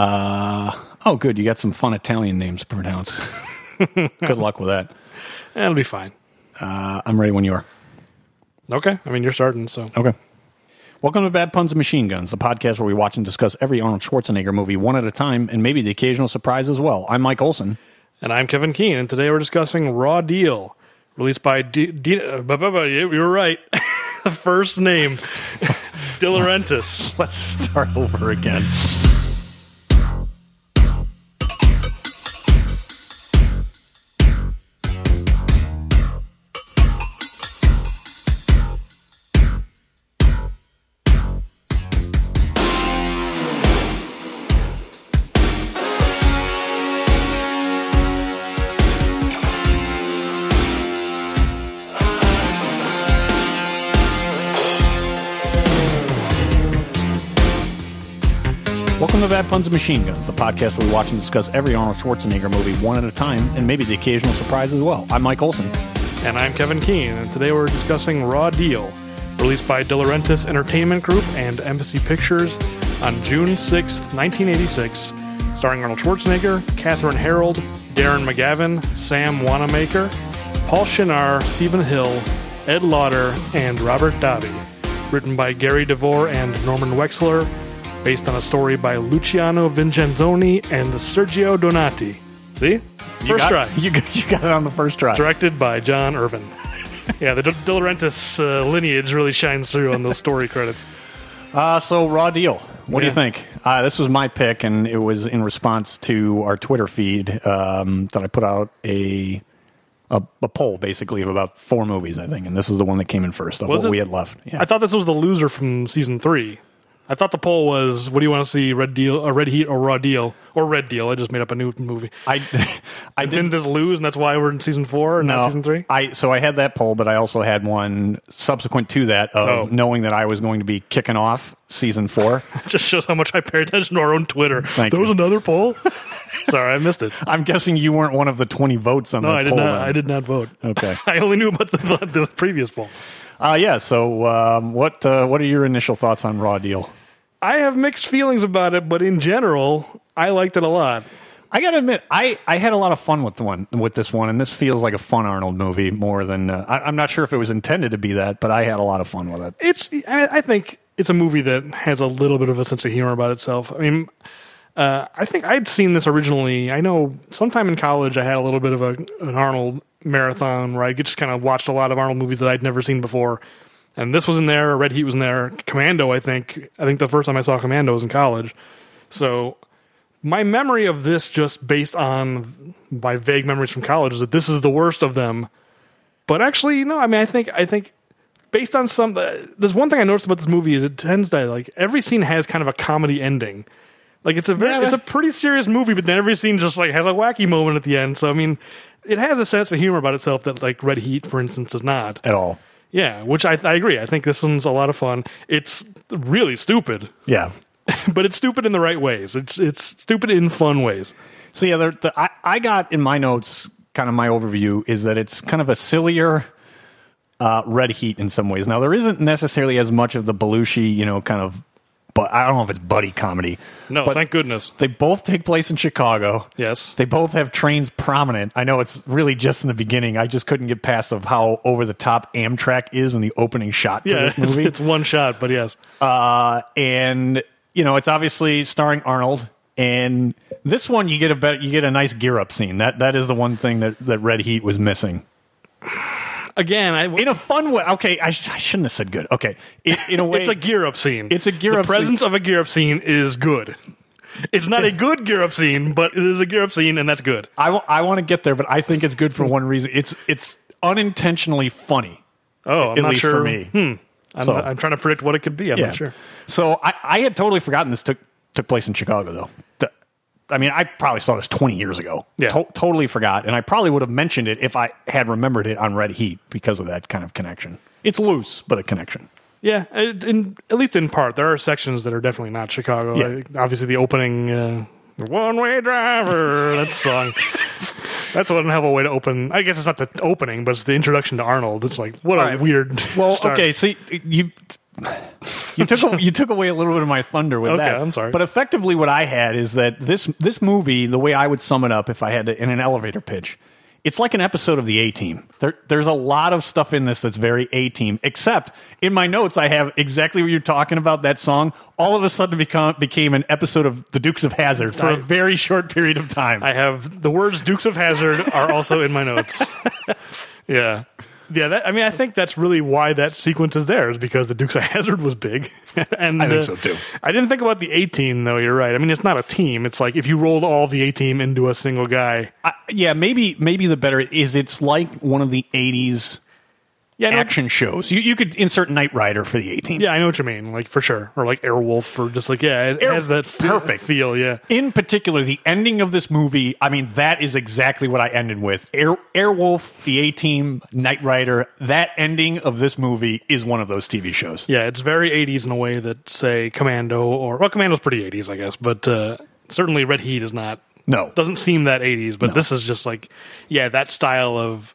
Uh, oh, good. You got some fun Italian names to pronounce. good luck with that. That'll be fine. Uh, I'm ready when you are. Okay. I mean, you're starting, so. Okay. Welcome to Bad Puns and Machine Guns, the podcast where we watch and discuss every Arnold Schwarzenegger movie one at a time and maybe the occasional surprise as well. I'm Mike Olson. And I'm Kevin Keene, and today we're discussing Raw Deal, released by. D- D- uh, bu- bu- bu- you- you're right. The First name De Laurentiis. Let's start over again. Welcome to Bad Puns and Machine Guns, the podcast where we watch and discuss every Arnold Schwarzenegger movie one at a time and maybe the occasional surprise as well. I'm Mike Olson. And I'm Kevin Keene, and today we're discussing Raw Deal, released by De Laurentiis Entertainment Group and Embassy Pictures on June 6, 1986, starring Arnold Schwarzenegger, Catherine Harold, Darren McGavin, Sam Wanamaker, Paul Shinar, Stephen Hill, Ed Lauder, and Robert Davi. Written by Gary DeVore and Norman Wexler, based on a story by Luciano Vincenzoni and Sergio Donati. See? First you got, try You got, you got it on the first try. directed by John Irvin. yeah, the De De Laurentiis uh, lineage really shines through on those story credits. Uh, so, Raw Deal. What do you Yeah. think? Uh, this was my pick, and it was in response to our Twitter feed um, that I put out a, a a poll basically of about four movies, I think, and this is the one that came in first of Was what it? we had left. Yeah. I thought this was the loser from season three. I thought the poll was, "What do you want to see? Red Deal, or Red Heat, or Raw Deal, or Red Deal?" I just made up a new movie. I, I Didn't this lose, and that's why we're in season four and No, not season three? I so I had that poll, but I also had one subsequent to that of Oh. knowing that I was going to be kicking off season four. just shows how much I pay attention to our own Twitter. Thank there was you. another poll. Sorry, I missed it. I'm guessing you weren't one of the 20 votes on No, that I did poll. not. then. I did not vote. Okay. I only knew about the, the, the previous poll. Uh, yeah. So um, what uh, what are your initial thoughts on Raw Deal? I have mixed feelings about it, but in general, I liked it a lot. I gotta admit, I, I had a lot of fun with the one with this one, and this feels like a fun Arnold movie more than uh, I, I'm not sure if it was intended to be that, but I had a lot of fun with it. it's I, I think it's a movie that has a little bit of a sense of humor about itself. I mean, uh, I think I'd seen this originally. I know sometime in college I had a little bit of a, an Arnold marathon where I just kind of watched a lot of Arnold movies that I'd never seen before. And this was in there. Red Heat was in there. Commando, I think. I think the first time I saw Commando was in college. So my memory of this, just based on my vague memories from college, is that this is the worst of them. But actually, no. I mean, I think I think based on some uh, there's one thing i noticed about this movie is it tends to like every scene has kind of a comedy ending like it's a very, it's a pretty serious movie but then every scene just like has a wacky moment at the end so i mean it has a sense of humor about itself that like red heat for instance does not At all. yeah which i, I agree i think this one's a lot of fun it's really stupid Yeah. but it's stupid in the right ways it's it's stupid in fun ways So yeah, there, the, I, I got in my notes kind of my overview is that it's kind of a sillier uh, red heat in some ways. Now there isn't necessarily as much of the Belushi, you know, kind of, but I don't know if it's buddy comedy. no but thank goodness they both take place in Chicago. yes They both have trains prominent. I know it's really just in the beginning. I just couldn't get past of how over the top Amtrak is in the opening shot to yeah this movie. it's one shot but yes Uh, and you know, it's obviously starring Arnold. And this one, you get a bet, you get a nice gear up scene. That that is the one thing that, that Red Heat was missing again i in a fun way. Okay, I, sh- I shouldn't have said good. Okay, in, in a way, It's a gear up scene. It's a gear the up presence of a gear up scene is good. It's not a good gear up scene, but it is a gear up scene, and that's good. I want to get there, but I think it's good for one reason. It's it's unintentionally funny. Oh, I'm at not least sure. for me. I'm, So- I'm trying to predict what it could be. I'm not sure. So I, I had totally forgotten this took took place in Chicago though. The- I mean, I probably saw this 20 years ago. Yeah. To- totally forgot. And I probably would have mentioned it if I had remembered it on Red Heat because of that kind of connection. It's loose, but a connection. Yeah, it, in, at least in part, there are sections that are definitely not Chicago. Yeah. Uh, obviously, the opening uh, "One Way Driver" that song. That's one hell of a way to open. I guess it's not the opening, but it's the introduction to Arnold. It's like what a All right. weird. Well, start. okay. See, you. You took you took away a little bit of my thunder with Okay, that. I'm sorry. But effectively, what I had is that this this movie, the way I would sum it up, if I had to, in an elevator pitch, it's like an episode of the A Team. There, there's a lot of stuff in this that's very A Team. Except in my notes, I have exactly what you're talking about. That song all of a sudden become, became an episode of The Dukes of Hazard for a I- very short period of time. I have the words Dukes of Hazard are also in my notes. yeah. Yeah, that, I mean, I think that's really why that sequence is there, is because the Dukes of Hazard was big, and I think uh, so, too. I didn't think about the A team though. You're right. I mean, it's not a team. It's like if you rolled all the A team into a single guy. I, yeah, maybe maybe the better is it's like one of the '80s Yeah, I know- action shows. You you could insert Knight Rider for the A Team. Yeah, I know what you mean. Like for sure, or like Airwolf, or just like yeah, it Air- has that fe- perfect. feel. Yeah, In particular, the ending of this movie, I mean, that is exactly what I ended with. Air, Airwolf, The A Team, Knight Rider, that ending of this movie is one of those TV shows. yeah, it's very '80s in a way that say Commando or well, Commando's pretty '80s, I guess, but uh, certainly Red Heat is not. No. doesn't seem that 80s, but this is just like, yeah, that style of,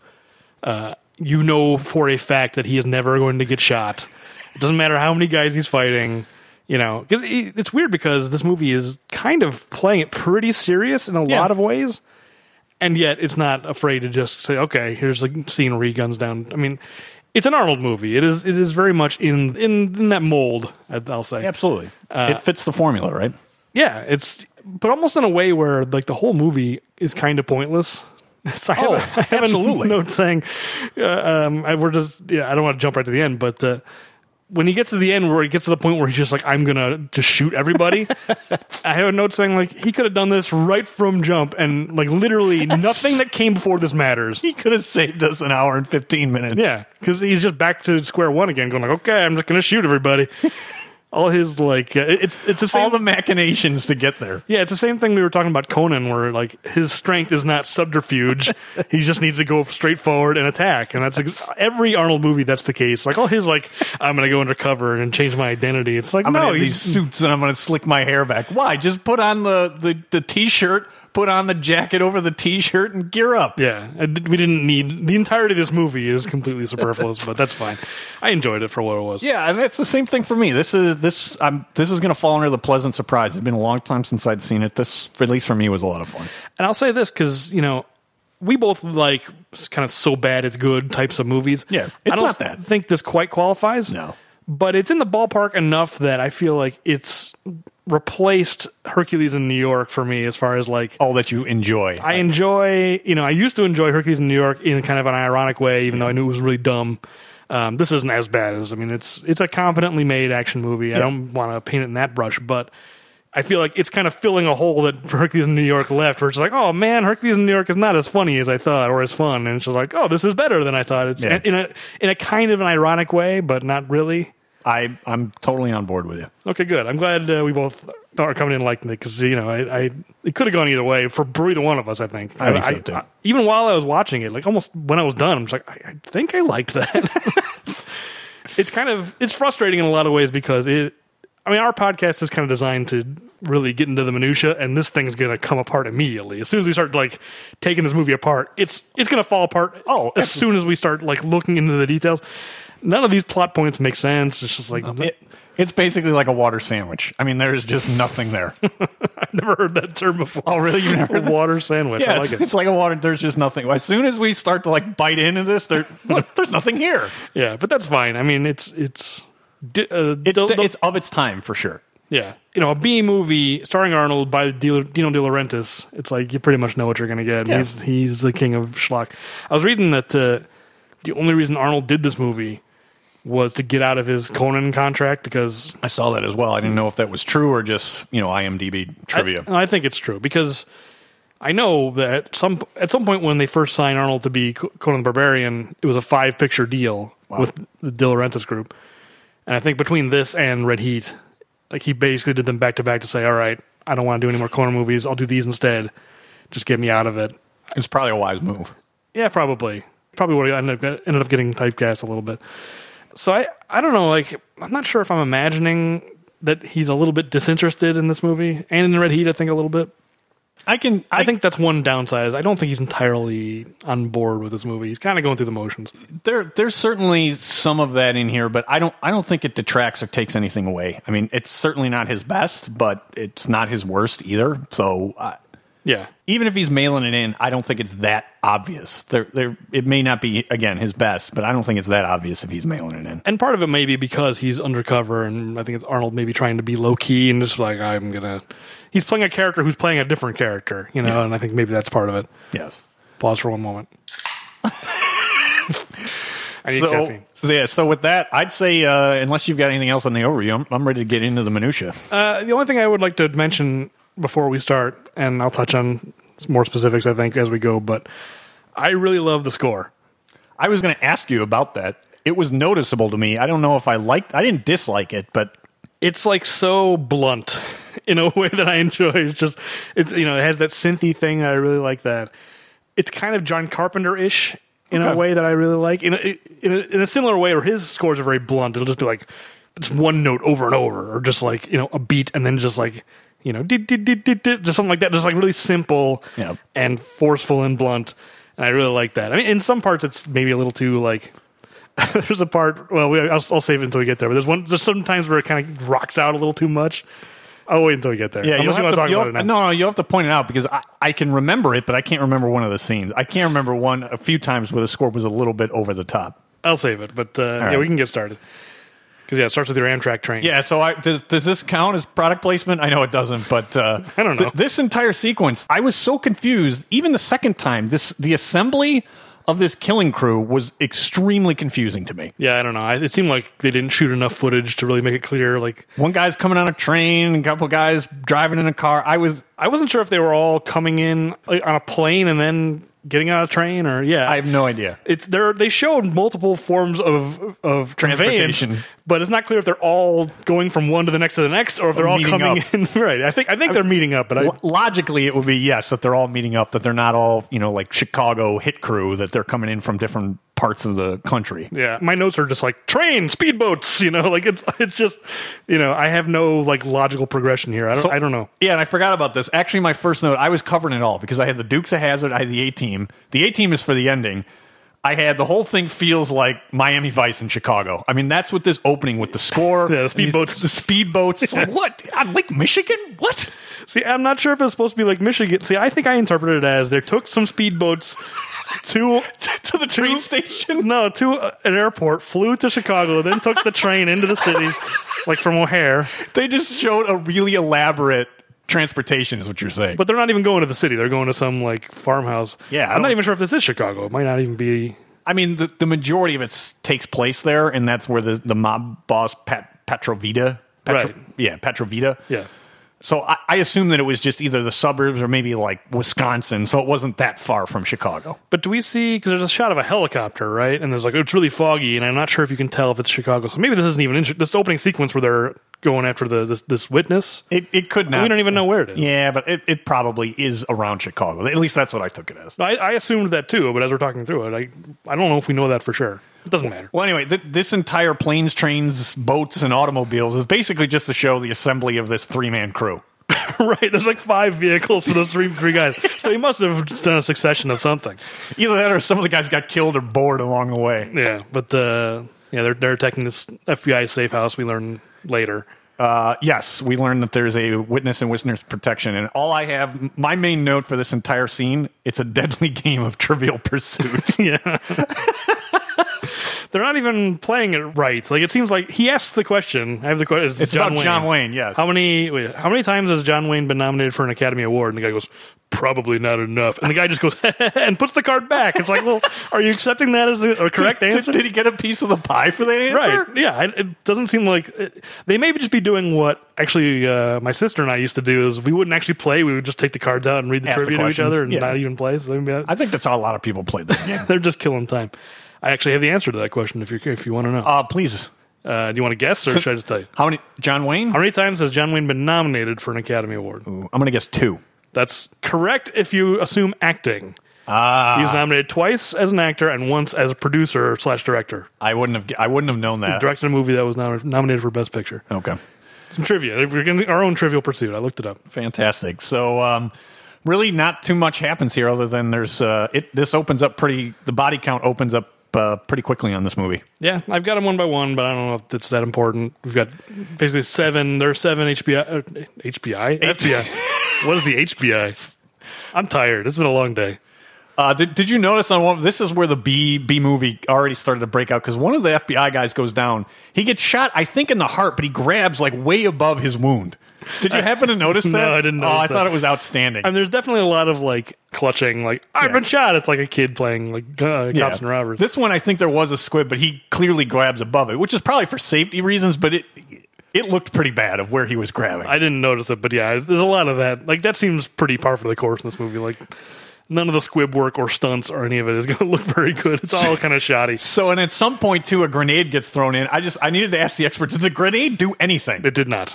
uh, you know, for a fact that he is never going to get shot. It doesn't matter how many guys he's fighting, you know, because it's weird because this movie is kind of playing it pretty serious in a Yeah. lot of ways. And yet it's not afraid to just say, okay, here's a scene where he guns down. I mean, it's an Arnold movie. It is, it is very much in, in, in that mold, I- I'll say. Absolutely. it fits the formula, right? Yeah, it's but almost in a way where like the whole movie is kind of pointless. So I Oh, have, a- I have absolutely. a note saying, uh, um, I, we're just yeah, I don't want to jump right to the end, but uh, when he gets to the end, where he gets to the point where he's just like, I'm gonna just shoot everybody. I have a note saying like he could have done this right from jump, and like literally nothing that came before this matters. He could have saved us an hour and 15 minutes. Yeah, because he's just back to square one again, going like, okay, I'm just gonna shoot everybody. All his like, uh, it- it's it's the same. All the machinations to get there. Yeah, it's the same thing we were talking about Conan, where like his strength is not subterfuge. he just needs to go straight forward and attack, and that's ex- every Arnold movie. That's the case. Like all his like, I'm gonna go undercover and change my identity. It's like I'm no, gonna have these he's, suits and I'm gonna slick my hair back. Why? Just put on the, the, the t shirt, put on the jacket over the t shirt and gear up. yeah, I did- we didn't need the entirety of this movie is completely superfluous, but that's fine. I enjoyed it for what it was. Yeah, and it's the same thing for me. This is this I'm this is going to fall under the pleasant surprise. It's been a long time since I'd seen it. This release for me was a lot of fun. And I'll say this because you know we both like s- kind of so bad it's good types of movies. Yeah, I it's don't not that. think this quite qualifies. No. but it's in the ballpark enough that I feel like it's replaced Hercules in New York for me as far as like. All that you enjoy. I enjoy, you know, I used to enjoy Hercules in New York in kind of an ironic way, even though I knew it was really dumb. Um, this isn't as bad as, I mean, it's it's a competently made action movie. I don't want to paint it in that brush, but I feel like it's kind of filling a hole that Hercules in New York left, where it's like, oh man, Hercules in New York is not as funny as I thought or as fun, and it's just like, oh, this is better than I thought. It's Yeah. in a in a kind of an ironic way, but not really. I I'm totally on board with you. Okay, good. I'm glad uh, we both are coming in liking it because you know I, I it could have gone either way for either one of us. I think. I think so, too. even while I was watching it, like almost when I was done, I'm just like, I, I think I liked that. it's kind of it's frustrating in a lot of ways because it. I mean, our podcast is kind of designed to really get into the minutia, and this thing's going to come apart immediately. As soon as we start like taking this movie apart, it's it's going to fall apart. Oh, as soon as we start like looking into the details, none of these plot points make sense. It's just like It, it's basically like a water sandwich. I mean, there's just nothing there. Never heard that term before. oh, really? You never? A water sandwich. Yeah, I like it's, it. it's like a water. There's just nothing. As soon as we start to like bite into this, there look, there's nothing here. Yeah, but that's fine. I mean, it's it's di- uh, It's the- the- it's of its time for sure. yeah. You know, a B movie starring Arnold by Dino De Laurentiis. It's like you pretty much know what you're going to get. Yeah. He's he's the king of schlock. I was reading that uh, the only reason Arnold did this movie was to get out of his Conan contract because I saw that as well. I didn't know if that was true or just you know IMDb trivia. I, I think it's true because I know that at some at some point when they first signed Arnold to be Co- Conan the Barbarian, it was a five picture deal with the De Laurentiis group, and I think between this and Red Heat, like he basically did them back to back to say, "All right, I don't want to do any more Conan movies. I'll do these instead. Just get me out of it." it was probably a wise move. Yeah, probably. Probably would have ended up, ended up getting typecast a little bit. So I, I don't know. Like, I'm not sure if I'm imagining that he's a little bit disinterested in this movie and in Red Heat. I think a little bit. I can. I, I, think think that's one downside. Is I don't think he's entirely on board with this movie. He's kind of going through the motions. there there's certainly some of that in here, but I don't. I don't think it detracts or takes anything away. I mean, it's certainly not his best, but it's not his worst either. So uh, Yeah, even if he's mailing it in, I don't think it's that obvious. There, there. It may not be again his best, but I don't think it's that obvious if he's mailing it in. and part of it may be because he's undercover, and I think it's Arnold maybe trying to be low key and just like I'm gonna. He's playing a character who's playing a different character, you know, and I think maybe that's part of it. Yes. Pause for one moment. I need So caffeine. yeah. So with that, I'd say uh, unless you've got anything else on the overview, I'm, I'm ready to get into the minutia. Uh, the only thing I would like to mention before we start, and I'll touch on more specifics, I think, as we go, but I really love the score. I was going to ask you about that. It was noticeable to me. I don't know if I liked. I didn't dislike it, but It's like so blunt in a way that I enjoy. It's just, it's, you know, it has that synthy thing. I really like that. It's kind of John Carpenter ish in a Okay. way that I really like. In a, in, a, in a similar way where his scores are very blunt, it'll just be like, it's one note over and over, or just like, you know, a beat and then just like, you know, did, did, did, did, did, just something like that. Just like really simple Yeah. and forceful and blunt. And I really like that. I mean, in some parts, it's maybe a little too like. there's a part. Well, we, I'll, I'll save it until we get there. But there's one. There's some times where it kind of rocks out a little too much. I'll wait until we get there. yeah, unless you want to talk you'll- about it now. No, no, you'll have to point it out because I, I can remember it, but I can't remember one of the scenes. I can't remember one a few times where the score was a little bit over the top. I'll save it. But uh, yeah, right. we can get started. Because yeah, it starts with your Amtrak train. Yeah, so I, does, does this count as product placement? I know it doesn't, but uh, I don't know. this entire sequence, I was so confused. Even the second time, this the assembly of this killing crew was extremely confusing to me. Yeah, I don't know. I, it seemed like they didn't shoot enough footage to really make it clear. Like One guy's coming on a train, a couple guys driving in a car. I was I wasn't sure if they were all coming in like, on a plane and then getting on a train, or yeah, I have no idea. it's there they showed multiple forms of of conveyance, Transportation. but it's not clear if they're all going from one to the next to the next or if they're all meeting coming up. in right i think i think they're meeting up but i Lo- logically, it would be yes that they're all meeting up, that they're not all you know like Chicago hit crew, that they're coming in from different parts of the country. yeah my notes are just like train speedboats you know like it's it's just you know i have no like logical progression here i don't i don't know Yeah, and I forgot about this. Actually, my first note, I was covering it all because I had the Dukes of Hazard, I had the A Team. The A Team is for the ending. I had the whole thing feels like Miami Vice in Chicago. I mean, that's what this opening with the score, Yeah, the and these- speedboats. the speedboats. It's like, what on Lake Michigan? What? see i'm not sure if it's supposed to be like michigan see i think i interpreted it as they took some speedboats to to the train station. no to uh, an airport flew to chicago then took the train into the city like from o'hare They just showed a really elaborate transportation, is what you're saying. But they're not even going to the city. They're going to some like farmhouse. Yeah, I I'm not don't- even sure if this is Chicago. It might not even be. I mean, the, the majority of it s- takes place there, and that's where the, the mob boss Pat, Petrovita, Petro, Right. yeah, Petrovita. Yeah, So I, I assume that it was just either the suburbs or maybe like Wisconsin. So it wasn't that far from Chicago. but do we see? Because there's a shot of a helicopter, right? And there's like it's really foggy, and I'm not sure if you can tell if it's Chicago. So maybe this isn't even in, Chi- this opening sequence where they're going after the this, this witness. It it could not. We don't even know where it is. Yeah, but it, it probably is around Chicago. At least that's what I took it as. I, I assumed that too, but as we're talking through it, I I don't know if we know that for sure. It doesn't matter. Well, anyway, th- this entire planes, trains, boats, and automobiles is basically just to show the assembly of this three man crew. right? There's like five vehicles for those three three guys. So they must have just done a succession of something. Either that or some of the guys got killed or bored along the way. Yeah, but uh, yeah, they're they're attacking this FBI safe house. We learn later. Uh, yes, we learned that there's a witness and witness protection, and all I have, my main note for this entire scene, it's a deadly game of Trivial Pursuit. Yeah. They're not even playing it right. Like it seems like he asked the question. I have the question. It's about John Wayne, yes. How many? Wait, how many times has John Wayne been nominated for an Academy Award? And the guy goes, probably not enough. And the guy just goes and puts the card back. It's like, well, are you accepting that as the a correct did, answer? did he get a piece of the pie for that answer? Right. Yeah. It, it doesn't seem like it, they may just be doing what actually uh, my sister and I used to do is we wouldn't actually play. We would just take the cards out and read the Ask the trivia to each questions. other and Yeah. not even play. So maybe I- I think that's how a lot of people played that game. they're just killing time. I actually have the answer to that question if you if you want to know. Uh, please, Uh, do you want to guess or should I just tell you? how many? John Wayne? How many times has John Wayne been nominated for an Academy Award? I'm going to guess two. That's correct if you assume acting. Ah, He was nominated twice as an actor and once as a producer slash director. I wouldn't have. I wouldn't have known that. Directed a movie that was nom- nominated for Best Picture. Okay, Some trivia. We're getting our own Trivial Pursuit. I looked it up. fantastic. So, um, really not too much happens here other than there's uh, it. This opens up pretty. The body count opens up uh, pretty quickly on this movie. Yeah, I've got them one by one, but I don't know if it's that important. We've got basically seven. There are seven HBI, uh, HBI, FBI. what is the HBI? I'm tired. It's been a long day. Uh, did, did you notice on one? This is where the B B movie already started to break out because one of the FBI guys goes down. He gets shot, I think, in the heart, but he grabs like way above his wound. Did you happen to notice that? No, I didn't Oh, notice I thought that. it was outstanding. And there's definitely a lot of like clutching, like I've Yeah. been shot. It's like a kid playing like uh, cops Yeah. and robbers. This one, I think there was a squib, but he clearly grabs above it, which is probably for safety reasons. But it it looked pretty bad of where he was grabbing. I didn't notice it, but yeah, there's a lot of that. Like that seems pretty par for the course in this movie. Like none of the squib work or stunts or any of it is going to look very good. It's all kind of shoddy. so, and at some point too, a grenade gets thrown in. I just I needed to ask the expert: Did the grenade do anything? It did not.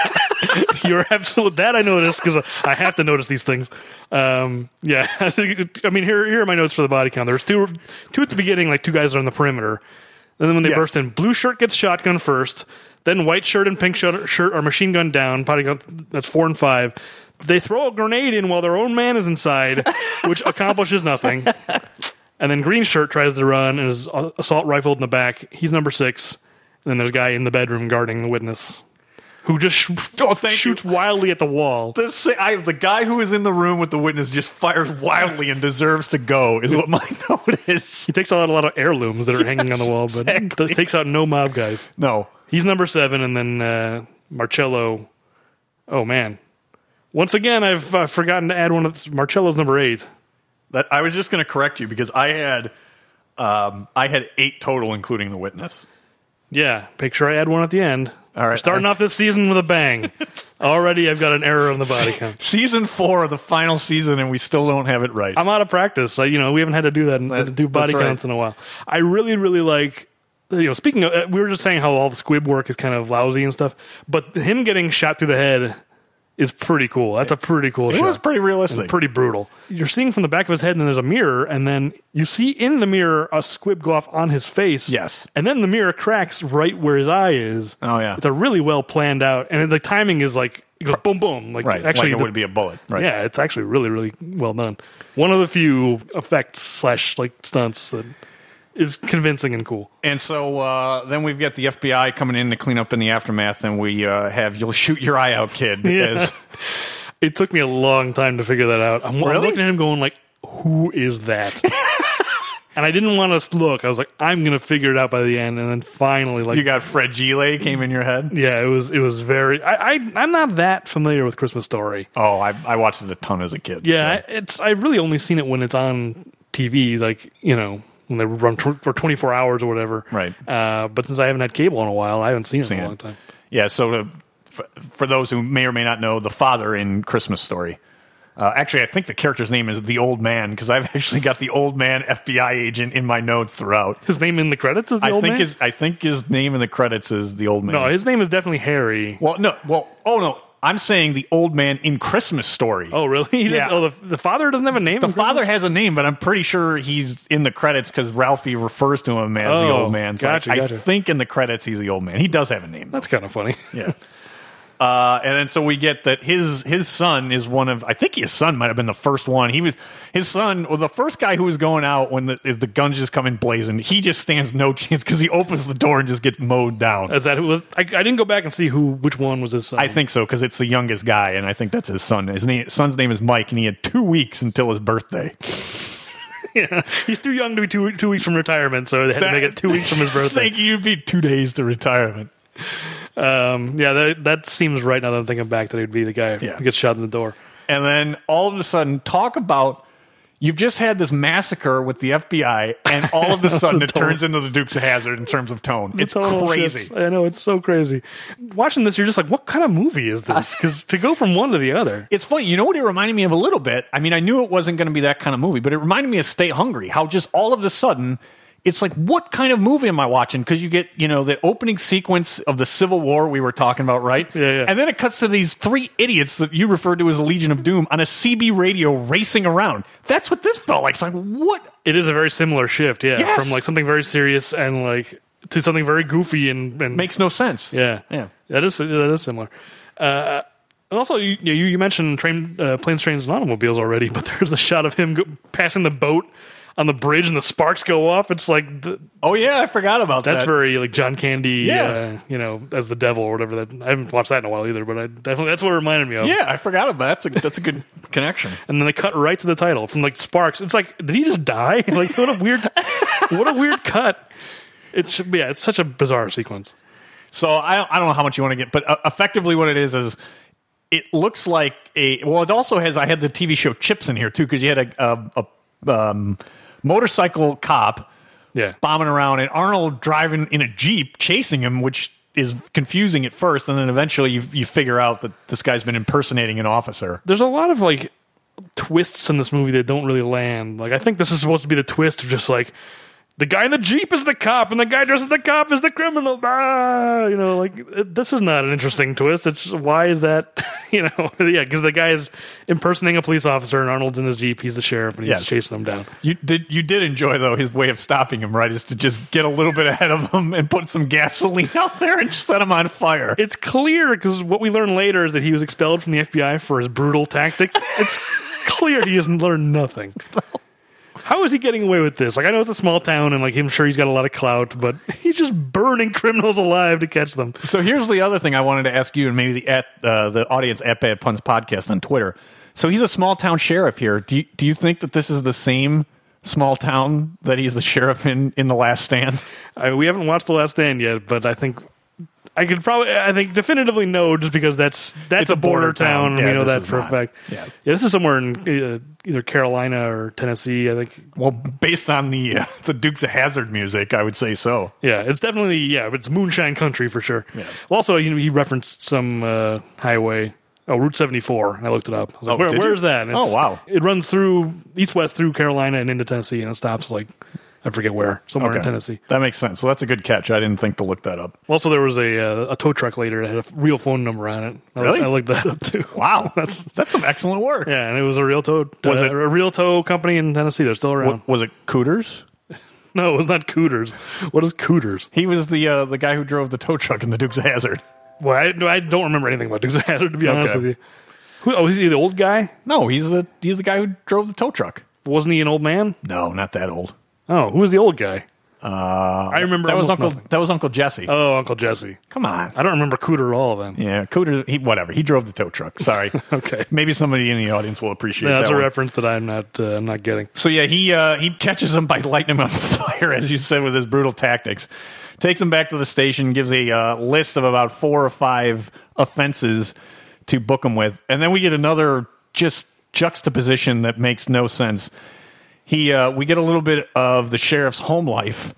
You're absolute. That I noticed because I have to notice these things. Um, yeah, I mean, here here are my notes for the body count. There's two two at the beginning, like two guys are on the perimeter, and then when they Yes. burst in, blue shirt gets shotgun first, then white shirt and pink shirt, shirt are machine gun down. Body count that's four and five. They throw a grenade in while their own man is inside, which accomplishes nothing. And then green shirt tries to run and is assault rifled in the back. He's number six. And then there's a guy in the bedroom guarding the witness who just sh- Oh, thank you. shoots wildly at the wall. The, sa- I, the guy who is in the room with the witness just fires wildly and deserves to go, is what my note is. He takes out a lot of heirlooms that are hanging on the wall, but th- takes out no mob guys. No. He's number seven, and then uh, Marcello. Oh man! Once again, I've uh, forgotten to add one of Marcello's number eight. That, I was just going to correct you because I had. Um, I had eight total, including the witness. Yeah, make sure I add one at the end. All right, We're starting I- off this season with a bang. Already, I've got an error on the body count. Season four, the final season, and we still don't have it right. I'm out of practice. I, you know, we haven't had to do that, That- do body that's right. counts in a while. I really, really like. You know, speaking of, uh, we were just saying how all the squib work is kind of lousy and stuff, but him getting shot through the head is pretty cool. That's a pretty cool it shot. was pretty realistic. pretty brutal. You're seeing from the back of his head, and then there's a mirror, and then you see in the mirror a squib go off on his face. Yes. and then the mirror cracks right where his eye is. Oh, yeah. it's a really well planned out, and the timing is like it goes boom, boom. Like right. actually, like it the- would be a bullet. Right. yeah, it's actually really, really well done. One of the few effects slash like stunts that is convincing and cool. And so uh, then we've got the FBI coming in to clean up in the aftermath, and we uh, have "You'll shoot your eye out, kid." as- It took me a long time to figure that out. I'm, I'm Really? looking at him going like, "Who is that?" and I didn't want to look. I was like, "I'm gonna figure it out by the end." And then finally, like, you got Fred Gile came in your head. yeah, it was it was very. I, I I'm not that familiar with Christmas Story. Oh, I, I watched it a ton as a kid. so. Yeah, I it's I've really only seen it when it's on TV, like you know when they run tw- for 24 hours or whatever. Right. Uh, but since I haven't had cable in a while, I haven't seen, it Seen in a it. long time. Yeah, so to, for, for those who may or may not know, the father in Christmas Story. Uh, actually, I think the character's name is the old man because I've actually got the old man FBI agent in my notes throughout. His name in the credits is the I old think man. his I think his name in the credits is the old man. no, his name is definitely Harry. well, no, well, oh no, I'm saying the old man in Christmas Story. Oh, really? He didn't- Yeah. Oh, the, the father doesn't have a name. the father has a name, but I'm pretty sure he's in the credits because Ralphie refers to him as the Oh, old man. So I- gotcha, I, gotcha. think in the credits he's the old man. He does have a name. though. That's kind of funny. yeah. Uh, and then so we get that his his son is one of I think his son might have been the first one. He was his son or the first guy who was going out when the if the guns just come in blazing. He just stands no chance because he opens the door and just gets mowed down. Is that who was? I, I didn't go back and see who which one was his son. I think so because it's the youngest guy, and I think that's his son. His name, son's name is Mike, and he had two weeks until his birthday. yeah. he's too young to be two two weeks from retirement, so they had to make it two weeks from his birthday. Thank you. would be two days to retirement. um, yeah, that, that seems right now that I'm thinking back that he'd be the guy Yeah. who gets shot in the door. And then all of a sudden, talk about you've just had this massacre with the FBI, and all of a sudden it turns into the Dukes of Hazard in terms of tone. It's Total crazy. shifts. I know it's so crazy. Watching this, you're just like, what kind of movie is this? Because to go from one to the other, It's funny. You know what it reminded me of a little bit? I mean, I knew it wasn't going to be that kind of movie, but it reminded me of Stay Hungry, how just all of a sudden it's like, what kind of movie am I watching? Because you get, you know, the opening sequence of the Civil War we were talking about, right? Yeah, yeah. And then it cuts to these three idiots that you referred to as a Legion of Doom on a CB radio racing around. That's what this felt like. It's like, what? it is a very similar shift. Yeah, Yes. from like something very serious and like to something very goofy and, and Makes no sense. yeah, Yeah. That is that is similar. Uh, And also, you you, you mentioned train, uh, planes, trains, and automobiles already, but there's the shot of him go, passing the boat on the bridge, and the sparks go off. It's like th- Oh yeah, I forgot about that's that. very like John Candy, Yeah. uh, you know, as the devil or whatever. That I haven't watched that in a while either, but I definitely that's what it reminded me of. yeah, I forgot about that. That's a that's a good connection. And then they cut right to the title from like Sparks. It's like, did he just die? Like what a weird, what a weird cut. It's yeah, it's such a bizarre sequence. So I don't, I don't know how much you want to get, but uh, effectively what it is is it looks like a well. It also has I had the TV show Chips in here too because you had a, a, a um, motorcycle cop Yeah, bombing around and Arnold driving in a jeep chasing him, which is confusing at first, and then eventually you you figure out that this guy's been impersonating an officer. there's a lot of like twists in this movie that don't really land. Like I think this is supposed to be the twist of just like the guy in the jeep is the cop and the guy dressed as the cop is the criminal. Ah, you know, like it- this is not an interesting twist. It's why is that? You know, yeah, because the guy is impersonating a police officer and Arnold's in his jeep. He's the sheriff and he's Yes. chasing them down. You did you did enjoy though his way of stopping him right is to just get a little bit ahead of him and put some gasoline out there and set him on fire. It's clear because what we learn later is that he was expelled from the FBI for his brutal tactics. It's clear he has learned nothing. How is he getting away with this? Like I know it's a small town, and like I'm sure he's got a lot of clout, but he's just burning criminals alive to catch them. So here's the other thing I wanted to ask you, and maybe the at uh, the audience at Bad Puns Podcast on Twitter. So he's a small town sheriff here. Do you, do you think that this is the same small town that he's the sheriff in in the Last Stand? I, we haven't watched The Last Stand yet, but I think I could probably, I think definitively no, just because that's that's It's a border, town. and Yeah, we know this that is for a not. fact. Yeah. this is somewhere in uh, either Carolina or Tennessee. I think Well, based on the uh, the Dukes of Hazard music, I would say so. Yeah, it's definitely yeah, it's moonshine country for sure. Yeah. Well, Also, you know, he referenced some uh, highway, oh Route seventy four. I looked it up. I was like, Oh, Where, did you? where's that? And Oh, it's- wow. It runs through east west through Carolina and into Tennessee, and it stops like I forget where, somewhere in Okay. Tennessee. That makes sense. So that's a good catch. I didn't think to look that up. Also, there was a uh, a tow truck later that had a f- real phone number on it. I, Really? I looked that up too. Wow, that's that's some excellent work. Yeah, and it was a real tow. Was uh, it- a real tow company in Tennessee? They're still around. Wa- was it Cooters? No, it was not Cooters. What is Cooters? He was the uh, the guy who drove the tow truck in the Dukes of Hazard. Well, I, I don't remember anything about Dukes of Hazzard to be honest Okay. with you. Who, oh, is he the old guy? No, he's the he's the guy who drove the tow truck. Wasn't he an old man? No, not that old. Oh, who was the old guy? Uh, I remember That was almost Uncle. nothing. That was Uncle Jesse. Oh, Uncle Jesse. Come on. I don't remember Cooter at all then. Yeah, Cooter. He whatever. He drove the tow truck. Sorry. Okay, Maybe somebody in the audience will appreciate that's that. a one. reference that I'm not. Uh, I'm not getting. So yeah, he uh, he catches him by lighting him on fire, as you said, with his brutal tactics. Takes him back to the station, gives a uh, list of about four or five offenses to book him with, and then we get another just juxtaposition that makes no sense. He uh, we get a little bit of the sheriff's home life,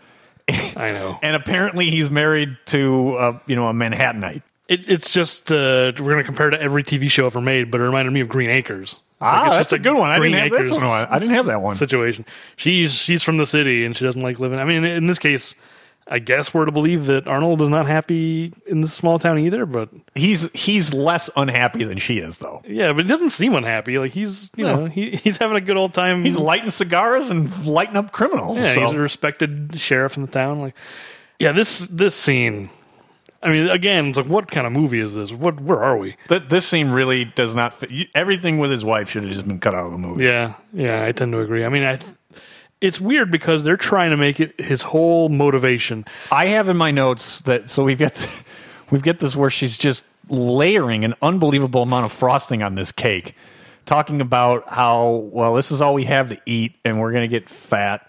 I know. and apparently he's married to uh, you know a Manhattanite. It, it's just uh, we're going to compare to every TV show ever made, but it reminded me of Green Acres. It's Ah, it's that's a good one. I Green didn't have this one on. I didn't have that one. situation. She's she's from the city and she doesn't like living. I mean, in this case, I guess we're to believe that Arnold is not happy in this small town either. But He's he's less unhappy than she is, though. yeah, but he doesn't seem unhappy. Like he's you No. know he, he's having a good old time. He's lighting cigars and lighting up criminals. Yeah, so- he's a respected sheriff in the town. Like, yeah, this this scene. I mean, again, it's like, what kind of movie is this? What, where are we? Th- this scene really does not fit. You- Everything with his wife should have just been cut out of the movie. Yeah, yeah, I tend to agree. I mean, I. Th- it's weird because they're trying to make it his whole motivation. I have in my notes that so we've got we've got this where she's just layering an unbelievable amount of frosting on this cake, talking about how well this is all we have to eat and we're gonna get fat.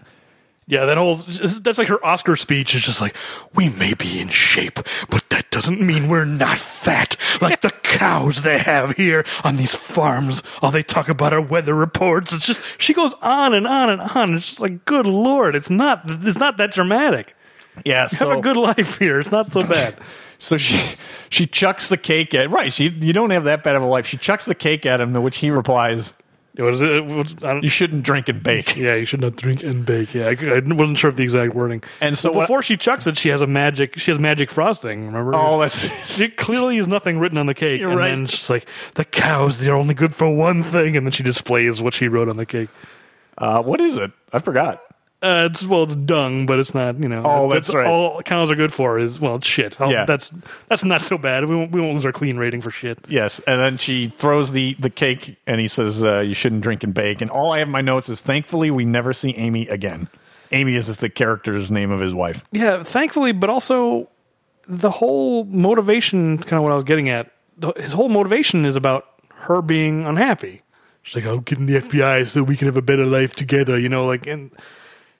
Yeah, that whole that's like her Oscar speech is just like, we may be in shape, but that doesn't mean we're not fat like the cows they have here on these farms. All they talk about are weather reports. It's just she goes on and on and on. It's just like, good lord, it's not it's not that dramatic. Yeah, so Have a good life here. It's not so bad. so she she chucks the cake at right. She you don't have that bad of a life. She chucks the cake at him, to which he replies, what is it? What's- I "You don't, shouldn't drink and bake." yeah, you should not drink and bake. Yeah, I, I wasn't sure of the exact wording. And so Well, what- before she chucks it, she has a magic. She has magic frosting. Remember? Oh, that's It clearly is nothing written on the cake. and right. then she's like, the cows, they're only good for one thing. And then she displays what she wrote on the cake. uh, what is it? I forgot. Uh, it's well, it's dung, but it's not. You know, Oh, that's right. All cows are good for is well, it's shit. Oh, Yeah. that's that's not so bad. We won't we won't lose our clean rating for shit. Yes, and then she throws the the cake, and he says, uh, "You shouldn't drink and bake." And all I have in my notes is, "Thankfully, we never see Amy again." Amy is just the character's name of his wife. Yeah, thankfully, but also the whole motivation, kind of what I was getting at, the- his whole motivation is about her being unhappy. She's like, I'll get in the FBI so we can have a better life together, you know, like, and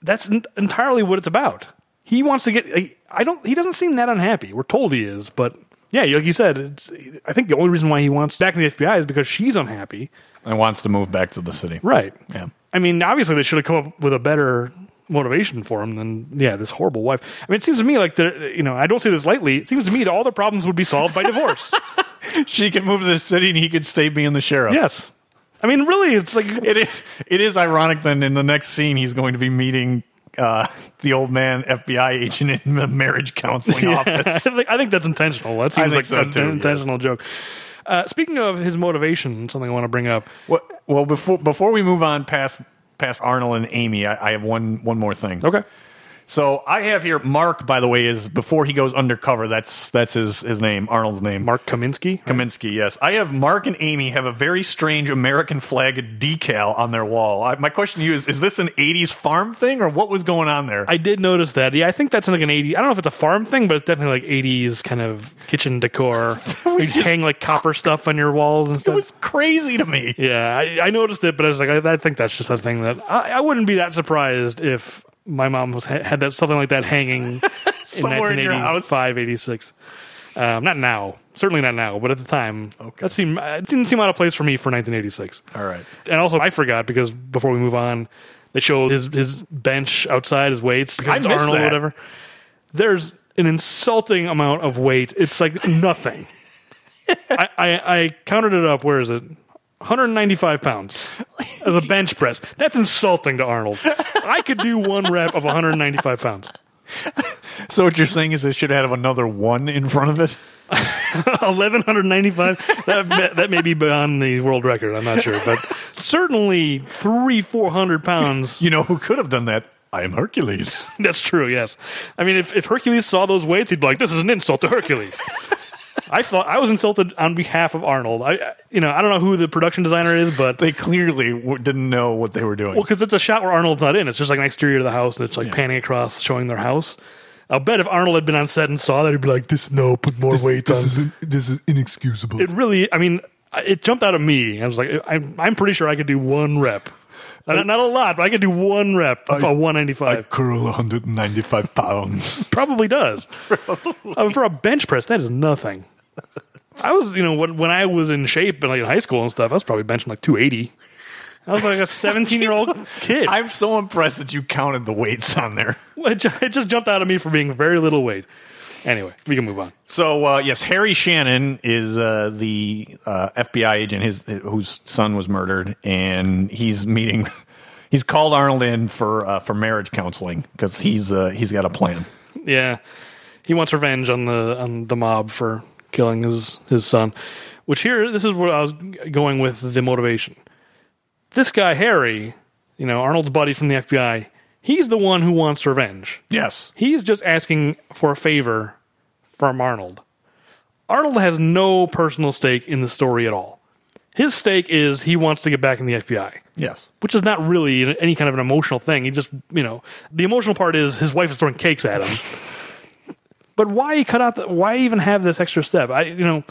that's en- entirely what it's about. He wants to get, I- I don't, he doesn't seem that unhappy. We're told he is, but yeah, like you said, it's, I think the only reason why he wants back in the FBI is because she's unhappy. and wants to move back to the city. Right. Yeah. I mean, obviously they should have come up with a better motivation for him than yeah, this horrible wife. I mean, it seems to me like they're you know I don't say this lightly. It seems to me that all the problems would be solved by divorce. She can move to the city and he could stay being the sheriff. yes, I mean, really, it's like It is it is ironic then in the next scene he's going to be meeting uh, the old man FBI agent in the marriage counseling I office. think, I think that's intentional. That seems think like so, an too, yes. intentional joke. Uh, speaking of his motivation, something I want to bring up. Well, well before before we move on past past Arnold and Amy, I, I have one one more thing. Okay. So I have here Mark, by the way, is before he goes undercover, that's that's his, his name, Arnold's name. Mark Kaminsky. Kaminsky, yes. I have Mark and Amy have a very strange American flag decal on their wall. I, my question to you is: Is this an '80s farm thing, or what was going on there? I did notice that. Yeah, I think that's like an 80. I don't know if it's a farm thing, but it's definitely like 80s kind of kitchen decor. you just- hang like copper stuff on your walls and it stuff. was crazy to me. Yeah, I, I noticed it, but I was like, I, I think that's just a thing that I, I wouldn't be that surprised if my mom was had that something like that hanging Somewhere in your house. 1985, 86. Um, not now, certainly not now, but at the time, Okay. that seemed uh, it didn't seem out of place for me for 1986. All right. And also, I forgot because before we move on, they show his his bench outside, his weights, because I it's missed Arnold that. or whatever. There's an insulting amount of weight. It's like nothing. I, I, I counted it up. Where is it? 195 pounds as a bench press. That's insulting to Arnold. I could do one rep of 195 pounds. So what you're saying is they should have another one in front of it? 1195. That may- that may be beyond the world record. I'm not sure, but certainly three 400 pounds You know who could have done that? I am Hercules. That's true, yes. I mean, if, if Hercules saw those weights, he'd be like, this is an insult to Hercules. I thought I was insulted on behalf of Arnold. I, I- you know, I don't know who the production designer is, but They clearly w- didn't know what they were doing. well, because it's a shot where Arnold's not in. It's just like an exterior of the house, and it's like panning across, showing their house. I'll bet if Arnold had been on set and saw that, he'd be like, "This no, put more weight on." is, this is inexcusable. it really, I mean, I- it jumped out of me. I was like, I'm, I'm pretty sure I could do one rep, not, not a lot, but I could do one rep for 195. curl 195 pounds. Probably does. Uh, for a bench press, that is nothing. I was, you know, when, when I was in shape and like in high school and stuff, I was probably benching like 280. I was like a 17 year old kid. I'm so impressed that you counted the weights on there. It ju- it just jumped out at me for being very little weight. Anyway, we can move on. So uh, yes, Harry Shannon is uh, the uh, FBI agent, his whose son was murdered, and he's meeting. He's called Arnold in for uh, for marriage counseling because he's uh, he's got a plan. Yeah, he wants revenge on the on the mob for killing his his son. Which here, this is where I was going with the motivation. This guy Harry, you know, Arnold's buddy from the FBI, he's the one who wants revenge. Yes, He's just asking for a favor from Arnold. Arnold has no personal stake in the story at all. His stake is he wants to get back in the FBI, yes, which is not really any kind of an emotional thing. He just, you know, the emotional part is his wife is throwing cakes at him. but why cut out? The, why even have this extra step? I, you know,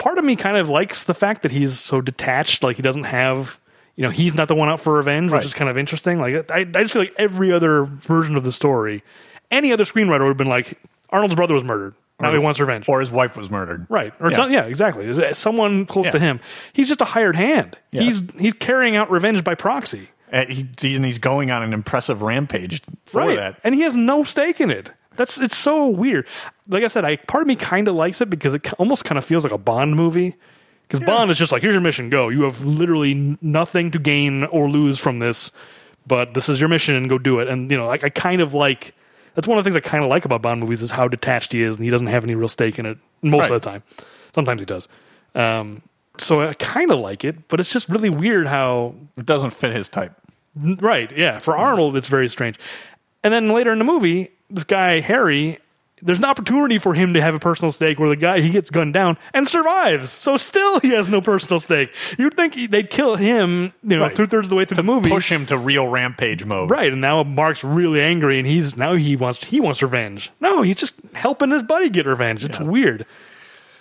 part of me kind of likes the fact that he's so detached. Like he doesn't have, you know, he's not the one out for revenge, Right. which is kind of interesting. Like I, I just feel like every other version of the story, any other screenwriter would have been like, Arnold's brother was murdered. Now he wants revenge. or his wife was murdered. Right. Or Yeah. yeah, yeah exactly. Someone close Yeah. to him. He's just a hired hand. Yeah. He's he's carrying out revenge by proxy. And, he, and he's going on an impressive rampage for that. And he has no stake in it. That's it's so weird. Like I said, I part of me kind of likes it because it ki- almost kind of feels like a Bond movie. Because Bond is just like, here's your mission, go. You have literally n- nothing to gain or lose from this, but this is your mission, and go do it. And you know, I, I kind of like. That's one of the things I kind of like about Bond movies is how detached he is, and he doesn't have any real stake in it most Right. of the time. Sometimes he does. Um, so I kind of like it, but it's just really weird how It doesn't fit his type. Right. Yeah. For Arnold, it's very strange. And then later in the movie, this guy, Harry, there's an opportunity for him to have a personal stake where the guy, he gets gunned down and survives. So still he has no personal stake. You'd think he, they'd kill him, you know, Right. two thirds of the way through the movie. Push him to real rampage mode. Right, and now Mark's really angry, and he's now he wants he wants revenge. No, he's just helping his buddy get revenge. It's weird.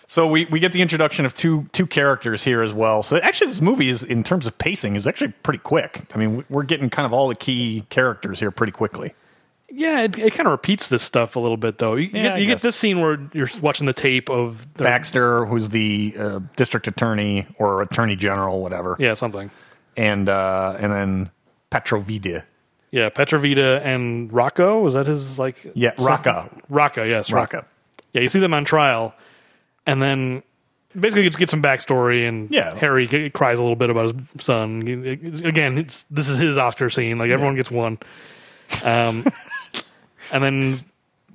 So we, we get the introduction of two two characters here as well. So actually, this movie is in terms of pacing is actually pretty quick. I mean, we're getting kind of all the key characters here pretty quickly. Yeah, it, it kind of repeats this stuff a little bit, though. You, I get, you guess. get this scene where you're watching the tape of the, Baxter, who's the uh, district attorney or attorney general, whatever, yeah something. and uh, and then Petrovida. Yeah, Petrovita and Rocco was that his like Yeah, some- Rocco. Rocco, yes, Rocco. Rocco. Yeah, you see them on trial, and then basically gets get some backstory, and Yeah. Harry g- cries a little bit about his son. It's- Again, it's this is his Oscar scene. Like everyone gets one, um, and then.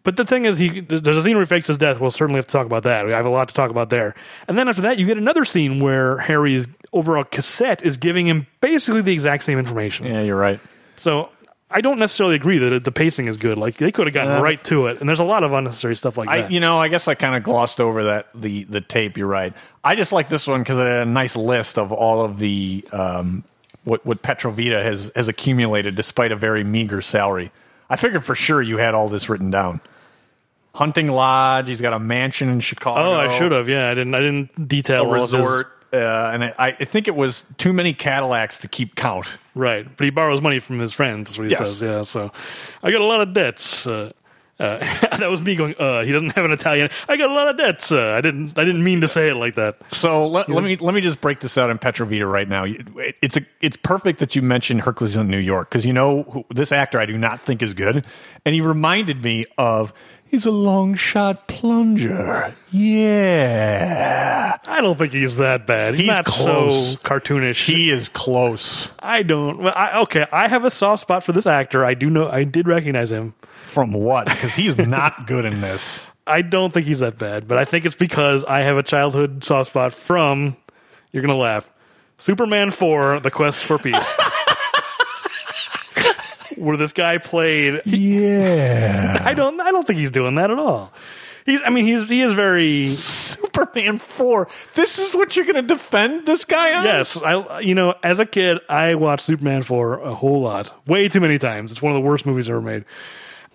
But the thing is, he there's a scene where he fakes his death. We'll certainly have to talk about that. I have a lot to talk about there. And then after that, you get another scene where Harry is over a cassette is giving him basically the exact same information. Yeah, you're right. So I don't necessarily agree that it, the pacing is good. Like they could have gotten Uh, right to it, and there's a lot of unnecessary stuff like I that. you know I guess I kind of glossed over that the the tape. You're right. I just like this one because it had a nice list of all of the um, what what Petrovita has has accumulated despite a very meager salary. I figured for sure you had all this written down. Hunting lodge. He's got a mansion in Chicago. oh, I should have. Yeah, I didn't. I didn't detail A all of his- resort. Uh, and I, I think it was too many Cadillacs to keep count. right, but he borrows money from his friends. That's what he Yes. says. Yeah. So I got a lot of debts. Uh, uh, that was me going. Uh, he doesn't have an Italian. I got a lot of debts. Uh, I didn't. I didn't mean to say it like that. So let, let me let me just break this out in Petrovita right now. It- It's a it's perfect that you mentioned Hercules in New York because you know who, this actor I do not think is good, and he reminded me of he's a long shot plunger. Yeah, I don't think he's that bad. He's, He's not close. so cartoonish. he is close I don't. Well, I, okay, I have a soft spot for this actor. I do know. I did recognize him. from what because he's not good in this. I don't think he's that bad, but I think it's because I have a childhood soft spot from you're gonna laugh. Superman 4: The Quest for Peace. Where this guy played Yeah, I don't I don't think he's doing that at all. He's I mean he's he is very Superman four. This is what you're going to defend this guy on? Yes, I you know, as a kid I watched Superman 4 a whole lot. Way too many times. It's one of the worst movies ever made.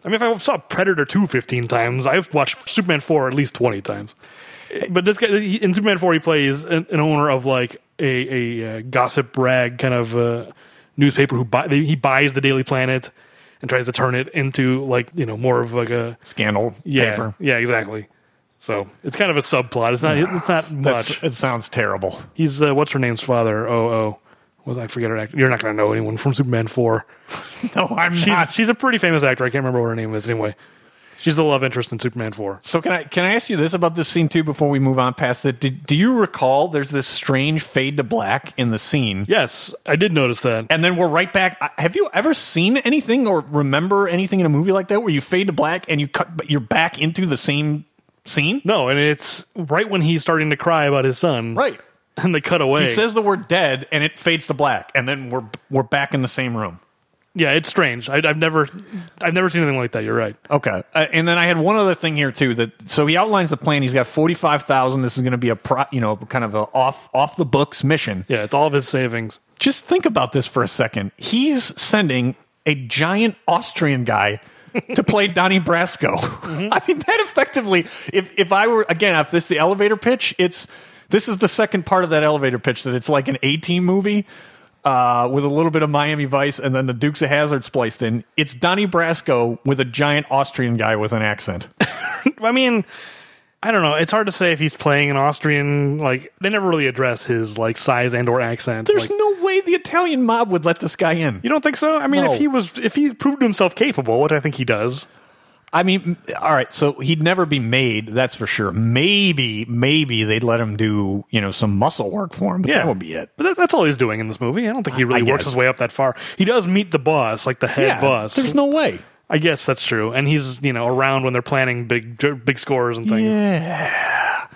I mean if I saw Predator 2 15 times, I've watched Superman 4 at least 20 times. But this guy he, in Superman 4 he plays an, an owner of like a a uh, gossip rag kind of uh, newspaper who buy, he buys the Daily Planet and tries to turn it into like, you know, more of like a scandal yeah, paper. yeah, exactly. So it's kind of a subplot. It's not. It's not That's, much. it sounds terrible. He's uh, what's her name's father? Oh, oh, was I forget her act? You're not going to know anyone from Superman Four. No, I'm She's not. she's a pretty famous actor. I can't remember what her name is anyway. She's the love interest in Superman Four. So can I can I ask you this about this scene too before we move on past it? Did, do you recall there's this strange fade to black in the scene? Yes, I did notice that. And then we're right back. I- Have you ever seen anything or remember anything in a movie like that where you fade to black and you cut but you're back into the same scene? No, and it's right when he's starting to cry about his son, Right. And they cut away. He says the word dead and it fades to black and then we're we're back in the same room. "Yeah, it's strange. I, I've never, I've never seen anything like that." You're right. Okay. Uh, and then I had one other thing here too that so he outlines the plan. He's got 45,000. This is going to be a pro, you know, kind of a off off the books mission. Yeah, it's all of his savings. just think about this for a second. He's sending a giant Austrian guy to play Donnie Brasco. I mean, that effectively, if, if I were, again, if this the elevator pitch, it's this is the second part of that elevator pitch that it's like an A team movie uh, with a little bit of Miami Vice and then the Dukes of Hazard spliced in. It's Donnie Brasco with a giant Austrian guy with an accent. I mean, I don't know. It's hard to say if he's playing an Austrian. Like they never really address his like size and or accent. There's Like, no way the Italian mob would let this guy in. you don't think so? I mean, No. if he was, if he proved himself capable, which I think he does. I mean, all right. So he'd never be made. That's for sure. Maybe, maybe they'd let him do you know some muscle work for him, but Yeah, that would be it. But that, that's all he's doing in this movie. I don't think he really I works guess. his way up that far. He does meet the boss, like the head boss. there's no way. I guess that's true. And he's you know around when they're planning big big scores and things. Yeah.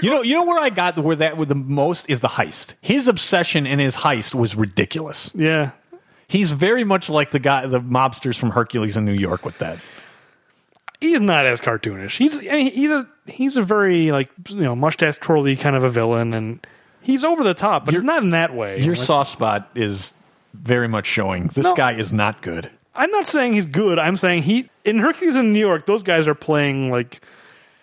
You know, you know where I got where that with the most is the heist. His obsession in his heist was ridiculous. yeah. He's very much like the guy, the mobsters from Hercules in New York with that. he's not as cartoonish. He's I mean, he's a he's a very like you know mustache twirly kind of a villain, and he's over the top, but he's not in that way. Your Like, soft spot is very much showing. This No. guy is not good. I'm not saying he's good. I'm saying he in Hercules in New York, those guys are playing like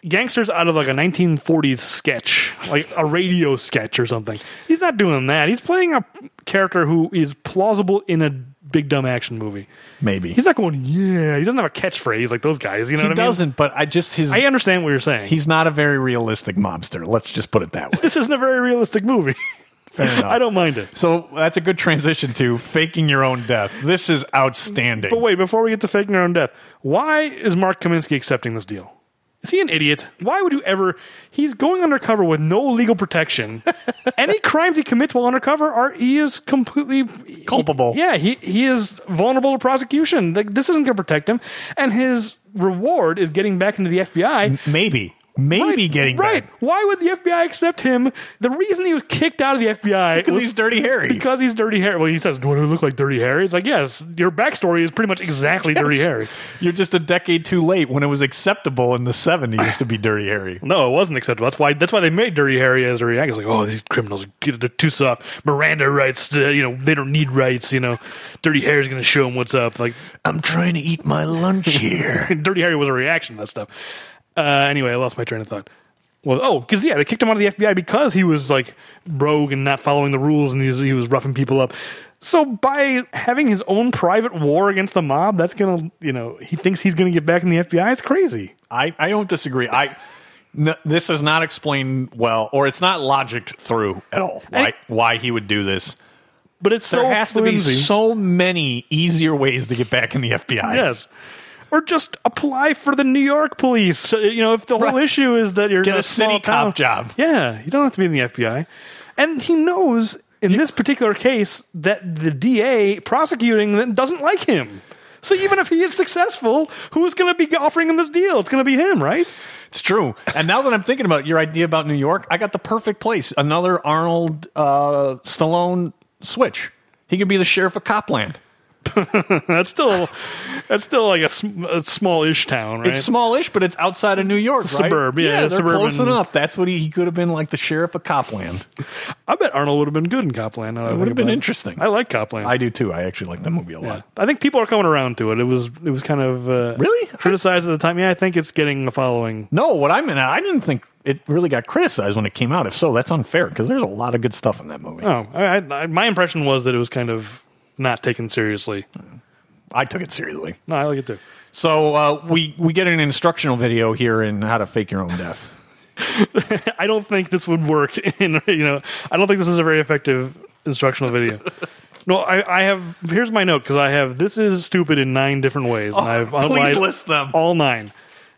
gangsters out of like a 1940s sketch, like a radio sketch or something. He's not doing that. He's playing a character who is plausible in a big dumb action movie. Maybe He's not going, yeah. He doesn't have a catchphrase like those guys. You know he what I mean? doesn't. But I just his I understand what you're saying. he's not a very realistic mobster. Let's just put it that way. this isn't a very realistic movie. Fair enough. I don't mind it. So that's a good transition to faking your own death. This is outstanding. But wait, before we get to faking our own death, why is Mark Kaminsky accepting this deal? Is he an idiot? Why would you ever? He's going undercover with no legal protection. Any crimes he commits while undercover are he is completely Culpable. yeah, he he is vulnerable to prosecution. Like this isn't going to protect him, and his reward is getting back into the FBI. maybe, maybe getting right. back. Why would the FBI accept him? The reason he was kicked out of the FBI because was he's Dirty Harry. because he's Dirty Harry. Well, he says, "Do I look like Dirty Harry?" It's like, yes. Your backstory is pretty much exactly Dirty Harry. You're just a decade too late when it was acceptable in the 70s to be Dirty Harry. No, it wasn't acceptable. That's why. That's why they made Dirty Harry as a react. It's like, oh, these criminals get they're too soft. Miranda rights. Uh, you know, they don't need rights. You know, Dirty Harry's going to show them what's up. Like, I'm trying to eat my lunch here. Dirty Harry was a reaction to that stuff. Uh, anyway, I lost my train of thought. Well, oh, because yeah, they kicked him out of the FBI because he was like rogue and not following the rules, and he was, he was roughing people up. So by having his own private war against the mob, that's gonna you know he thinks he's gonna get back in the FBI. It's crazy. I, I don't disagree. I n- this is not explained well, or it's not logicked through at all. Why why he would do this? But it's There so has to be flimsy. so many easier ways to get back in the FBI. Yes. Or just apply for the New York police. So, You know, if the whole Right. issue is that you're Get in a small city town- cop job. Yeah, you don't have to be in the FBI. And he knows in this particular case that the DA prosecuting them doesn't like him. So even if he is successful, who's going to be offering him this deal? It's going to be him, right? It's true. And now that I'm thinking about your idea about New York, I got the perfect place. Another Arnold uh, Stallone switch. He could be the sheriff of Copland. That's still that's still like a, sm- a small-ish town, right? It's smallish, but it's outside of New York, right? suburb, yeah, they're close suburban- enough. That's what he, he could have been like the sheriff of Copland. I bet Arnold would have been good in Copland. It Would have been interesting. I like Copland. I do too. I actually like that movie a lot. I think people are coming around to it. It was it was kind of uh, Really? criticized at the time. Yeah, I think it's getting a following. No, what I meant, I didn't think it really got criticized when it came out. If so, that's unfair because there's a lot of good stuff in that movie. Oh, I, I, my impression was that it was kind of not taken seriously. I took it seriously. No, I like it too. So uh, we we get an instructional video here in how to fake your own death. I don't think this would work. In you know, I don't think this is a very effective instructional video. No, I, I have. Here's my note because I have. This is stupid in nine different ways, and I've Oh, please outlined list them. all nine.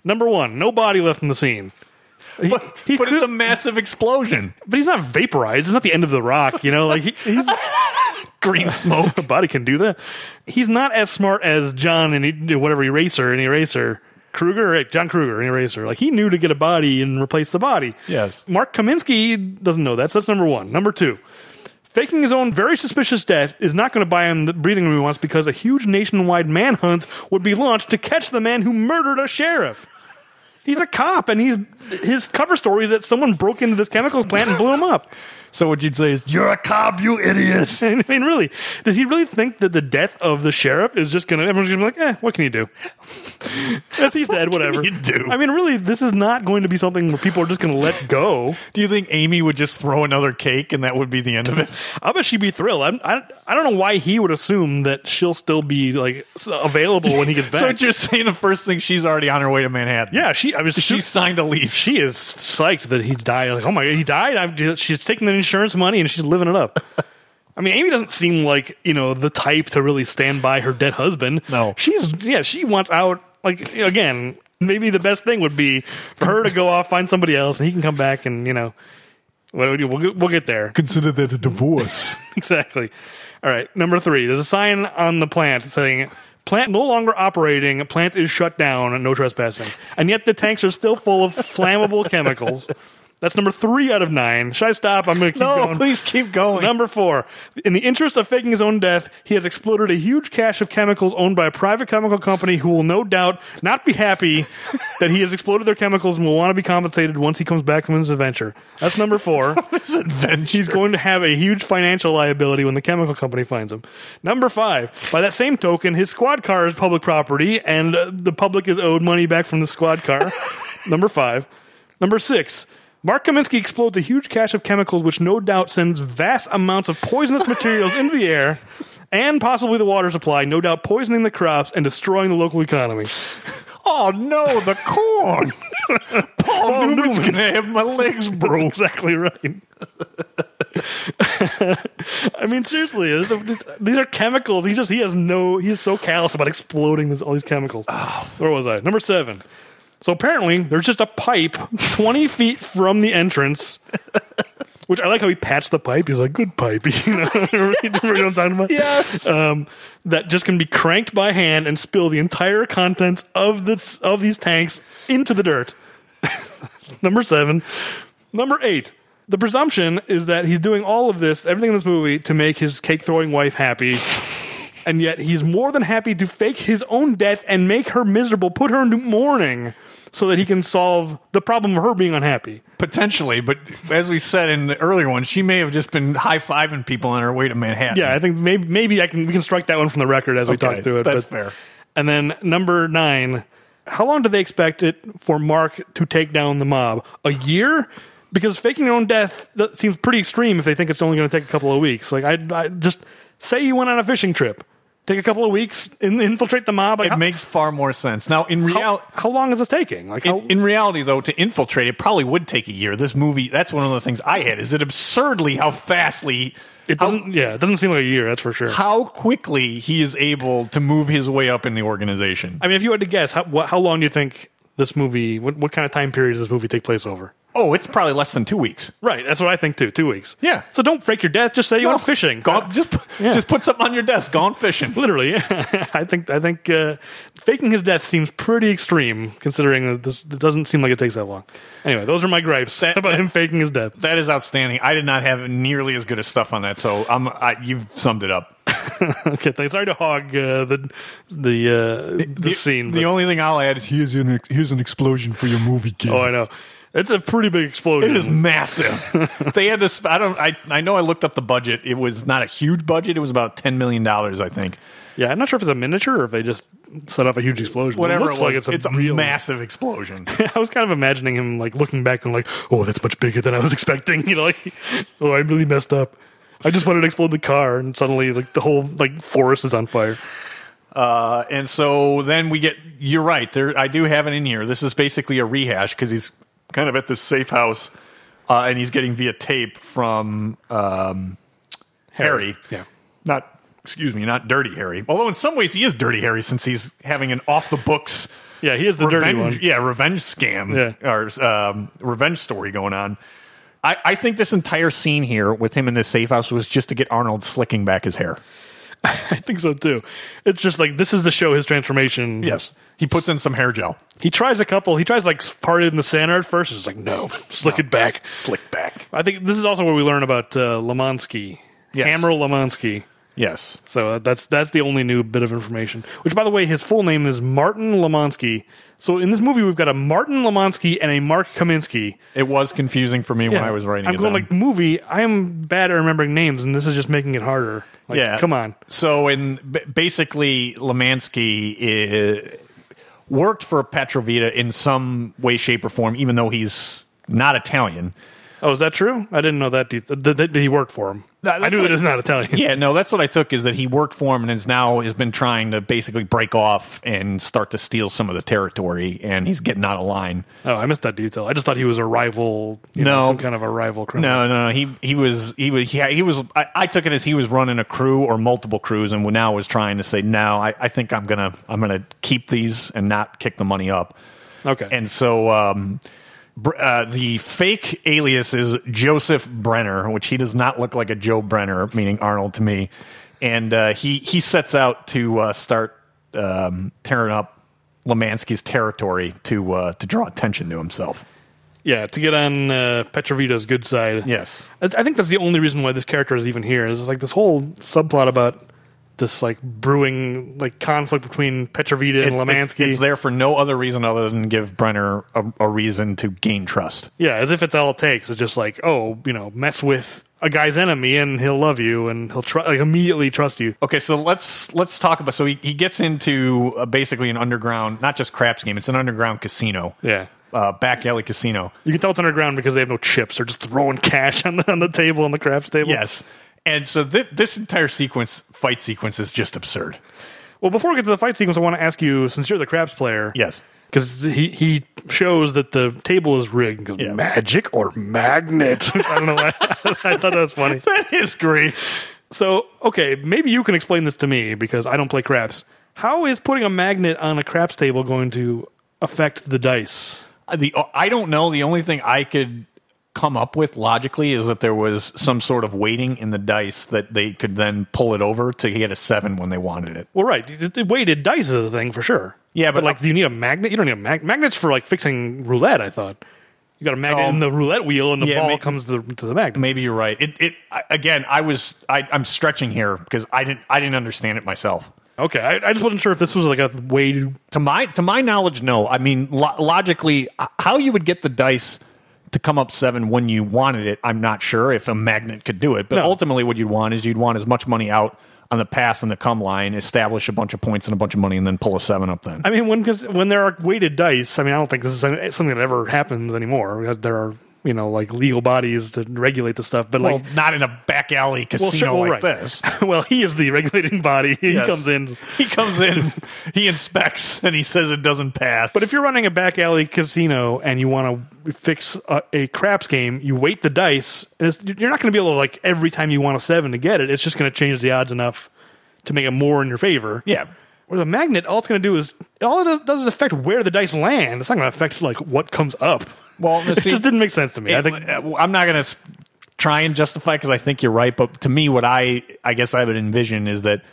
Number one, no body left in the scene. He- but, he but it's could- a massive explosion. but he's not vaporized. It's not the end of the rock, you know. Like he, he's Green smoke. a body can do that. He's not as smart as John and he- whatever eraser and eraser Kruger, right? John Kruger and eraser. Like he knew to get a body and replace the body. Yes. Mark Kaminsky doesn't know that. So that's number one. Number two. Faking his own very suspicious death is not going to buy him the breathing room he wants because a huge nationwide manhunt would be launched to catch the man who murdered a sheriff. He's a cop, and he's his cover story is that someone broke into this chemicals plant and blew him up. So what you'd say is, "You're a cop, you idiot." I mean, really, does he really think that the death of the sheriff is just going to, everyone's going to be like, eh, what can you do? That's he's dead, whatever. you do? I mean, really, this is not going to be something where people are just going to let go. Do you think Amy would just throw another cake and that would be the end of it? I bet she'd be thrilled. I'm, I, I don't know why he would assume that she'll still be like s- available when he gets back. So you're saying the first thing she's already on her way to Manhattan? yeah, she, I mean, she she's, signed a lease. she is psyched that he died. Like, oh my God, he died. I'm, she's taking the insurance money and she's living it up. I mean, Amy doesn't seem like you know the type to really stand by her dead husband. No. she's yeah, she wants out. Like again, maybe the best thing would be for her to go off, find somebody else, and he can come back and you know, what do we do? We'll, get- we'll get there Consider that a divorce. exactly. All right, number three. There's a sign on the plant saying. Plant no longer operating. Plant is shut down. No trespassing. And yet the tanks are still full of flammable chemicals. That's number three out of nine. Should I stop? I'm going to keep No, going. please keep going. Number four, in the interest of faking his own death, he has exploded a huge cache of chemicals owned by a private chemical company who will no doubt not be happy that he has exploded their chemicals and will want to be compensated once he comes back from his adventure. That's number four. He's going to have a huge financial liability when the chemical company finds him. Number five, by that same token, his squad car is public property and uh, the public is owed money back from the squad car. Number five. Number six, Mark Kaminsky explodes a huge cache of chemicals which no doubt sends vast amounts of poisonous materials into the air and possibly the water supply, no doubt poisoning the crops and destroying the local economy. Oh no, the corn! Paul, Newman's Newman. gonna have my legs broke. Exactly right. I mean, seriously, it's a- these are chemicals. He just he has no. He's so callous about exploding this, all these chemicals. Where was I? Number seven. So apparently, there's just a pipe 20 feet from the entrance. Which I like how he pats the pipe. He's like, "Good pipe," you know. Remember what I'm talking about? Yes. Um, that just can be cranked by hand and spill the entire contents of this of these tanks into the dirt. Number seven. Number eight. The presumption is that he's doing all of this, everything in this movie, to make his cake throwing wife happy. And yet he's more than happy to fake his own death and make her miserable, put her into mourning, so that he can solve the problem of her being unhappy. Potentially, but as we said in the earlier one, she may have just been high fiving people on her way to Manhattan. Yeah, I think maybe maybe I can we can strike that one from the record as we Okay, talk through it. that's but- fair. And then number nine, how long do they expect it for Mark to take down the mob? A year? Because faking your own death that seems pretty extreme if they think it's only going to take a couple of weeks. Like I, I just say you went on a fishing trip, take a couple of weeks, in, infiltrate the mob. Like, It how, makes far more sense. Now, in reality. how, how long is this taking? Like how, In, in reality, though, to infiltrate it probably would take a year. This movie—that's one of the things I had—is it absurdly how fastly, it how- doesn't. yeah, it doesn't seem like a year. That's for sure. how quickly he is able to move his way up in the organization. I mean, if you had to guess, how, what, how long do you think this movie? What, what kind of time period does this movie take place over? Oh, it's probably less than two weeks. Right, that's what I think too. Two weeks. Yeah. So don't fake your death. Just say you went fishing. Gone, just, just put something on your desk. Gone fishing. Literally, I think I think uh, faking his death seems pretty extreme, considering that this it doesn't seem like it takes that long. Anyway, those are my gripes That- about him faking his death. That is outstanding. I did not have nearly as good as stuff on that, so I'm, I, you've summed it up. okay, thanks. Sorry to hog uh, the the uh, the, scene. The but- only thing I'll add is he- Here's an here's an explosion for your movie kid. oh, I know. It's a pretty big explosion. it is massive. they had this. I don't. I, I know. I looked up the budget. It was not a huge budget. It was about ten million dollars, I think. Yeah, I'm not sure if it's a miniature or if they just set off a huge explosion. Whatever it it, looks was, like it's a, real- massive explosion. I was kind of imagining him like looking back and like, oh, that's much bigger than I was expecting. You know, like, oh, I really messed up. I just wanted to explode the car, and suddenly like the whole like forest is on fire. Uh, and so then we get. You're right. There, I do have it in here. This is basically a rehash because he's kind of at this safe house, uh, and he's getting via tape from um, Harry. Yeah. Not. Excuse me. Not Dirty Harry. Although in some ways he is Dirty Harry since he's having an off the books. Yeah, he is the dirty revenge, one. yeah, revenge scam Yeah. or um, revenge story going on. I, I think this entire scene here with him in this safe house was just to get Arnold slicking back his hair. I think so too. It's just like this is the show his transformation. he puts in some hair gel, He tries a couple. He tries like part it in the center at first. It's like no, slick it back. slick back. I think this is also where we learn about uh, Lomonsky, Yes. Hammer Lomonsky. Yes, So uh, that's that's the only new bit of information. Which, by the way, his full name is Martin Lomonsky. So in this movie, we've got a Martin Lomonsky and a Mark Kaminsky. it was confusing for me when I was writing. I'm it going down. like movie. I am bad at remembering names, and this is just making it harder. Like, yeah, come on. So, in b- basically, Lemansky uh, worked for Petrovita in some way, shape, or form, even though he's not Italian. Oh, is that true? I didn't know that. De- th- th- that he worked for him. That- I knew that's that it's not Italian. Yeah, no, that's what I took is that he worked for him and is now has been trying to basically break off and start to steal some of the territory, and he's getting out of line. Oh, I missed that detail. I just thought he was a rival. You know, No. some kind of a rival No, criminal. no, no, he he was he was yeah, he was. I, I took it as he was running a crew or multiple crews, and now was trying to say, no, I, I think I'm gonna I'm gonna keep these and not kick the money up. Okay. And so um, Br- uh, the fake alias is Joseph Brenner, which he does not look like a Joe Brenner, meaning Arnold to me. And uh, he he sets out to uh, start um, tearing up Lemansky's territory to uh, to draw attention to himself. yeah, to get on uh, Petrovita's good side. Yes. I I think that's the only reason why this character is even here. Is it's like this whole subplot about this like brewing like conflict between Petrovita It- and it's, Lemansky. it's there for no other reason other than give Brenner a, a reason to gain trust. yeah, as if it's all it takes. It's just like, oh, you know, mess with a guy's enemy and he'll love you and he'll tr- like immediately trust you. Okay, so let's let's talk about. So he, he gets into uh, basically an underground, not just craps game. It's an underground casino, Yeah. uh, back alley casino. You can tell it's underground because they have no chips. They're just throwing cash on the on the table on the craps table. Yes, and so th- this entire sequence, fight sequence, is just absurd. Well, before we get to the fight sequence, I want to ask you, since you're the craps player, Yes, because he he shows that the table is rigged. He goes, Yeah. Magic or magnet? I don't know. Why. I thought that was funny. that is great. So, okay, maybe you can explain this to me because I don't play craps. How is putting a magnet on a craps table going to affect the dice? Uh, the I don't know. The only thing I could come up with logically is that there was some sort of weighting in the dice that they could then pull it over to get a seven when they wanted it. Well, right, the- the weighted dice is a thing for sure. Yeah, but- like, do you need a magnet? You don't need a magnet. Magnets for like fixing roulette. I thought you got a magnet Oh. in the roulette wheel, and the Yeah, ball ma- comes to the, to the magnet. Maybe you're right. It it I- again. I was I, I'm stretching here because I didn't I didn't understand it myself. Okay, I, I just wasn't sure if this was like a weighted To my to my knowledge, no. I mean, lo- logically, h- how you would get the dice to come up seven when you wanted it, I'm not sure if a magnet could do it. But No. ultimately, what you'd want is you'd want as much money out on the pass and the come line, establish a bunch of points and a bunch of money, and then pull a seven up. Then I mean, when cause when there are weighted dice, I mean, I don't think this is an- something that ever happens anymore. because There are you know like legal bodies to regulate the stuff, but well, like. not in a back alley casino Well, sure, well, like right. this. well, he is the regulating body. He Yes. comes in. He comes in, he inspects, and he says it doesn't pass. But if you're running a back alley casino and you want to fix a, a craps game, you weight the dice. And it's, you're not going to be able to like every time you want a seven to get it. It's just going to change the odds enough to make it more in your favor. yeah, Where the magnet, all it's going to do is all it does, does is affect where the dice land. It's not going to affect like what comes up. well, it see, just didn't make sense to me. I think uh, I'm not going to try and justify because I think you're right. But to me, what I I guess I would envision is that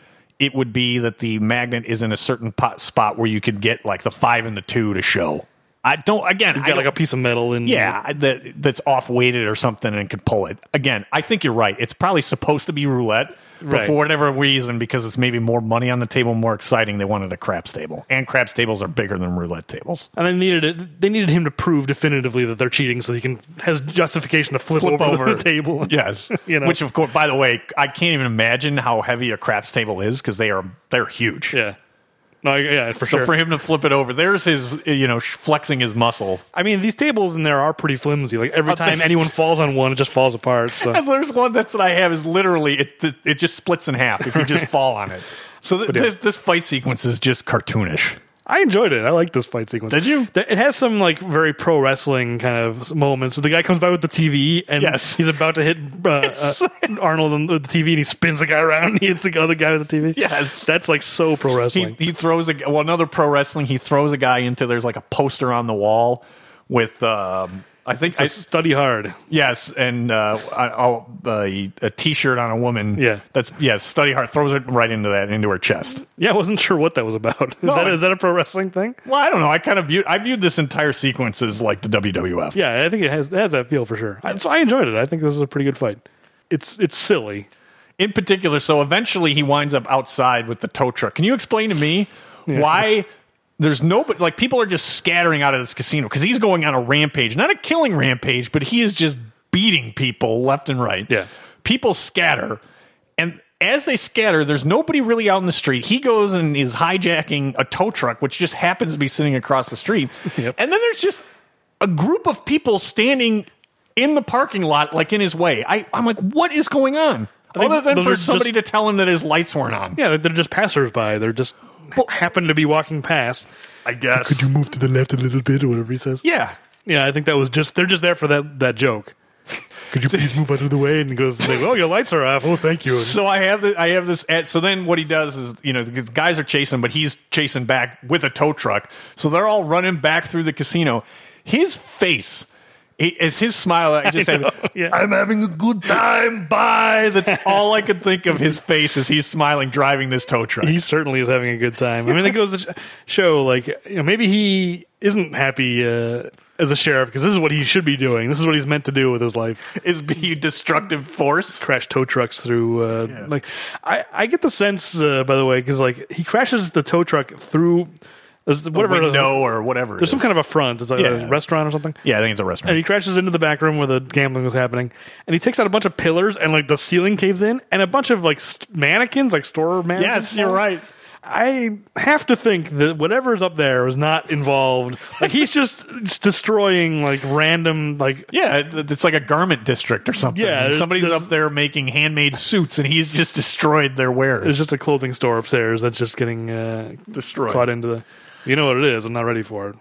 it would be that the magnet is in a certain pot, spot where you could get like the five and the two to show. I don't. Again, You I got like don't- a piece of metal in yeah I- that that's off weighted or something and could pull it. Again, I think you're right. It's probably supposed to be roulette. But Right. for whatever reason, because it's maybe more money on the table, more exciting, they wanted a craps table. And craps tables are bigger than roulette tables. and they needed it, they needed him to prove definitively that they're cheating, so he can has justification to flip, Flip over, over. the table. Yes, You know? Which, of course, by the way, I can't even imagine how heavy a craps table is because they are they're huge. yeah, no, I- yeah, for So sure. for him to flip it over, there's his you know sh- flexing his muscle. I mean, these tables in there are pretty flimsy. Like every Are they- time anyone falls on one, it just falls apart. So And there's one that's that I have is literally it it, it just splits in half if you just fall on it. So th- yeah. this, this fight sequence is just cartoonish. I enjoyed it. I like this fight sequence. Did you? Th- It has some like very pro wrestling kind of moments. The guy comes by with the TV and Yes. he's about to hit uh, uh, Arnold on the TV, and he spins the guy around. And he hits the other guy with the TV. Yes. that's like so pro wrestling. He, he throws a well another pro wrestling. He throws a guy into there's like a poster on the wall with um, I think I I- study hard. Yes, and uh, I- I'll, uh, a T-shirt on a woman. Yeah. that's yes. Study Heart throws it right into that into her chest. Yeah, I wasn't sure what that was about. Is, that, I- is that a pro wrestling thing? Well, I don't know. I kind of viewed I viewed this entire sequence as like the WWF. Yeah, I think it has, it has that feel for sure. I, so I enjoyed it. I think this is a pretty good fight. It's it's silly. In particular, so eventually he winds up outside with the tow truck. Can you explain to me why? There's nobody like people are just scattering out of this casino because he's going on a rampage, not a killing rampage, but he is just beating people left and right. Yeah. people scatter and as they scatter there's nobody really out in the street he goes and is hijacking a tow truck which just happens to be sitting across the street Yep. and then there's just a group of people standing in the parking lot like in his way I, i'm like what is going on think other than those for are somebody to tell him that his lights weren't on Yeah, they're just passersby. They're just Well- happen to be walking past. i guess Could you move to the left a little bit or whatever he says? yeah Yeah, I think that was just they're just there for that that joke. Could you please move out of the way? And he goes, like, "Oh, your lights are off. Oh, thank you." so I have the, I have this. ad- So then what he does is, you know, the guys are chasing, but he's chasing back with a tow truck. So they're all running back through the casino. His face he, it's his smile. I just said, yeah. "I'm having a good time." Bye. That's all I could think of. His face as he's smiling, driving this tow truck. he certainly is having a good time. I mean, it goes to sh- show, like, you know, maybe he isn't happy uh, as a sheriff because this is what he should be doing. This is what he's meant to do with his life: is be a destructive force. crash tow trucks through. Uh, Like, I, I get the sense, uh, by the way, because like he crashes the tow truck through there's whatever. it is. window or whatever. it There's some is. kind of a front. It's like Yeah. a restaurant or something. yeah, I think it's a And restaurant. he crashes into the back room where the gambling was happening, and he takes out a bunch of pillars, and like the ceiling caves in, and a bunch of like st- mannequins, like store mannequins. yes, you're right. I have to think that whatever's up there is not involved. Like he's just it's destroying like random like Yeah, it- it's like a garment district or something. Yeah, there's- somebody's there's- up there making handmade suits, and he's just destroyed their there's wares. just a clothing store upstairs that's just getting uh, Destroyed. caught into the. You know what it is? I'm not ready for it.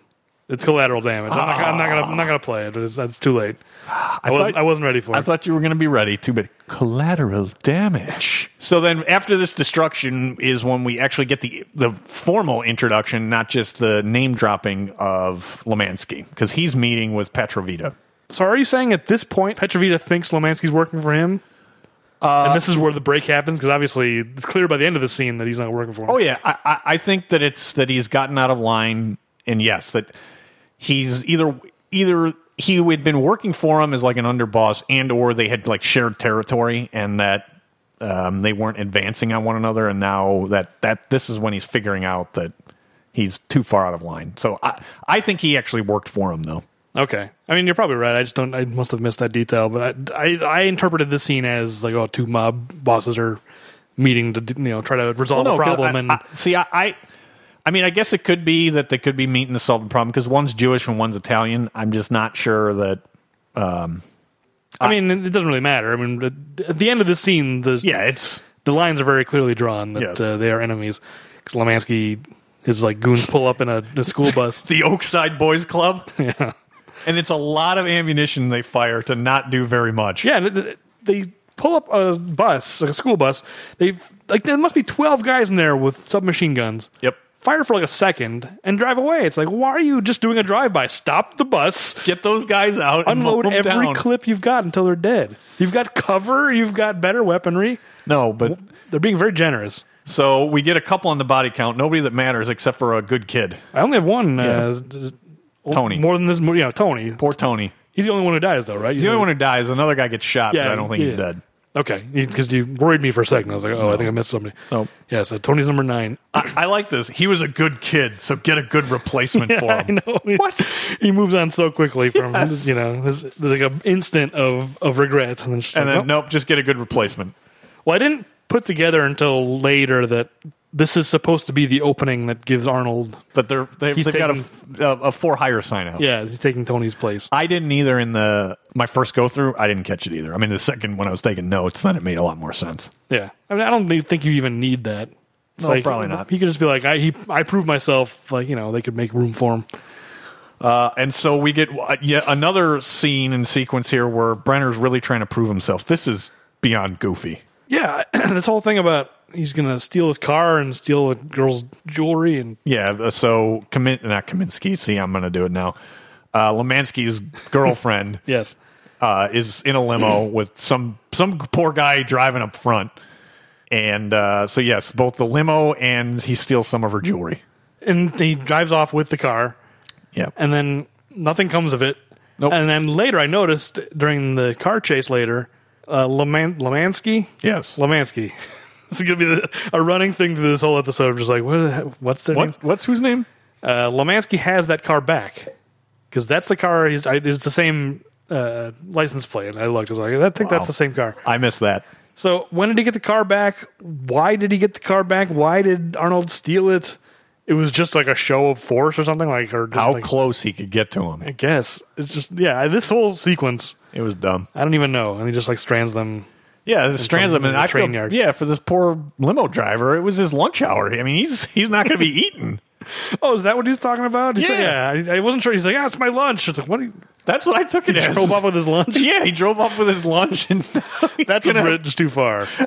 It's collateral damage. I'm, not, I'm not gonna. I'm not gonna play it. It's, it's too late. I, wasn't, thought- I wasn't ready for I it. thought you were going to be ready. Too bad. Collateral damage. So then, after this destruction, is when we actually get the the formal introduction, not just the name dropping of Lemansky, because he's meeting with Petrovita. so are you saying at this point Petrovita thinks Lomansky's working for him? Uh, and this is where the break happens because obviously it's clear by the end of the scene that he's not working for him. Oh yeah, I, I, I think that it's that he's gotten out of line, and yes, that he's either either he had been working for him as like an underboss, and or they had like shared territory, and that um, they weren't advancing on one another, and now that that this is when he's figuring out that he's too far out of line. So I I think he actually worked for him though. Okay, I mean you're probably right. I just don't. I must have missed that detail, but I I, I interpreted this scene as like oh two mob bosses are meeting to you know try to resolve a 'cause problem I- and I- see, I, I, I mean, I guess it could be that they could be meeting to solve the problem because one's Jewish and one's Italian. I'm just not sure that. I, mean it doesn't really matter. I mean at- at the end of the scene the Yeah, it's the lines are very clearly drawn that Yes. uh, they are enemies because Lemansky his like goons pull up in a, a school bus. the Oakside Boys Club. Yeah. And it's a lot of ammunition they fire to not do very much. yeah, and it- they pull up a bus like a school bus. They like there must be twelve guys in there with submachine guns. Yep. fire for like a second and drive away. It's like, why are you just doing a drive by? Stop the bus, Get those guys out. and unload mow them every down. clip you've got until they're dead. You've got cover, you've got better weaponry. No, but They're being very generous. so we get a couple on the body count. Nobody that matters except for a good kid, I only have one. Uh, Tony. More than this, you know, Tony. Poor Tony. He's the only one who dies, though, right? He's the only one who dies. Another guy gets shot, Yeah, but I don't think he's yeah. dead. Okay, because you worried me for a second. I was like, oh, I think I missed somebody. No. Yeah, so Tony's number nine. I, I like this. He was a good kid, so get a good replacement for I him. know. What? He moves on so quickly from, you know, there's, there's like an instant of, of regrets. And then, she's And like, then "Nope." nope, just get a good replacement. Well, I didn't put together until later that this is supposed to be the opening that gives Arnold. But they're they, He's they've got a, f- a, a for hire sign out. Yeah, he's taking Tony's place. I didn't either in the my first go through. I didn't catch it either. I mean, the second when I was taking notes, then it made a lot more sense. Yeah, I mean, I don't think- think you even need that. It's No, probably not. He could just be like, I he, I proved myself. Like you know, they could make room for him. Uh, and so we get uh, yet another scene and sequence here where Brenner's really trying to prove himself. This is beyond goofy. Yeah, this whole thing about he's gonna steal his car and steal the girl's jewelry and Yeah. uh, So Kamin- not Kaminsky. See, I'm going to do it now. Uh, Lemansky's girlfriend yes, uh, is in a limo with some some poor guy driving up front. And uh, so yes, both the limo and he steals some of her jewelry. and he drives off with the car. Yeah. and then nothing comes of it. Nope. And then later, I noticed during the car chase later, uh, Leman- Lemansky, yes. Lemansky. this is gonna be the, a running thing through this whole episode. Just like what, what's their name? What? What's whose name? Uh, Lemansky has that car back because that's the car. He's, I, it's the same uh, license plate. And I looked. I was like, I think Wow. that's the same car. I missed that. So when did he get the car back? Why did he get the car back? Why did Arnold steal it? It was just like a show of force or something like. Or just How like- close he could get to him. I guess it's just yeah. This whole sequence, It was dumb. I don't even know, and he just like strands them. Yeah, the strands him, some- and in the I train feel, yard. yeah for this poor limo driver. It was his lunch hour. I mean, he's he's not going to be eaten. Oh, is that what he's talking about? He's Yeah. Like, yeah. I, I wasn't sure. He's like, ah, it's my lunch. It's like what? He That's what I took it as. drove off with his lunch. yeah, he drove off with his lunch, and That's a bridge too far.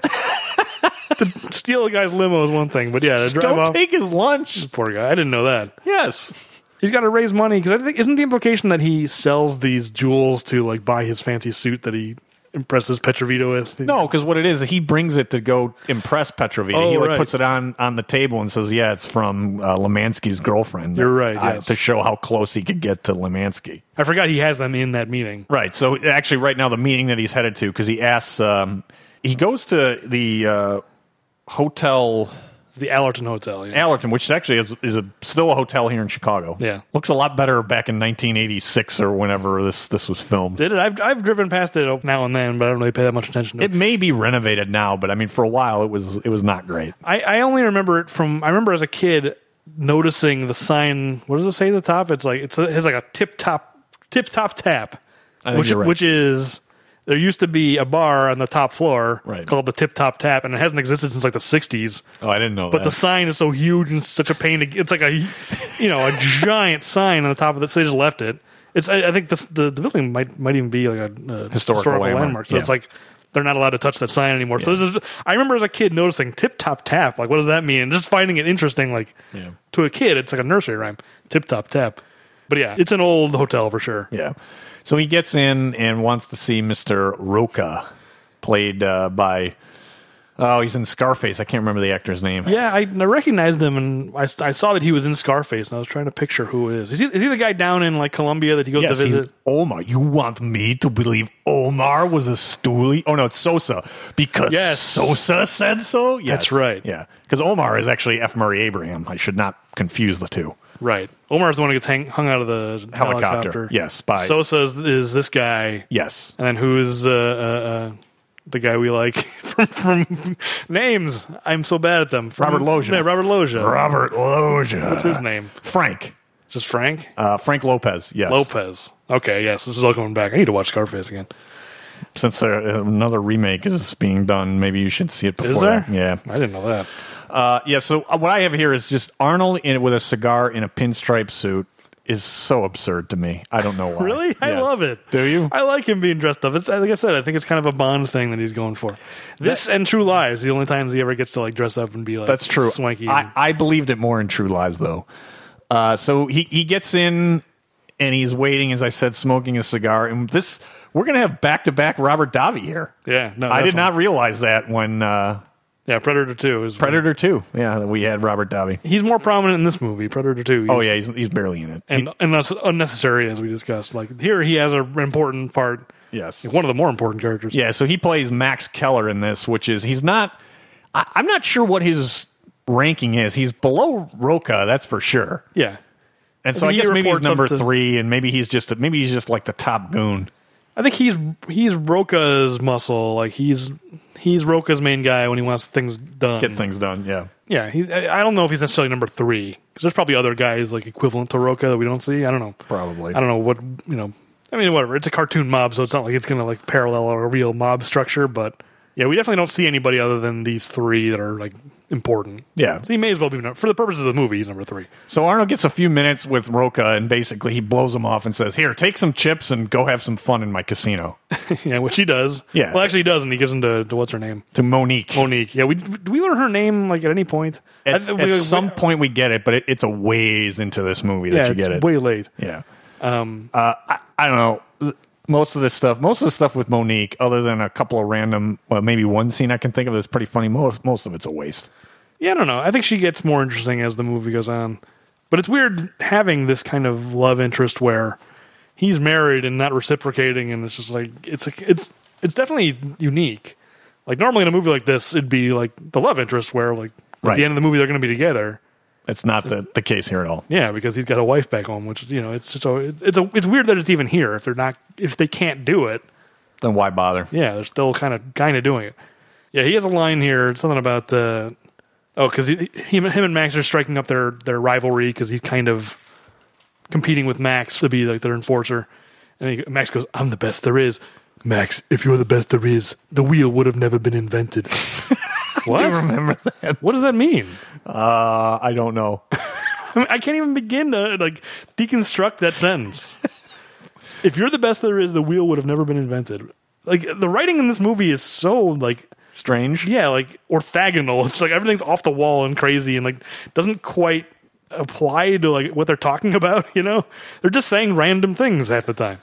to steal a guy's limo is one thing, but yeah, to drive don't off. take his lunch. Poor guy. I didn't know that. Yes, he's got to raise money because I think isn't the implication that he sells these jewels to like buy his fancy suit that he impresses Petrovito with? No, because what it is, he brings it to go impress Petrovita. Oh, he like right. puts it on on the table and says, "Yeah, it's from uh, Lemansky's girlfriend." You're right, I- yes. to show how close he could get to Lemansky. I forgot he has them in that meeting. Right. So actually, right now, the meeting that he's headed to, because he asks, um, he goes to the uh, hotel The Allerton Hotel. Yeah. Allerton, which actually is, is a, still a hotel here in Chicago. Yeah. looks a lot better back in 1986 or whenever this this was filmed. Did it? I've I've driven past it now and then, but I don't really pay that much attention to it. It may be renovated now, but I mean, for a while, it was it was not great. I, I only remember it from I remember as a kid noticing the sign. What does it say at the top? It's like it's a, it has like a tip top tip top tap, think which you're right. which is there used to be a bar on the top floor Right. called the Tip Top Tap, and it hasn't existed since like the '60s. Oh, I didn't know But the sign is so huge and such a pain. To, it's like a you know a giant sign on the top of it. So they just left it. It's I, I think this, the the building might might even be like a, a Historical landmark, So it's yeah. like they're not allowed to touch that sign anymore. So this is, I remember as a kid noticing tip top tap. Like what does that mean? And just finding it interesting. Like Yeah. to a kid, it's like a nursery rhyme. Tip top tap. But yeah, it's an old hotel for sure. Yeah. So he gets in and wants to see Mr. Roca, played uh, by. Oh, he's in Scarface. I can't remember the actor's name. Yeah, I, I recognized him, and I, I saw that he was in Scarface, and I was trying to picture who it is. Is he, is he the guy down in like Colombia that he goes Yes, to he's visit? Omar. You want me to believe Omar was a stoolie? Oh no, it's Sosa because Yes. Sosa said so. Yes. That's right. Yeah, because Omar is actually F. Murray Abraham. I should not confuse the two. Right. Omar's the one who gets hang, hung out of the Helicopter. helicopter. Yes, by- Sosa is, is this guy, Yes, and then who is uh, uh, uh, the guy we like from, from names? I'm so bad at them. From- Robert Loggia. Yeah, Robert Loggia. Robert Loggia. What's his name? Frank. Just Frank Uh, Frank Lopez. Yes. Lopez. Okay. Yes, this is all coming back. I need to watch Scarface again. Since there, another remake is being done, maybe you should see it before. Is there? that. Yeah. I didn't know that. Uh, yeah, so uh, what I have here is just Arnold in, with a cigar in a pinstripe suit is so absurd to me. I don't know why. Really? I Yes. love it. Do you? I like him being dressed up. It's, like I said, I think it's kind of a Bond thing that he's going for. This and True Lies, the only times he ever gets to like dress up and be like That's true. swanky. I, I believed it more in True Lies, though. Uh, so he, he gets in and he's waiting, as I said, smoking a cigar. And this, we're going to have back to back Robert Davi here. yeah, no, I did definitely. not realize that when uh, Yeah, Predator Two is Predator 2, yeah, that we had Robert Davi. He's more prominent in this movie, Predator Two. Oh, He's- yeah, he's, he's barely in it. and and that's unnecessary as we discussed. Like here, he has an important part. yes. One of the more important characters. Yeah, so he plays Max Keller in this, which is he's not. I, I'm not sure what his ranking is. He's below Roca, that's for sure. yeah. And so I He guess maybe he's reports up number to- three, and maybe he's just maybe he's just like the top goon. I think he's he's Roca's muscle. Like he's he's Roca's main guy when he wants things done. Get things done. Yeah, Yeah, he, I I don't know if he's necessarily number three because there's probably other guys like equivalent to Roca that we don't see. I don't know. probably. I don't know what you know. I mean, whatever. It's a cartoon mob, so it's not like it's going to like parallel a real mob structure. But yeah, we definitely don't see anybody other than these three that are like important. Yeah. so he may as well be number, for the purposes of the movie. He's number three. So Arnold gets a few minutes with Roca, and basically he blows him off and says, "Here, take some chips and go have some fun in my casino." yeah, which he does. Yeah. Well, actually, he doesn't. He gives him to, to what's her name, To Monique. Monique. Yeah. We do we learn her name like at any point? I At, th- at we- some point we get it, but it, it's a ways into this movie that yeah, you get it's it. way late. yeah. Um, uh, I, I don't know. Most of this stuff, most of the stuff with Monique, other than a couple of random, well, maybe one scene I can think of that's pretty funny. Most most of it's a waste. yeah, I don't know. I think she gets more interesting as the movie goes on. But it's weird having this kind of love interest where he's married and not reciprocating, and it's just like it's like it's it's definitely unique. Like normally in a movie like this, it'd be like the love interest where like at Right. the end of the movie they're going to be together. That's not the, the case here at all. Yeah, because he's got a wife back home, which you know it's so it's a it's weird that it's even here if they're not if they can't do it. Then why bother? Yeah, they're still kind of kind of doing it. Yeah, he has a line here, something about uh, oh, because he, he him and Max are striking up their their rivalry because he's kind of competing with Max to be like their enforcer, and he, Max goes, "I'm the best there is." Max, if you're the best there is, the wheel would have never been invented. what? Remember that? What does that mean? Uh, I don't know. I, mean, I can't even begin to like deconstruct that sentence. if you're the best there is, the wheel would have never been invented. Like the writing in this movie is so like Strange. yeah, like orthogonal. It's like everything's off the wall and crazy and like doesn't quite apply to like what they're talking about. You know, they're just saying random things half the time.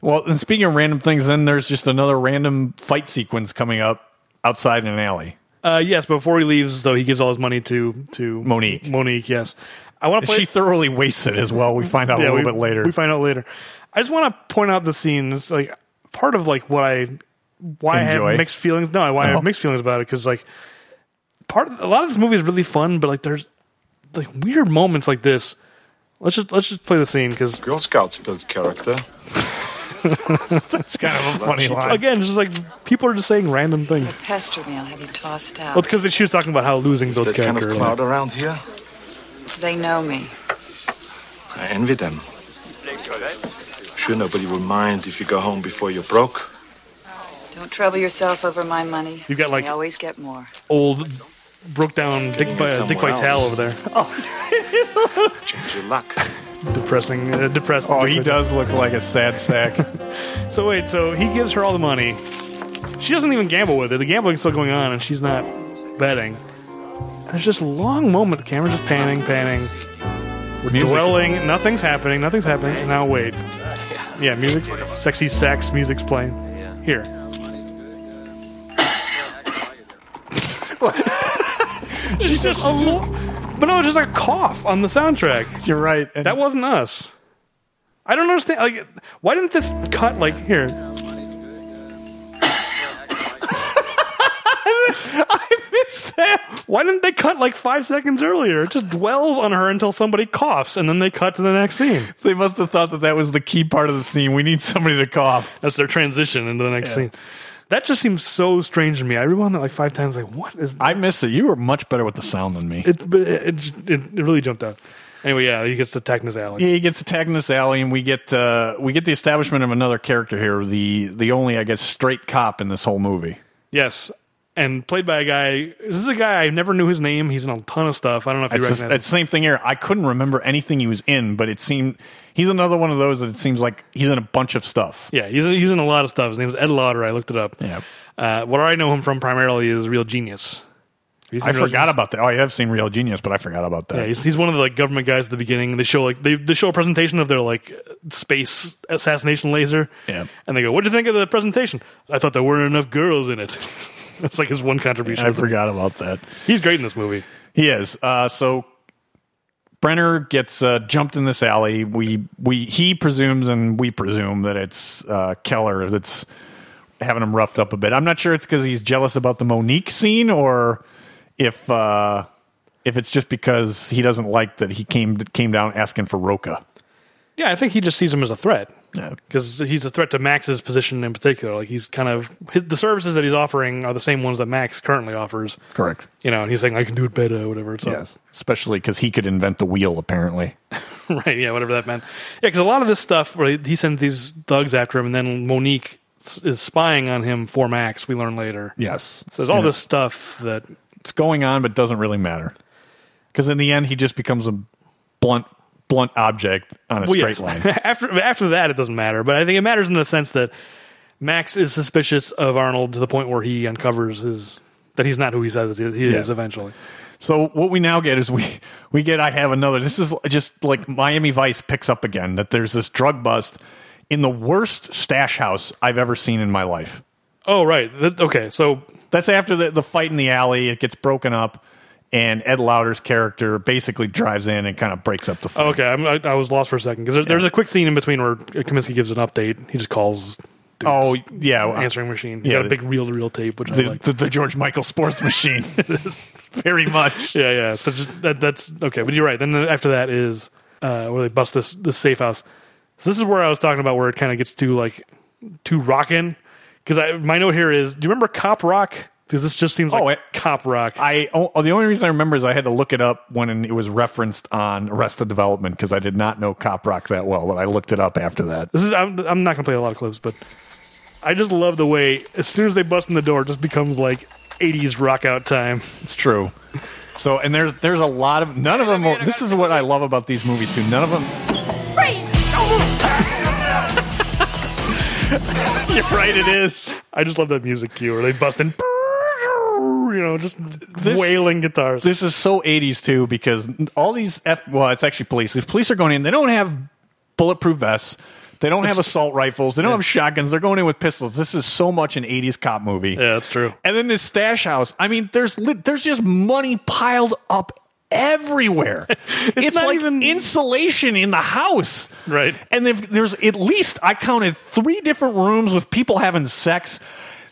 Well, and speaking of random things, then there's just another random fight sequence coming up outside in an alley. Uh, yes, before he leaves, though, he gives all his money to to Monique. Monique, yes. I want to play. She thoroughly wastes it as well. We find out yeah, a little we- bit later. We find out later. I just want to point out the scene. It's like part of like what I why I Enjoy. have mixed feelings. No, why I Oh. have mixed feelings about it because like part of, a lot of this movie is really fun, but like there's like weird moments like this. Let's just let's just play the scene because Girl Scouts build character. it's kind of a funny line. again, just like people are just saying random things. Well, Pester me, I'll have you tossed out. it's because she was talking about how losing builds That kind character. of crowd around here. They know me. I envy them. I'm sure nobody will mind if you go home before you're broke. Don't trouble yourself over my money. You got, like- I always get more. old broke down Dick, uh, Dick someone Vitale else. over there. Change your luck. Depressing, uh, depressed. Oh, Dick he Vitale. does look like a sad sack. So wait, so he gives her all the money. She doesn't even gamble with it. The gambling's still going on, and she's not betting. There's just a long moment. The camera's just panning, panning, Music's- dwelling. Nothing's happening. Nothing's happening. And now wait. Yeah, music, sexy sax. Music's playing. Here, she's just a lo- but no, just a cough on the soundtrack. You're right. And That wasn't us. I don't understand. Like, why didn't this cut? Like, here. it's that. Why didn't they cut like five seconds earlier? It just dwells on her until somebody coughs, and then they cut to the next scene. They must have thought that that was the key part of the scene. We need somebody to cough. That's their transition into the next scene. That just seems so strange to me. I rewound that like five times. Like, what is I missed it. You were much better with the sound than me. it? But it, it, j- it, it really jumped out. Anyway, yeah, he gets attacked in his alley. Yeah, he gets attacked in this alley, and we get uh, we get the establishment of another character here, the the only I guess straight cop in this whole movie. Yes, and played by a guy. This is a guy I never knew his name. He's in a ton of stuff. I don't know if you It's recognize. the him. it's the same thing here. I couldn't remember anything he was in, but it seemed he's another one of those that it seems like he's in a bunch of stuff. Yeah, he's he's in a lot of stuff. His name is Ed Lauder. I looked it up. Yeah. Uh, what I know him from primarily is Real Genius. Have you seen I Real forgot Genius? about that. Oh, I have seen Real Genius, but I forgot about that. Yeah, he's, he's one of the like government guys at the beginning. They show like they, they show a presentation of their like space assassination laser. Yeah. and they go, "What do you think of the presentation?" I thought there weren't enough girls in it. That's like his one contribution. I forgot about that. He's great in this movie. He is. Uh, so Brenner gets uh, jumped in this alley. We we he presumes and we presume that it's uh, Keller that's having him roughed up a bit. I'm not sure it's because he's jealous about the Monique scene or if uh, if it's just because he doesn't like that he came came down asking for Roca. Yeah, I think he just sees him as a threat Yeah. because he's a threat to Max's position in particular. Like he's kind of his, the services that he's offering are the same ones that Max currently offers. Correct. You know, and he's saying I can do it better, whatever. It's Yes. Especially because he could invent the wheel. Apparently, right? Yeah, whatever that meant. Yeah, because a lot of this stuff, where he sends these thugs after him, and then Monique s- is spying on him for Max. We learn later. yes. So there's all Yeah. this stuff that it's going on, but doesn't really matter because in the end he just becomes a blunt blunt object on a well, straight yes. line. after after that, it doesn't matter. But I think it matters in the sense that Max is suspicious of Arnold to the point where he uncovers his that he's not who he says he he is Yeah. eventually. So what we now get is we we get I have another. This is just like Miami Vice picks up again that there's this drug bust in the worst stash house I've ever seen in my life. Oh, right. That- okay, so That's after the, the fight in the alley. It gets broken up, and Ed Lauder's character basically drives in and kind of breaks up the fight. okay, I'm, I, I was lost for a second because there, there's a quick scene in between where Kaminsky gives an update. He just calls. dudes. Oh yeah, answering machine. He's Yeah, got a the- big reel-to-reel tape, which I the, like. the, the George Michael sports machine, very much. Yeah, yeah. So just, that, that's okay. But you're right. Then after that is uh, where they bust this this safe house. So this is where I was talking about where it kind of gets too like too rockin'. Because I my note here is, do you remember Cop Rock? Because this just seems like Oh, it- Cop Rock. I oh, the only reason I remember is I had to look it up when it was referenced on Arrested Development because I did not know Cop Rock that well, but I looked it up after that. this is I'm, I'm not gonna play a lot of clips, but I just love the way as soon as they bust in the door, it just becomes like 80s rock out time. It's true. So and there's there's a lot of none of them. Are, this is what I love about these movies too. None of them. You're right. It is. I just love that music cue where they bust in. you know, just wailing guitars. This is so 80s too because all these F well, it's actually police. If police are going in, they don't have bulletproof vests. They don't have assault rifles. They don't have shotguns. They're going in with pistols. This is so much an 80s cop movie. Yeah, that's true. And then this stash house. I mean, there's lit there's just money piled up everywhere. it's not like even- insulation in the house. Right. And if there's at least I counted three different rooms with people having sex.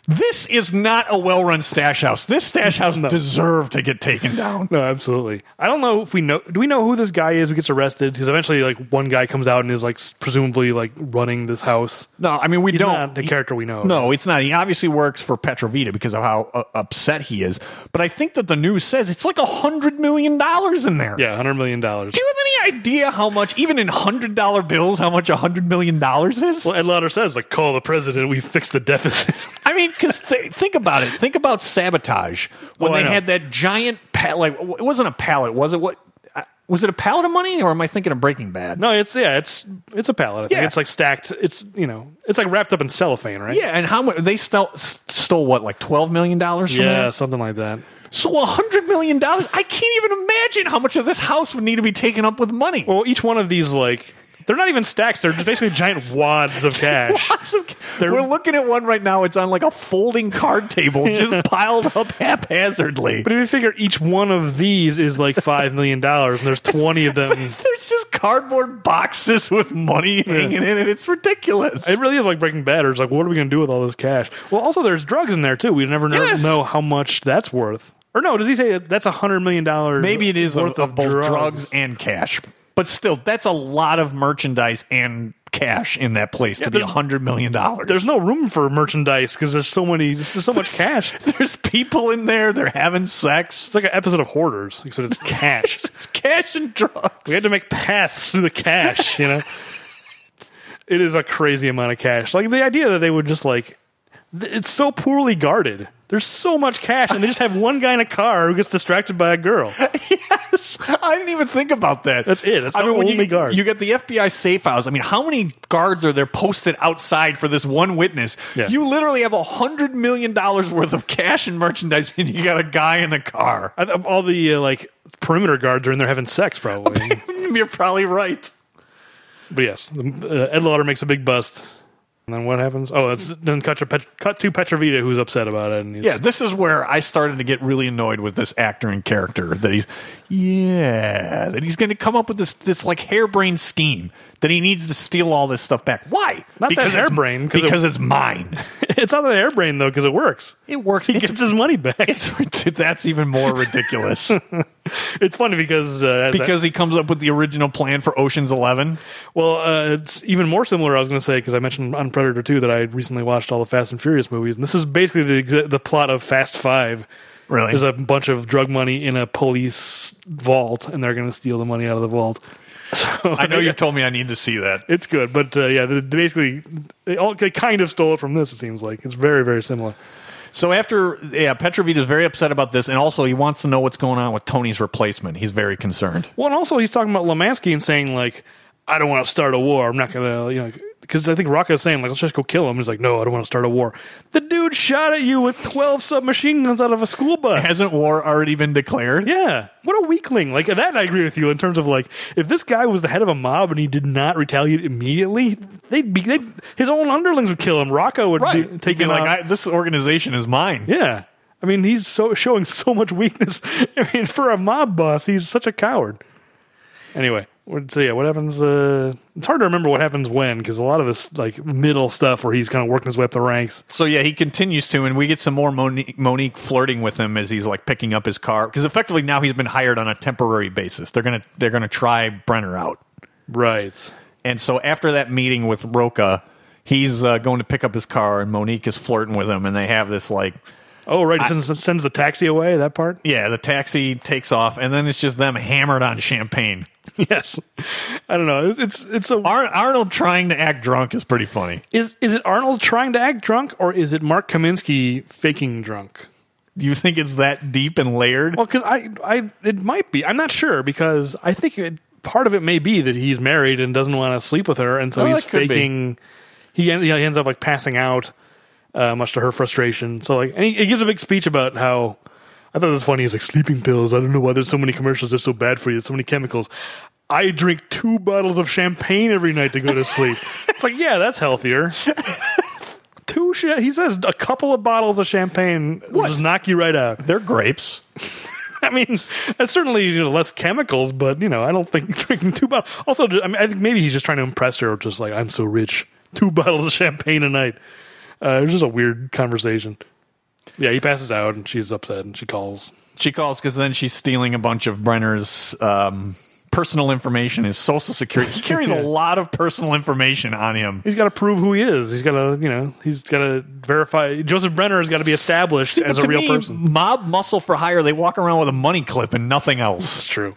This is not a well-run stash house. This stash house deserved to get taken down. No, absolutely. I don't know if we know. Do we know who this guy is who gets arrested? Because eventually, like one guy comes out and is like s- presumably like running this house. No, I mean we He's don't. not the character we know. No, it's not. He obviously works for Petrovita because of how uh, upset he is. But I think that the news says it's like a hundred million dollars in there. Yeah, hundred million dollars. Do you have any idea how much, even in hundred dollar bills, how much a hundred million dollars is? Well, Ed Lauder says like, call the president. We fixed the deficit. I mean, because th- think about it. Think about sabotage when Oh, I they know. had that giant pallet. Like w- it wasn't a pallet, was it? What uh, was it? A pallet of money, or am I thinking of Breaking Bad? no, it's yeah, it's it's a pallet. I think Yeah. it's like stacked. It's you know, it's like wrapped up in cellophane, right? Yeah, and how much they stole? s- Stole what, like twelve million dollars? from yeah, that? something like that. So a hundred million dollars? I can't even imagine how much of this house would need to be taken up with money. Well, each one of these like they're not even stacks. They're just basically giant wads of cash. They're- We're looking at one right now. It's on like a folding card table, just piled up haphazardly. But if you figure each one of these is like five million dollars, and there's twenty of them, There's just cardboard boxes with money hanging in it. It's ridiculous. it really is like Breaking Bad. Or it's like, what are we going to do with all this cash? Well, also there's drugs in there too. We never know, Yes. know how much that's worth. Or no, does he say that that's a hundred million dollars? Maybe it is worth of, of both drugs. and cash. But still, that's a lot of merchandise and cash in that place to be a there's- hundred million dollars. There's no room for merchandise because there's so many, there's so much cash. It's there's people in there. They're having sex. like an episode of Hoarders, except it's cash. It's cash and drugs. we had to make paths through the cash, you know. it is a crazy amount of cash. Like the idea that they would just like th- it's so poorly guarded. There's so much cash, and they just have one guy in a car who gets distracted by a girl. I didn't even think about that. That's it. That's I the mean, when only you, guard. You get the FBI safe house. I mean, how many guards are there posted outside for this one witness? Yeah. You literally have a hundred million dollars worth of cash and merchandise, and you got a guy in the car. I th- All the uh, like perimeter guards are in there having sex, probably. You're probably right. but yes, the- uh, Ed Lauder makes a big bust, and then what happens? Oh, it's then cut to Pet- cut to Petrovita, who's upset about it, and he's, Yeah, this is where I started to get really annoyed with this actor and character that he's yeah that he's going to come up with this this like harebrained scheme that he needs to steal all this stuff back. Why? Not that it's- harebrained, 'cause it- because it's mine. it's not the airbrain though because it works. It works. He gets his money back. It's, It's that's even more ridiculous funny because uh, as I- because he comes up with the original plan for Ocean's Eleven. Well, uh, it's even more similar. I was going to say because I mentioned on Predator Two that I had recently watched all the Fast and Furious movies, and this is basically the exa- the plot of Fast Five. Really? there's a bunch of drug money in a police vault, and they're going to steal the money out of the vault. So I know you've told me I need to see that. it's good, but uh, yeah, they, they basically they all they kind of stole it from this. It seems like it's very very similar. So after yeah, Petrovita is very upset about this, and also he wants to know what's going on with Tony's replacement. He's very concerned. Well, and also he's talking about Lamansky and saying like, I don't want to start a war. I'm not gonna, you know, because I think Rocco's saying like, let's just go kill him. He's like, no, I don't want to start a war. The dude shot at you with twelve submachine guns out of a school bus. Hasn't war already been declared? yeah, what a weakling! Like that, I agree with you in terms of like, if this guy was the head of a mob and he did not retaliate immediately, they'd be they'd, his own underlings would kill him. Rocco would be Right. taken Taking like out. I, this organization is mine. yeah, I mean, he's so showing so much weakness. I mean, for a mob boss, he's such a coward. Anyway, what- so yeah, what happens? Uh, it's hard to remember what happens when because a lot of this like middle stuff where he's kind of working his way up the ranks. So yeah, he continues to, and we get some more Monique, Monique flirting with him as he's like picking up his car because effectively now he's been hired on a temporary basis. They're gonna they're gonna try Brenner out. Right. And so after that meeting with Roca, he's uh, going to pick up his car, and Monique is flirting with him, and they have this like, Oh, right. He sends, sends the taxi away. That part. yeah, the taxi takes off, and then it's just them hammered on champagne. yes. I don't know. It's it's, it's a Ar- Arnold trying to act drunk is pretty funny. is is it Arnold trying to act drunk or is it Mark Kaminsky faking drunk? Do you think it's that deep and layered? Well, because I, I, it might be. I'm not sure because I think it, part of it may be that he's married and doesn't want to sleep with her, and so Oh, he's that could be. faking. He, en- he ends up like passing out, uh, much to her frustration. So like, and he, he gives a big speech about how I thought it was funny. He's like sleeping pills. I don't know why there's so many commercials. They're so bad for you. There's so many chemicals. I drink two bottles of champagne every night to go to sleep. it's like, yeah, that's healthier. two. Sh- he says a couple of bottles of champagne will just knock you right out. They're grapes. I mean, that's certainly you know, less chemicals, but you know, I don't think drinking two bottles. Also, I, mean, I think maybe he's just trying to impress her, just like I'm so rich, two bottles of champagne a night. Uh, it was just a weird conversation. Yeah, he passes out, and she's upset, and she calls. She calls because then she's stealing a bunch of Brenner's um, personal information, his social security. He carries a lot of personal information on him. He's got to prove who he is. He's got to, you know, he's got to verify. Joseph Brenner has got to be established See, as but to a real me, person. Mob muscle for hire, they walk around with a money clip and nothing else. It's true.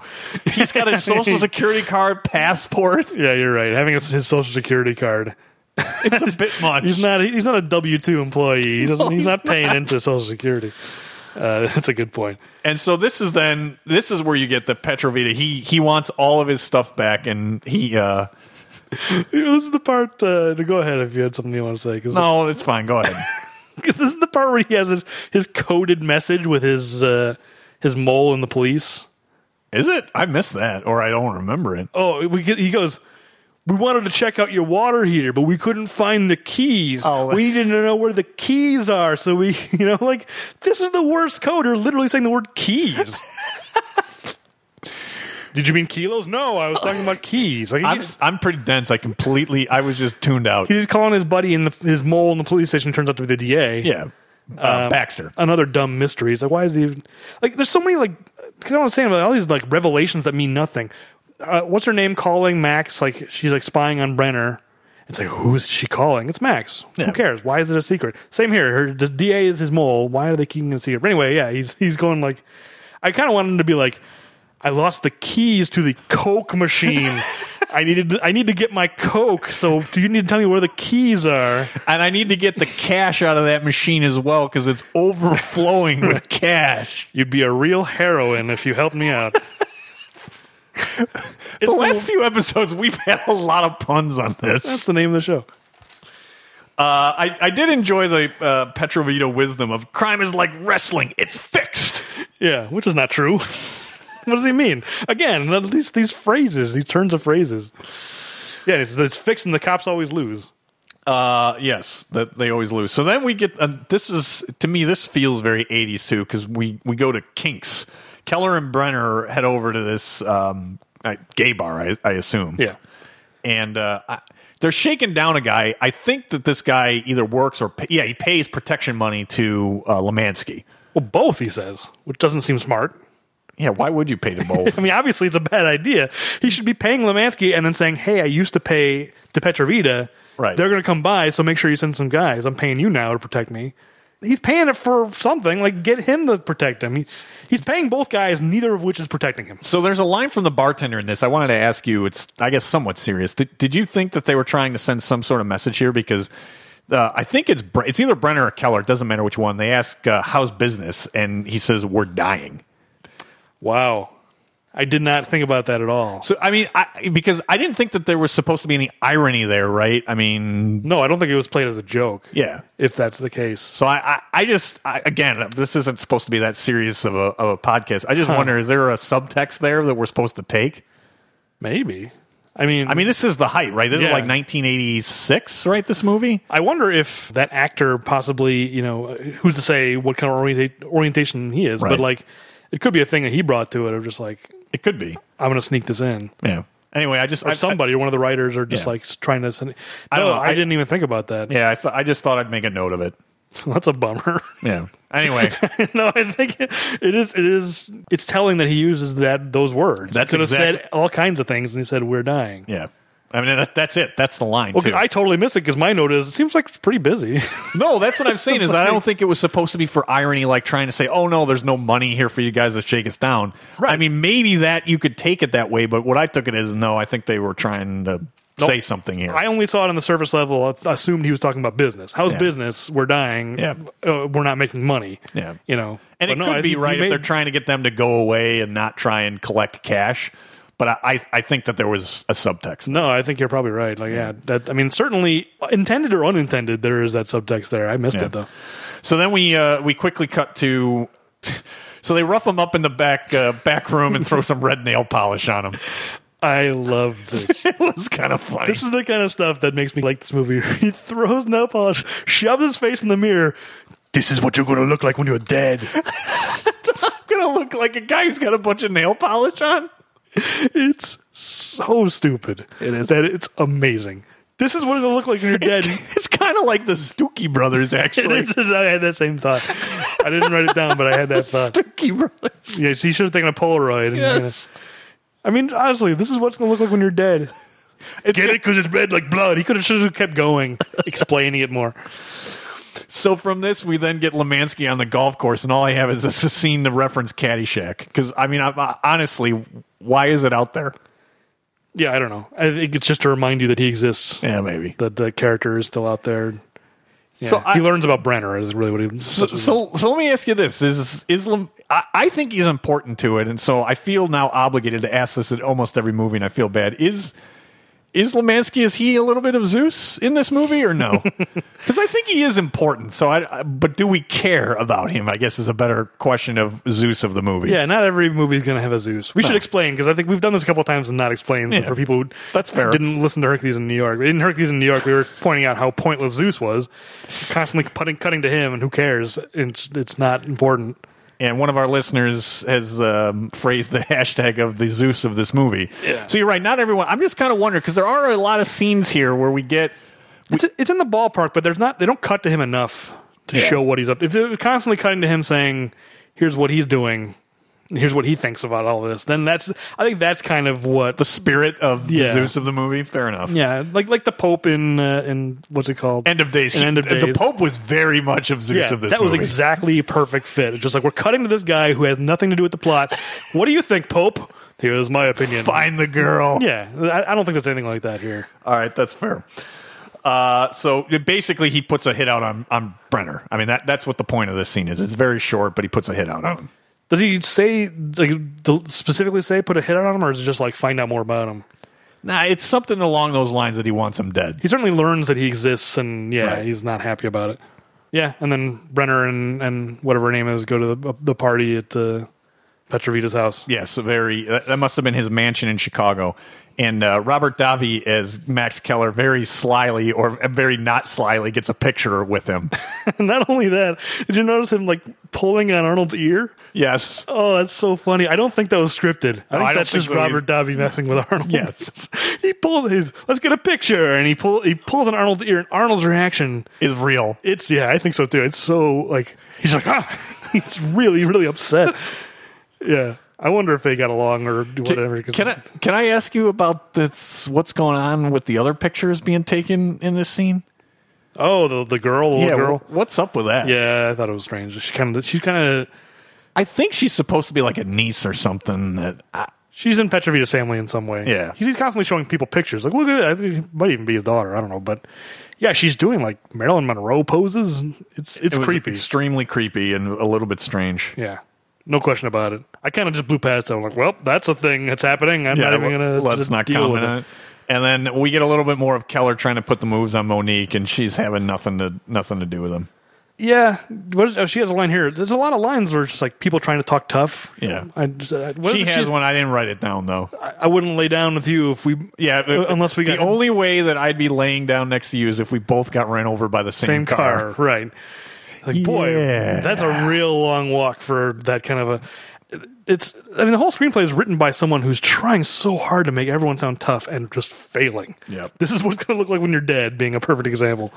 He's got his social security card, passport. Yeah, you're right. Having his his social security card. It's a bit much. He's not. He's not a W two employee. He doesn't. No, he's, he's not paying into Social Security. Uh, that's a good point. And so this is then this is where you get the Petrovita. He he wants all of his stuff back, and he uh This is the part. Uh, to go ahead if you had something you want to say. Cause, no, it's fine. Go ahead. 'cause this is the part where he has his his coded message with his uh, his mole and the police. Is it? I missed that, or I don't remember it. Oh, we get, he goes. We wanted to check out your water heater, but we couldn't find the keys. Oh. We needed to know where the keys are, so we, you know, like this is the worst coder. Literally saying the word keys. Did you mean kilos? No, I was talking about keys. Like, I'm I'm pretty dense. I completely. I was just tuned out. He's calling his buddy in the his mole in the police station. Turns out to be the DA. Yeah, uh, Baxter. Another dumb mystery. It's like why is he even, like? There's so many like I don't understand about all these like revelations that mean nothing. Uh, what's her name calling Max? Like she's like spying on Brenner. It's like who is she calling? It's Max. Yeah. Who cares? Why is it a secret? Same here. Her this DA is his mole. Why are they keeping it a secret? But anyway, yeah, he's he's going like I kind of want him to be like I lost the keys to the Coke machine. I needed I need to get my Coke. So do you need to tell me where the keys are? And I need to get the cash out of that machine as well because it's overflowing with cash. You'd be a real heroine if you helped me out. the last few episodes, we've had a lot of puns on this. That's the name of the show. Uh, I, I did enjoy the uh, Petrovita wisdom of crime is like wrestling; it's fixed. Yeah, which is not true. what does he mean? Again, none of these these phrases, these turns of phrases. Yeah, it's, it's fixing the cops always lose. Uh, yes, that they always lose. So then we get uh, this is to me this feels very 80s too because we we go to Kinks. Keller and Brenner head over to this um, uh, gay bar, I, I assume. Yeah. and uh, I, they're shaking down a guy. I think that this guy either works or pa- yeah, he pays protection money to uh, Lemansky. Well, both he says, which doesn't seem smart. Yeah, why would you pay to both? I mean, obviously it's a bad idea. He should be paying Lemansky and then saying, "Hey, I used to pay to Petrovita. Right. They're going to come by, so make sure you send some guys. I'm paying you now to protect me." He's paying it for something. Like, get him to protect him. He's, he's paying both guys, neither of which is protecting him. so there's a line from the bartender in this. I wanted to ask you. It's I guess somewhat serious. Did, did you think that they were trying to send some sort of message here? Because uh, I think it's Bre- it's either Brenner or Keller. It doesn't matter which one. They ask uh, how's business, and he says we're dying. Wow. I did not think about that at all. So I mean, I, because I didn't think that there was supposed to be any irony there, right? I mean, No, I don't think it was played as a joke. yeah. If that's the case. So I, I, I just I, again, this isn't supposed to be that serious of a of a podcast. I just wonder, is there a subtext there that we're supposed to take? Maybe. I mean, I mean, this is the height, right? This is Yeah. like 1986, right? This movie. I wonder if that actor possibly, you know, who's to say what kind of orienta- orientation he is, Right. but like, it could be a thing that he brought to it of just like, It could be. I'm going to sneak this in. Yeah. Anyway, I just Or I, somebody, or one of the writers, are just Yeah. like s- trying to send. No, I, don't know. I- didn't even think about that. I, yeah, I, th- I just thought I'd make a note of it. That's a bummer. Yeah. Anyway, no, I think it is. It is. It's telling that he uses that those words. That's he could have exact- said all kinds of things, and he said, "We're dying." yeah. I mean, that, that's it. That's the line. Okay, too. I totally missed it because my note is it seems like it's pretty busy. no, that's what I'm saying is I don't think it was supposed to be for irony, like trying to say, "Oh no, there's no money here for you guys to shake us down." Right. I mean, maybe that you could take it that way, but what I took it as no. I think they were trying to say something here. I only saw it on the surface level. I th- assumed he was talking about business. How's Yeah. business? We're dying. Yeah. Uh, we're not making money. Yeah. You know. and But it no, could I be think right he if they're made- trying to get them to go away and not try and collect cash. But I, I, I think that there was a subtext. No, I think you're probably right. Like, yeah, that. I mean, certainly intended or unintended, there is that subtext there. I missed Yeah. it though. So then we uh, we quickly cut to So they rough him up in the back uh, back room and throw some red nail polish on him. I love this. It was kind of funny. this is the kind of stuff that makes me like this movie. he throws nail polish, shoves his face in the mirror. This is what you're going to look like when you're dead. gonna look like a guy who's got a bunch of nail polish on. It's so stupid. It is. That it's amazing. This is what it'll look like when you're dead. It's, kind of like the Stookie Brothers, It actually. is. I had that same thought. I didn't write it down, but I had that thought. Stookie Brothers. Yes, he should have taken a Polaroid. And, Yes. I mean, honestly, this is what it's going to look like when you're dead. Get it? Because it's red like blood. He could have should have kept going, explaining it more. So from this, we then get Lemansky on the golf course, and all I have is this scene to reference Caddyshack. Because I mean, I, I, honestly, why is it out there? Yeah, I don't know. I think it's just to remind you that he exists. Yeah, maybe. That the character is still out there. Yeah. So I- he learns about Brenner is really what he. So, so, so let me ask you this: Is Islam? I, I think he's important to it, and so I feel now obligated to ask this in almost every movie, and I feel bad. Is is Lemansky? Is he a little bit of Zeus in this movie, or no? Because I think he is important. So, I, I- but do we care about him? I guess is a better question of Zeus of the movie. yeah, not every movie's going to have a Zeus. We should explain because I think we've done this a couple of times and not explained. So Yeah. for people who That's fair. didn't listen to Hercules in New York, in Hercules in New York, we were pointing out how pointless Zeus was, constantly cutting, cutting to him, and who cares? It's it's not important. and one of our listeners has um, phrased the hashtag of the Zeus of this movie. Yeah. So you're right. Not everyone. I'm just kind of wondering because there are a lot of scenes here where we get. It's it's in the ballpark, but there's not. They don't cut to him enough to Yeah. show what he's up. If they're constantly cutting to him saying, "Here's what he's doing," and "Here's what he thinks about all this," then that's. I think that's kind of what. The spirit of the Yeah. Zeus of the movie. Fair enough. yeah, like like the Pope in uh, in what's it called? End of days. In End of He- The Days. Pope was very much of Zeus Yeah, of this. that was movie. exactly perfect fit. It's just like we're cutting to this guy who has nothing to do with the plot. what do you think, Pope? Here's my opinion. Find the girl. Yeah, I, I don't think there's anything like that here. All right, that's fair. Uh, so it- basically, he puts a hit out on on Brenner. I mean, that that's what the point of this scene is. It's very short, but he puts a hit out on him. Does he say like del- specifically say put a hit on him, or is it just like find out more about him? Nah, it's something along those lines that he wants him dead. He certainly learns that he exists, and yeah, Right. he's not happy about it. Yeah, and then Brenner and and whatever her name is go to the, the party at uh, Petrovita's house. Yes, a very. That, that must have been his mansion in Chicago. And uh, Robert Davi as Max Keller very slyly or very not slyly gets a picture with him. not only that, did you notice him like pulling on Arnold's ear? yes. Oh, that's so funny. I don't think that was scripted. I think I don't that's think just so Robert Davi messing with Arnold. Yes. he pulls his let's get a picture and he pull he pulls on Arnold's ear and Arnold's reaction Is real. it's yeah, I think so too. It's so like he's like ah he's really, really upset. yeah. I wonder if they got along or whatever. 'cause- Can I can I ask you about this? What's going on with the other pictures being taken in this scene? oh, the the girl, the little girl. wh- What's up with that? Yeah, I thought it was strange. She kind of she's kind of I think she's supposed to be like a niece or something. That I, she's in Petrovita's family in some way. Yeah. he's, he's constantly showing people pictures. Like, look at it. I think it might even be his daughter. I don't know, but yeah, she's doing like Marilyn Monroe poses. and It's it's it was creepy. extremely creepy, and a little bit strange. yeah, no question about it. I kind of just blew past it. I'm like, well, that's a thing that's happening. I'm not even gonna let's just not deal comment with it. on it. And then we get a little bit more of Keller trying to put the moves on Monique, and she's having nothing to nothing to do with him. Yeah, what is, oh, she has a line here. There's a lot of lines where it's just like people trying to talk tough. Yeah. I, just, I, what she if has one. I didn't write it down though. I, I wouldn't lay down with you if we. Yeah, but- Uh, unless we the got only way that I'd be laying down next to you is if we both got ran over by the same, same car, right? Like, boy, Yeah. that's a real long walk for that kind of a. It's. I mean, the whole screenplay is written by someone who's trying so hard to make everyone sound tough and just failing. Yep. This is what it's going to look like when you're dead, being a perfect example.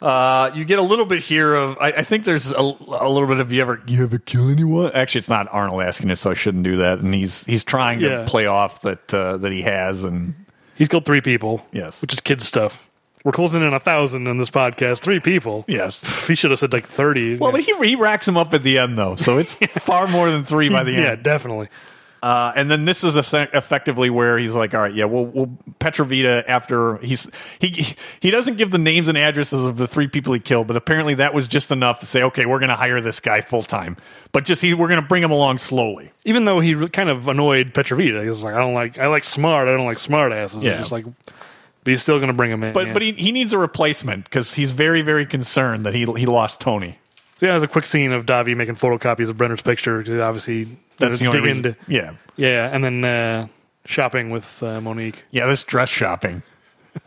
Uh, you get a little bit here of I, I think there's a, a little bit of you ever you ever kill anyone. Actually, it's not Arnold asking it, so I shouldn't do that. And he's he's trying to Yeah. play off that uh, that he has, and He's killed three people. Yes. Which is kid stuff. We're closing in a thousand on this podcast. Three people. yes. He should have said like thirty. Well, but he he racks him up at the end though, so it's far more than three by the yeah, end. definitely. Uh, and then this is a, effectively where he's like, all right, yeah, well, we'll Petrovita after he's he he doesn't give the names and addresses of the three people he killed, but apparently that was just enough to say, okay, we're going to hire this guy full time, but just he we're going to bring him along slowly. Even though he re- kind of annoyed Petrovita, he was like, "I don't like, I like smart, I don't like smart asses." Yeah. Yeah. Just like, but he's still going to bring him in. But yeah. but he, he needs a replacement because he's very very concerned that he he lost Tony. So yeah, there's a quick scene of Davi making photocopies of Brenner's picture because obviously That's the only dig reason. into- Yeah. yeah, and then uh, shopping with uh, Monique. Yeah, this dress shopping.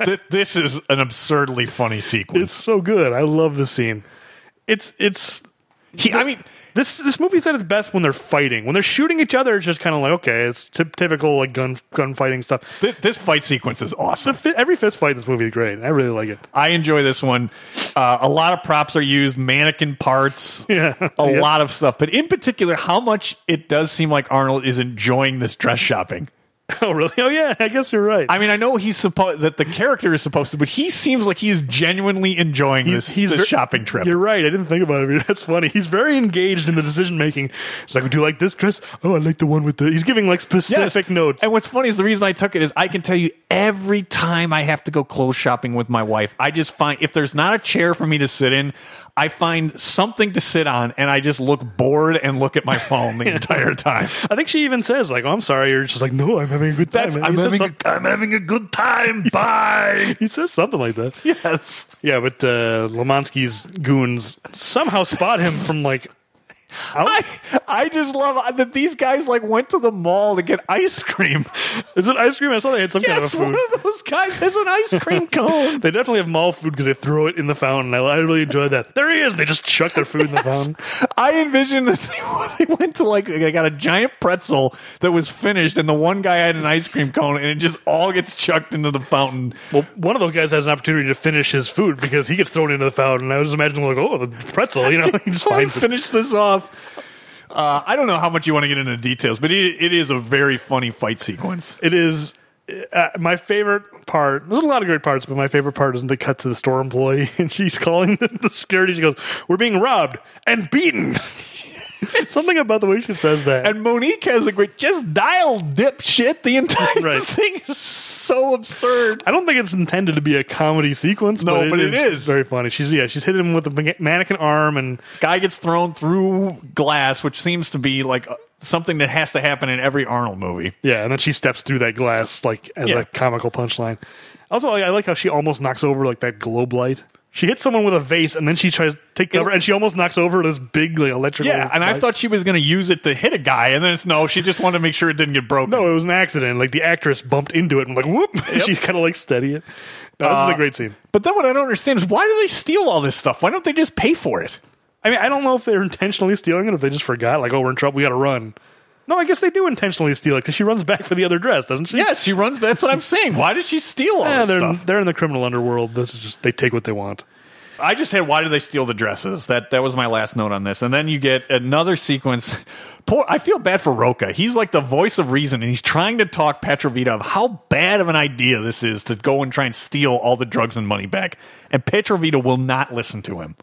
Th- this is an absurdly funny It's sequence. so good. I love this scene. It's it's He, I mean, this this movie's at its best when they're fighting. When they're shooting each other, it's just kind of like okay, it's ty- typical like gun gunfighting stuff. th- this fight sequence is The awesome. fi- every fist fight in this movie is great. I really like it. I enjoy this one. Uh, a lot of props are used, mannequin parts, Yeah. a Yeah. lot of stuff. But in particular, how much it does seem like Arnold is enjoying this dress shopping. Oh really? Oh yeah. I guess you're right. I mean, I know he's supposed that the character is supposed to, but he seems like he's genuinely enjoying this, this ver- shopping trip. You're right. I didn't think about it. That's funny. He's very engaged in the decision making. He's like, "Would you like this dress? Oh, I like the one with the." He's giving like Yes. specific notes. And what's funny is the reason I took it is I can tell you every time I have to go clothes shopping with my wife, I just find if there's not a chair for me to sit in, I find something to sit on and I just look bored and look at my phone the entire time. I think she even says like, "Oh, I'm sorry." You're just like, "No, I'm having a good time." That's- He I'm says having some- I'm having a good time. Bye. he says something like that. Yes. Yeah, but uh, Lomonsky's goons somehow spot him from like. Out? I, I just love that these guys like went to the mall to get ice cream. Is it ice cream? I saw they had some kind of Yes, food. one of those guys has an ice cream cone. They definitely have mall food because they throw it in the fountain. I, I really enjoyed that. There he is. They just chuck their food in the fountain. I envisioned that they, they went to like they got a giant pretzel that was finished, and the one guy had an ice cream cone, and it just all gets chucked into the fountain. Well, one of those guys has an opportunity to finish his food because he gets thrown into the fountain. I was imagining like, oh, the pretzel, you know, he just Try and finds it. finish this off. Uh, I don't know how much you want to get into details, but it, it is a very funny fight sequence. It is uh, my favorite part. There's a lot of great parts, but my favorite part is when they cut to the store employee and she's calling the, the security. She goes, "We're being robbed and beaten." Something about the way she says that. And Monique has a great just dial dipshit. The entire Right. thing is so absurd. I don't think it's intended to be a comedy sequence. No, but, but it is. very funny. She's yeah, she's hitting him with a man- mannequin arm, and Guy gets thrown through glass, which seems to be like uh, something that has to happen in every Arnold movie. yeah, and then she steps through that glass like as Yeah. a comical punchline. Also, I, I like how she almost knocks over like that globe light. She hits someone with a vase, and then she tries to take cover, and she almost knocks over this big like, electrical. Yeah, and I light. thought she was going to use it to hit a guy, and then it's no. She just wanted to make sure it didn't get broken. No, it was an accident. Like the actress bumped into it and like whoop. she kind of like steady it. No, this is Uh, a great scene. But then what I don't understand is why do they steal all this stuff? Why don't they just pay for it? I mean, I don't know if they're intentionally stealing it, if they just forgot, like, oh, we're in trouble, we got to run. No, I guess they do intentionally steal it because she runs back for the other dress, doesn't she? Yeah, she runs. That's what I'm saying. Why does she steal all Yeah, this they're stuff? they're in the criminal underworld. This is just they take what they want. I just had why do they steal the dresses? That that was my last note on this. And then you get another sequence. Poor, I feel bad for Roca. He's like the voice of reason, and he's trying to talk Petrovita of how bad of an idea this is to go and try and steal all the drugs and money back. And Petrovita will not listen to him.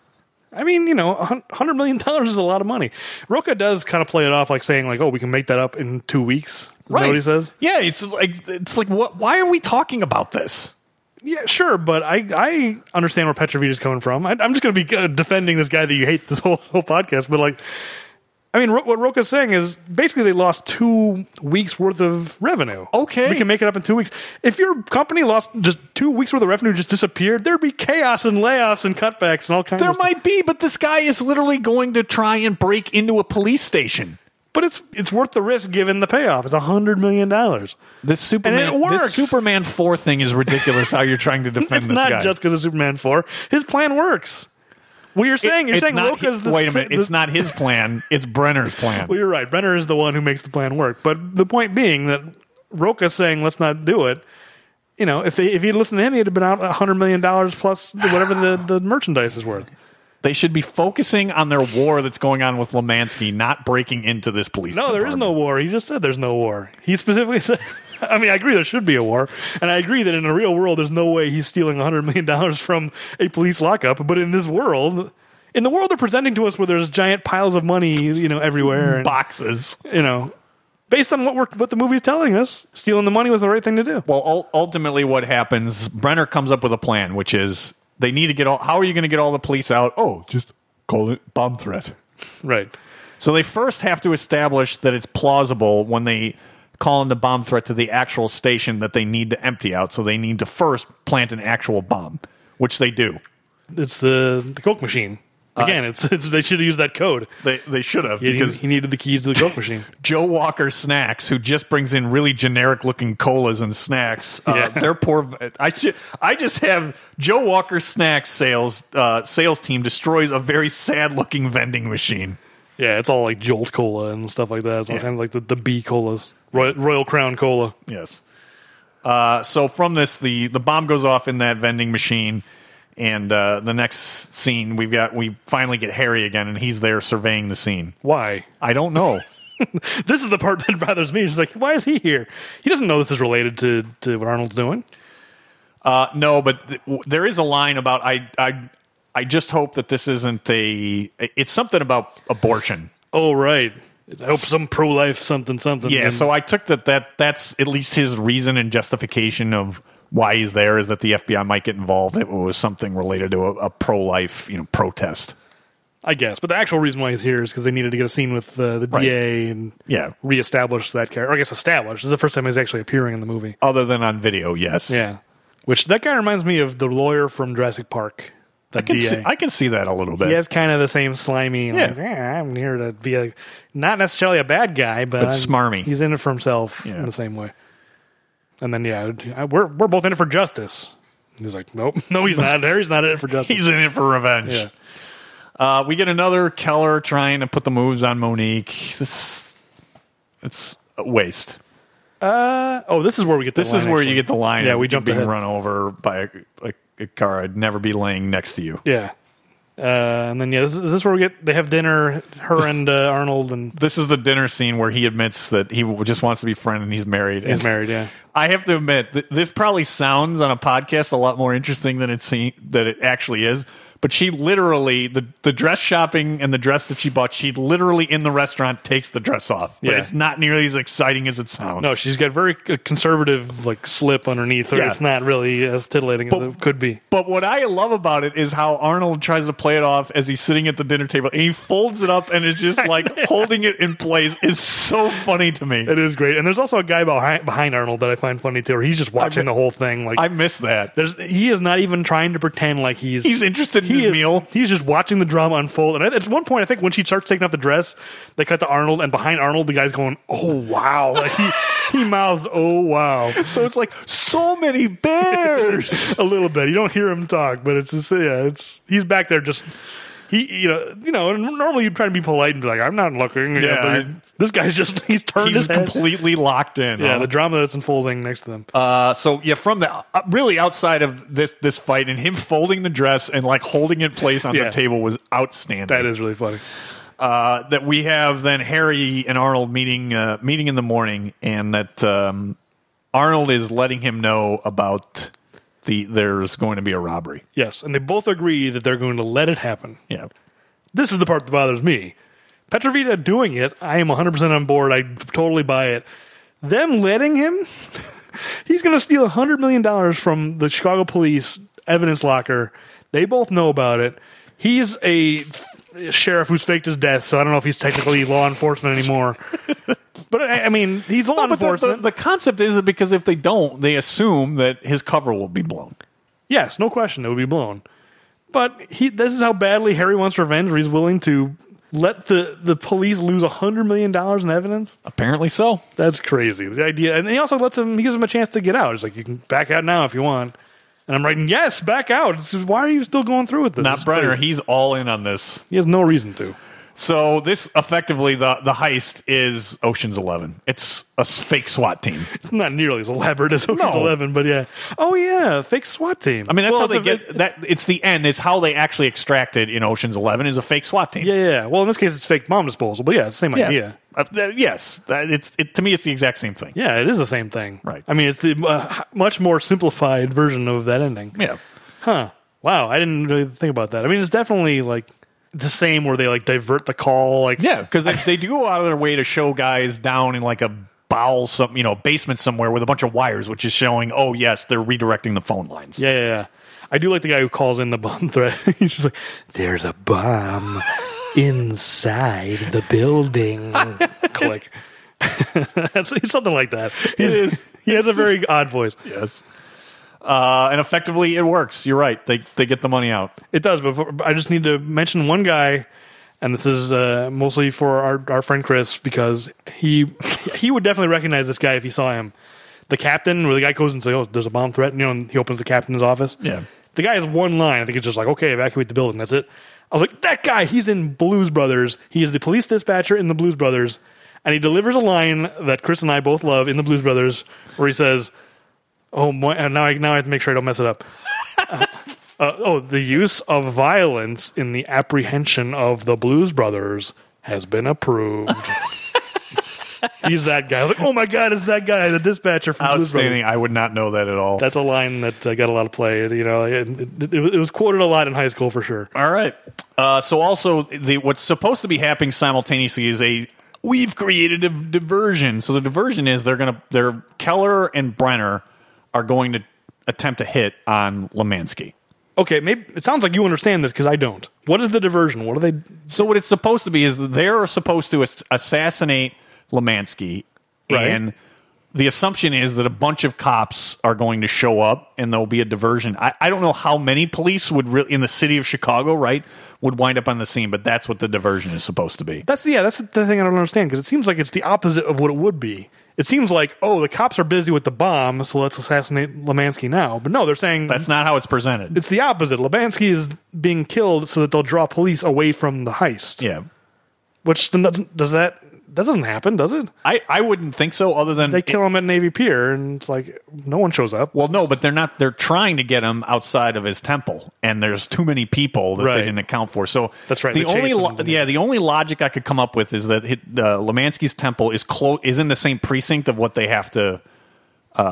I mean, you know, a hun- hundred million dollars is a lot of money. Roca does kind of play it off like saying like, oh, we can make that up in two weeks. Is that what he says? Yeah, it's like it's like what? Why are we talking about this? Yeah, sure, but I I understand where Petrovita's coming from. I, I'm just going to be uh, defending this guy that you hate this whole whole podcast, but like, I mean, Ro- what Roka's saying is basically they lost two weeks worth of revenue. Okay. we can make it up in two weeks. If your company lost just two weeks worth of revenue, just disappeared, there'd be chaos and layoffs and cutbacks and all kinds. There of stuff. might be, but this guy is literally going to try and break into a police station. but it's it's worth the risk given the payoff. It's a hundred million dollars. This Superman, And it works. this Superman Four thing is ridiculous. How you're trying to defend It's this not guy? just because of Superman four. His plan works. What you're saying, you're It's saying not Roka's hi- the wait a sa- minute. the- It's not his plan. It's Brenner's plan. Well, you're right. Brenner is the one who makes the plan work. But the point being that Roca saying let's not do it. You know, if they, if he'd listened to him, he'd have been out hundred million dollars plus whatever the, the merchandise is worth. They should be focusing on their war that's going on with Lemansky, not breaking into this police. No, there is no department. war. He just said there's no war. He specifically said. I mean, I agree there should be a war, and I agree that in the real world, there's no way he's stealing hundred million dollars from a police lockup. But in this world. In the world they're presenting to us, where there's giant piles of money, you know, everywhere, and boxes. you know, based on what we're, what the movie's telling us, stealing the money was the right thing to do. Well, ul- ultimately, what happens? Brenner comes up with a plan, which is they need to get all. How are you going to get all the police out? Oh, Oh, just call it bomb threat. Right. So they first have to establish that it's plausible when they call in the bomb threat to the actual station that they need to empty out. So they need to first plant an actual bomb, which they do. It's the the Coke machine. Again, it's, it's they should have used that code. They they should have He, Uh, because he needed the keys to the Coke machine. Joe Walker Snacks, who just brings in really generic looking colas and snacks. Uh, Yeah. They're poor. I should, I just have Joe Walker Snacks sales uh, sales team destroys a very sad looking vending machine. Yeah, it's all like Jolt Cola and stuff like that. It's all kind of like the, the B colas, Royal, Royal Crown Cola. Yes. Uh, so from this, the the bomb goes off in that vending machine, and uh, the next scene we've got we finally get Harry again, and he's there surveying the scene. Why? I don't know. This is the part that bothers me. It's like, why is he here? He doesn't know this is related to, to what Arnold's doing. Uh, no, but th- w- there is a line about I I I just hope that this isn't a it's something about abortion. Oh, right. I hope some pro life something something. Yeah, And so I took that that that's at least his reason and justification of why he's there is that the FBI might get involved. It was something related to a, a pro life you know protest. I guess. But the actual reason why he's here is because they needed to get a scene with uh, the Right. DA and Yeah. reestablish that character. Or I guess establish. This is the first time he's actually appearing in the movie. Other than on video, yes. Yeah. Which that kind of reminds me of the lawyer from Jurassic Park. The I can DA. see, I can see that a little bit. He has kind of the same slimy. Yeah. Like, yeah, I'm here to be a not necessarily a bad guy, but, But I'm- smarmy. He's in it for himself Yeah. in the same way. And then yeah, I- we're we're both in it for justice. He's like, nope, no, he's not. Harry's not in it for justice. He's in it for revenge. yeah. Uh, we get another Keller trying to put the moves on Monique. This it's a waste. Uh, oh, this is where we get the This is where you get the line. Yeah, of we you jumped being ahead. run over by a, a, a car. I'd never be laying next to you. yeah. Uh, and then yeah, this, is this where we get they have dinner? Her and uh, Arnold and This is the dinner scene where he admits that he w- just wants to be friend and he's married. he's And married. Yeah, I have to admit, th- this probably sounds on a podcast a lot more interesting than it se- that it actually is. But she literally the the dress shopping and the dress that she bought, she literally in the restaurant takes the dress off. But Yeah. it's not nearly as exciting as it sounds. no, she's got very conservative like slip underneath her. Yeah. It's not really as titillating as it could be. But what I love about it is how Arnold tries to play it off as he's sitting at the dinner table and he folds it up and is just like holding it in place is so funny to me. It is great, and there's also a guy behind behind Arnold that I find funny too. Where he's just watching the whole thing. Like I miss that. there's, he is not even trying to pretend like he's He's interested in his is- meal. He's just watching the drama unfold. And at one point, I think when she starts taking off the dress, they cut to Arnold, and behind Arnold, the guy's going, "Oh wow!" Like he he mouths, "Oh wow," So it's like so many bears. a little bit. You don't hear him talk, but it's just, yeah, it's he's back there just. He, you know, you know. and Normally, you try to be polite and be like, "I'm not looking." you know, Yeah, but I- he- this guy's just—he's turned he's his head. completely locked in. yeah, huh? the drama that's unfolding next to them. Uh, so yeah, from the uh, really outside of this this fight and him folding the dress and like holding it in place on Yeah. the table was outstanding. that is really funny. uh, that we have then Harry and Arnold meeting uh, meeting in the morning, and that um, Arnold is letting him know about the there's going to be a robbery. Yes, and they both agree that they're going to let it happen. Yeah, This is the part that bothers me. Petrovita doing it, I am 100% on board. I totally buy it. Them letting him, he's going to steal $100 million from the Chicago police evidence locker. They both know about it. He's a sheriff who's faked his death, so I don't know if he's technically law enforcement anymore. But I, I mean, he's law but the, the, enforcement. the concept is that because if they don't, they assume that his cover will be blown. Yes, no question, it would be blown. But he, this is how badly Harry wants revenge. Where he's willing to let the, the police lose hundred million dollars in evidence. Apparently so. That's crazy. The idea, and he also lets him. He gives him a chance to get out. He's like, you can back out now if you want. And I'm writing, yes, back out. This is- why are you still going through with this? This Not is Brenner. crazy. He's all in on this. He has no reason to. So this effectively the the heist is Ocean's Eleven. It's a s- fake SWAT team. It's not nearly as elaborate as Ocean's No. Eleven, but yeah. Oh yeah, fake SWAT team. I mean, that's Well, how they it's a- get that. It's the end. It's how they actually extracted in Ocean's Eleven is a fake SWAT team. Yeah, yeah, yeah. Well, in this case, it's fake bomb disposal, but yeah, it's the same idea. Uh, th- yes, that, it's it, to me it's the exact same thing. Yeah, it is the same thing. Right. I mean, it's the uh, much more simplified version of that ending. Yeah. Huh. Wow, I didn't really think about that. I mean, it's definitely like the same where they like divert the call like Yeah, because they, they do go out of their way to show guys down in like a bowel, some you know, basement somewhere with a bunch of wires, which is showing. Oh yes, they're redirecting the phone lines. Yeah, yeah, yeah. I do like the guy who calls in the bomb threat. He's just like, "There's a bomb inside the building." Click. That's- it's something like that. He's, is. He has a very odd voice. Yes. Uh, and effectively, it works. You're right. They they get the money out. It does, but for- I just need to mention one guy, and this is uh, mostly for our, our friend Chris because he he would definitely recognize this guy if he saw him. The captain, where the guy goes and says, "Oh, there's a bomb threat," and, you know, and he opens the captain's office. Yeah. the guy has one line. I think it's just like, "Okay, evacuate the building." That's it. I was like, "That guy, he's in Blues Brothers. He is the police dispatcher in the Blues Brothers." And he delivers a line that Chris and I both love in the Blues Brothers, where he says, "Oh, mo- and now I now I have to make sure I don't mess it up." Uh, oh, the use of violence in the apprehension of the Blues Brothers has been approved. He's that guy. I was like, oh my god, it's that guy, the dispatcher from Blues Outstanding. Brothers. I would not know that at all. That's a line that uh, got a lot of play. You know, it, it, it was quoted a lot in high school for sure. All right. Uh, so also, the, what's supposed to be happening simultaneously is a we've created a diversion. So the diversion is they're gonna they're Keller and Brenner are going to attempt a hit on Lemansky. Okay, maybe it sounds like you understand this because I don't. What is the diversion? What are they? So what it's supposed to be is they're supposed to ass- assassinate Lemansky, Right. and the assumption is that a bunch of cops are going to show up and there'll be a diversion. I, I don't know how many police would re- in the city of Chicago, right, would wind up on the scene, but that's what the diversion is supposed to be. That's the yeah. That's the thing I don't understand because it seems like it's the opposite of what it would be. It seems like oh, the cops are busy with the bomb, so let's assassinate Lemansky now. But no, they're saying That's not how it's presented. it's the opposite. Labansky is being killed so that they'll draw police away from the heist. yeah. Which then doesn't does that that doesn't happen, does it? I, I wouldn't think so other than They kill him at Navy Pier, and it's like no one shows up. well no but they're not they're trying to get him outside of his temple and there's too many people that Right. they didn't account for so That's right, the they chase only him, lo- didn't they? yeah the only logic I could come up with is that it, uh, Lemansky's temple is close is in the same precinct of what they have to um,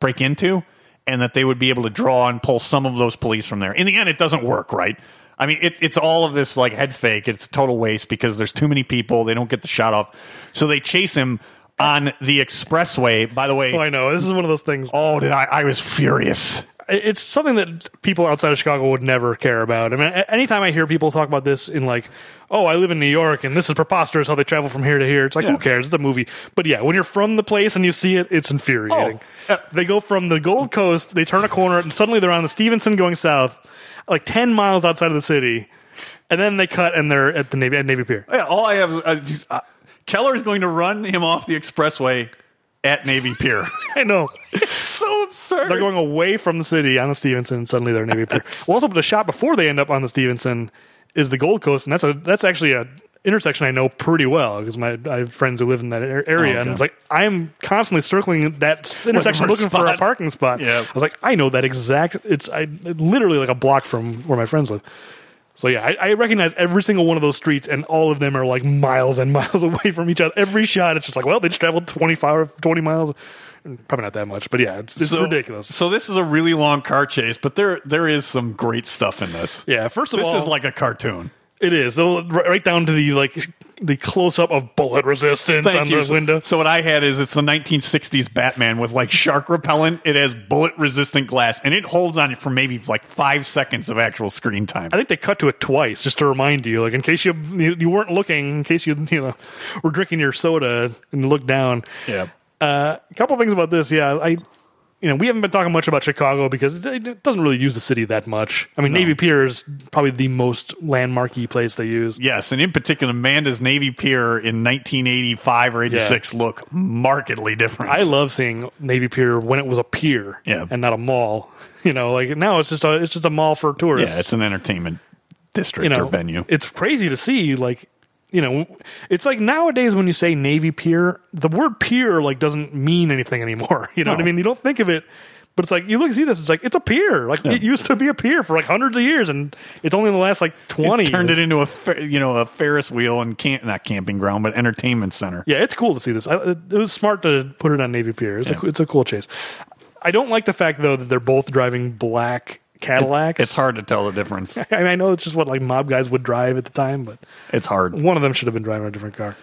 break into and that they would be able to draw and pull some of those police from there in the end it doesn't work right I mean, it, it's all of this like head fake. It's a total waste because there's too many people. They don't get the shot off, so they chase him on the expressway. By the way, Oh, I know this is one of those things. Oh, did I? I was furious. It's something that people outside of Chicago would never care about. I mean, a- anytime I hear people talk about this in like, oh, I live in New York, and this is preposterous how they travel from here to here. It's like who cares? It's a movie. But yeah, when you're from the place and you see it, it's infuriating. Oh, uh, they go from the Gold Coast, they turn a corner, and suddenly they're on the Stevenson going south, like ten miles outside of the city, and then they cut and they're at the Navy at Navy Pier. Yeah, all I have uh, just, uh, Keller is going to run him off the expressway at Navy Pier. I know. so absurd. They're going away from the city on the Stevenson, and suddenly they're in Navy Pier. Well, also, the shot before they end up on the Stevenson is the Gold Coast, and that's a that's actually a intersection I know pretty well because my I have friends who live in that ar- area, Oh, okay. and it's like I am constantly circling that s- intersection for a looking for a spot. parking spot. Yeah. I was like, I know that exact. It's I literally like a block from where my friends live. So yeah, I, I recognize every single one of those streets, and all of them are like miles and miles away from each other. Every shot, it's just like, well, they just traveled 25, 20 miles, probably not that much, but yeah, it's, it's So- ridiculous. So this is a really long car chase, but there there is some great stuff in this. Yeah, first of This all, is like a cartoon. it is. Though, right right down to the like the close up of bullet resistance Thank on you. the window. So what I had is it's the 1960s Batman with like shark repellent. It has bullet resistant glass, and it holds on you for maybe like five seconds of actual screen time. I think they cut to it twice just to remind you, like in case you you, you weren't looking, in case you you know were drinking your soda and looked down. Yeah. Uh, a couple things about this. Yeah, I you know we haven't been talking much about Chicago because it, it doesn't really use the city that much. I mean, Navy Pier is probably the most landmarky place they use. Yes, and in particular, Amanda's Navy Pier in 1985 or 86 look markedly different. I love seeing Navy Pier when it was a pier Yeah. and not a mall. You know, like now it's just a it's just a mall for tourists. Yeah, it's an entertainment district you know or venue. It's crazy to see like you know it's like nowadays when you say Navy Pier, the word pier like doesn't mean anything anymore. You know what I No. mean? You don't think of it, but it's like you look see this. It's like it's a pier. Like it used to be a pier for like hundreds of years, and it's only in the last like twenty. Turned it into a fer- you know a Ferris wheel and camp not camping ground but entertainment center. Yeah, it's cool to see this. I, it was smart to put it on Navy Pier. It's, a, it's a cool chase. I don't like the fact though that they're both driving black Cadillacs. It's hard to tell the difference. I mean, I know it's just what like mob guys would drive at the time, but It's hard. one of them should have been driving a different car.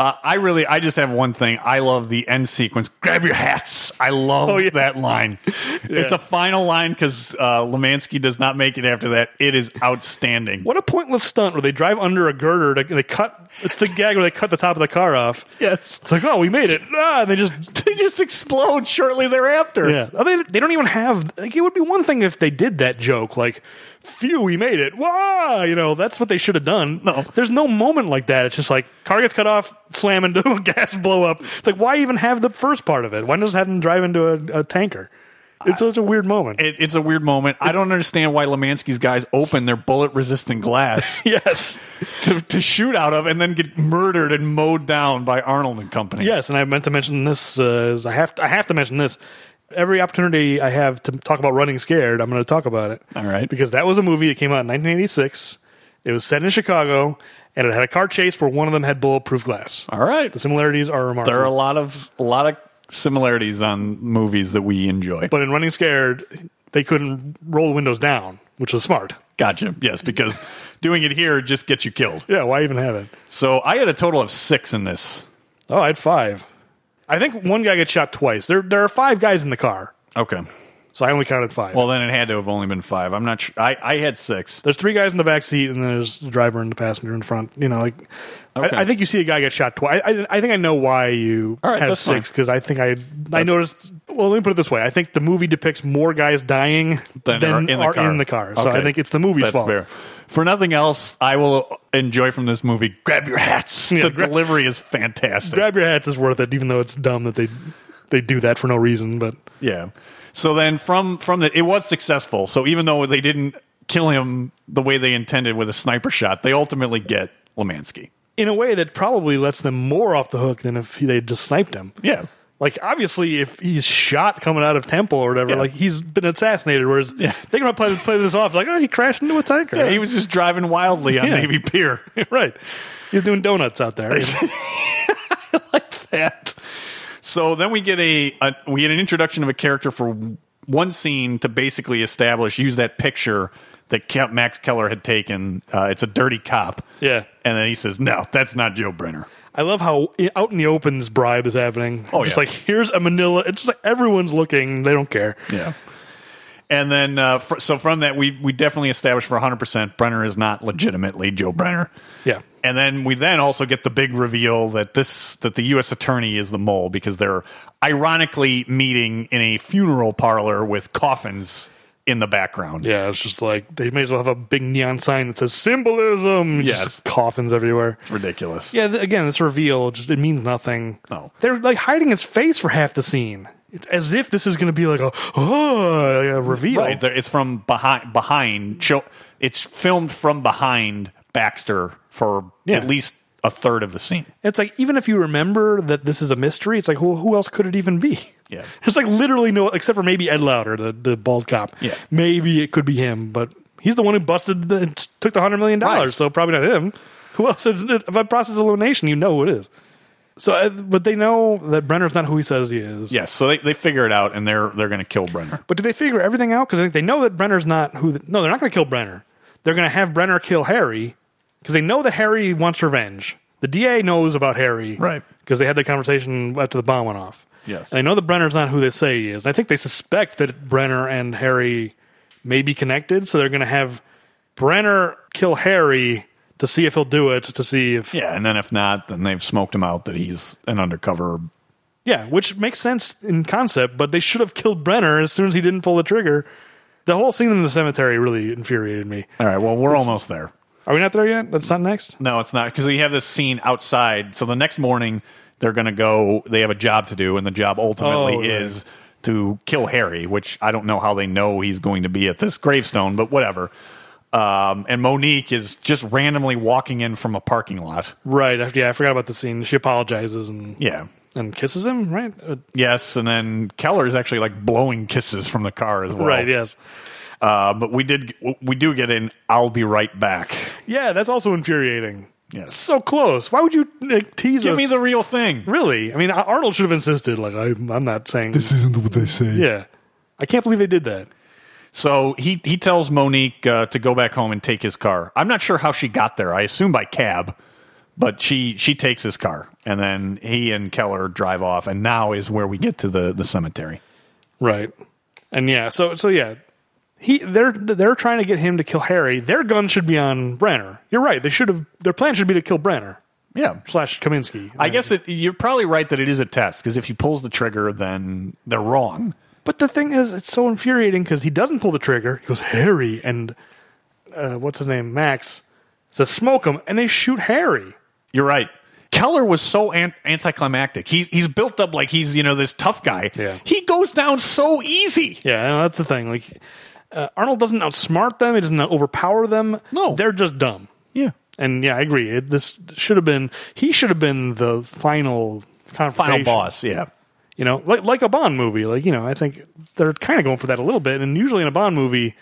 Uh, I really I just have one thing. I love the end sequence. Grab your hats. I love Oh, yeah. that line. It's a final line because uh, Lemansky does not make it after that. It is outstanding. What a pointless stunt where they drive under a girder. To, they cut. It's the gag where they cut the top of the car off. Yes. It's like, oh, we made it. Ah, and they just just explodes shortly thereafter. Yeah, Oh, they, they don't even have. Like, it would be one thing if they did that joke, like, "Phew, we made it!" Wow, you know, that's what they should have done. No, there's no moment like that. It's just like car gets cut off, slam into a gas blow up. It's like why even have the first part of it? Why just have them drive into a, a tanker? It's such a weird moment. It, it's a weird moment. I don't understand why Lemansky's guys open their bullet resistant glass yes, to, to shoot out of and then get murdered and mowed down by Arnold and company. yes, and I meant to mention this. Uh, is I have to, I have to mention this. Every opportunity I have to talk about Running Scared, I'm going to talk about it. All right. because that was a movie that came out in 1986. It was set in Chicago, and it had a car chase where one of them had bulletproof glass. All right. The similarities are remarkable. There are a lot of a lot of similarities on movies that we enjoy. but in Running Scared, they couldn't roll the windows down, which was smart. Gotcha. Yes, because doing it here just gets you killed. Yeah, why even have it? So I had a total of six in this. Oh, I had five. I think one guy gets shot twice. There, there are five guys in the car, Okay. so I only counted five. Well, then it had to have only been five. I'm not sure. I, I had six. there's three guys in the back seat, and there's the driver and the passenger in front. You know, like Okay. I, I think you see a guy get shot twice. I, I, I think I know why you All right, have that's fine. six because I think I I noticed. Well, let me put it this way: I think the movie depicts more guys dying Then than, are in the car. So Okay. I think it's the movie's That's fault. fair. For nothing else, I will enjoy from this movie. Grab your hats. Yeah, the gra- delivery is fantastic. Grab your hats is worth it, even though it's dumb that they they do that for no reason. But yeah. So then from from the it was successful. So even though they didn't kill him the way they intended with a sniper shot, they ultimately get Lemansky. in a way that probably lets them more off the hook than if they would just sniped him. Yeah. Like obviously, if he's shot coming out of temple or whatever, Yeah. like he's been assassinated. Whereas Yeah. they're gonna play, play this off like, oh, he crashed into a tanker. Yeah, he was just driving wildly on Yeah. Navy Pier. right. He's doing donuts out there. that. So then we get a, a we get an introduction of a character for one scene to basically establish use that picture that Ke- Max Keller had taken. Uh, it's a dirty cop. Yeah. and then he says, "No, that's not Joe Brenner." I love how i- out in the open this bribe is happening. Oh, just yeah. like here's a Manila. It's just like everyone's looking. They don't care. Yeah. And then, uh, fr- so from that, we we definitely establish for 100 percent Brenner is not legitimately Joe Brenner. Yeah. And then we then also get the big reveal that this that the U.S. attorney is the mole because they're ironically meeting in a funeral parlor with coffins in the background. Yeah, it's just like they may as well have a big neon sign that says symbolism. Just Yes. coffins everywhere. It's ridiculous. Yeah, th- again, this reveal just it means nothing. No. they're like hiding his face for half the scene, It's as if this is going to be like a oh like a reveal. Right. there- It's from behind. Behind. Show. It's filmed from behind Baxter for Yeah. at least a third of the scene. It's like even if you remember that this is a mystery, it's like who, who else could it even be? Yeah. there's like literally no except for maybe Ed Lauder, the the bald cop. Yeah. maybe it could be him, but he's the one who busted the, took the hundred million dollars, Right. so probably not him. Who else is it? by process of elimination? You know who it is. So, uh, but they know that Brenner's not who he says he is. Yes. So they, they figure it out and they're they're going to kill Brenner. But do they figure everything out? Because I think they know that Brenner's not who. The, no, they're not going to kill Brenner. They're going to have Brenner kill Harry because they know that Harry wants revenge. The DA knows about Harry, Right. Because they had that conversation after the bomb went off. Yes. and they know that Brenner's not who they say he is. I think they suspect that Brenner and Harry may be connected, so they're going to have Brenner kill Harry to see if he'll do it. To see if Yeah. And then if not, then they've smoked him out that he's an undercover. Yeah, which makes sense in concept, but they should have killed Brenner as soon as he didn't pull the trigger. The whole scene in the cemetery really infuriated me. All right. Well, we're almost there. Are we not there yet? That's not next? No, it's not because we have this scene outside. So the next morning, they're going to go. They have a job to do, and the job ultimately Oh, right. is to kill Harry. Which I don't know how they know he's going to be at this gravestone, but whatever. Um, and Monique is just randomly walking in from a parking lot. Right. After, yeah, I forgot about the scene. She apologizes and Yeah. and kisses him, right? Uh, Yes, and then Keller is actually like blowing kisses from the car as well. right, yes. Uh, but we did. We do get an "I'll be right back." Yeah, that's also infuriating. Yes. So close. Why would you like, tease Give us? me the real thing. really? I mean, Ar- Arnold should have insisted. Like, I, I'm not saying. This isn't what they say. yeah. I can't believe they did that. So he he tells Monique uh, to go back home and take his car. I'm not sure how she got there. I assume by cab, but she she takes his car, and then he and Keller drive off. And now is where we get to the the cemetery. Right. And yeah, so so yeah. He they're they're trying to get him to kill Harry. Their gun should be on Brenner. You're right. They should have their plan should be to kill Brenner. Yeah. slash Kaminsky. I guess it, you're probably right that it is a test because if he pulls the trigger, then they're wrong. But the thing is, it's so infuriating because he doesn't pull the trigger. He goes Harry and uh, what's his name Max says smoke him, and they shoot Harry. You're right. Keller was so an- anticlimactic. He, he's built up like he's you know this tough guy. Yeah. He goes down so easy. Yeah, I know, that's the thing. Like uh, Arnold doesn't outsmart them. He doesn't overpower them. No. they're just dumb. Yeah. And yeah, I agree. It, this should have been. He should have been the final Final confrontation. boss. Yeah. You know, like like a Bond movie. Like you know, I think they're kind of going for that a little bit. And usually in a Bond movie,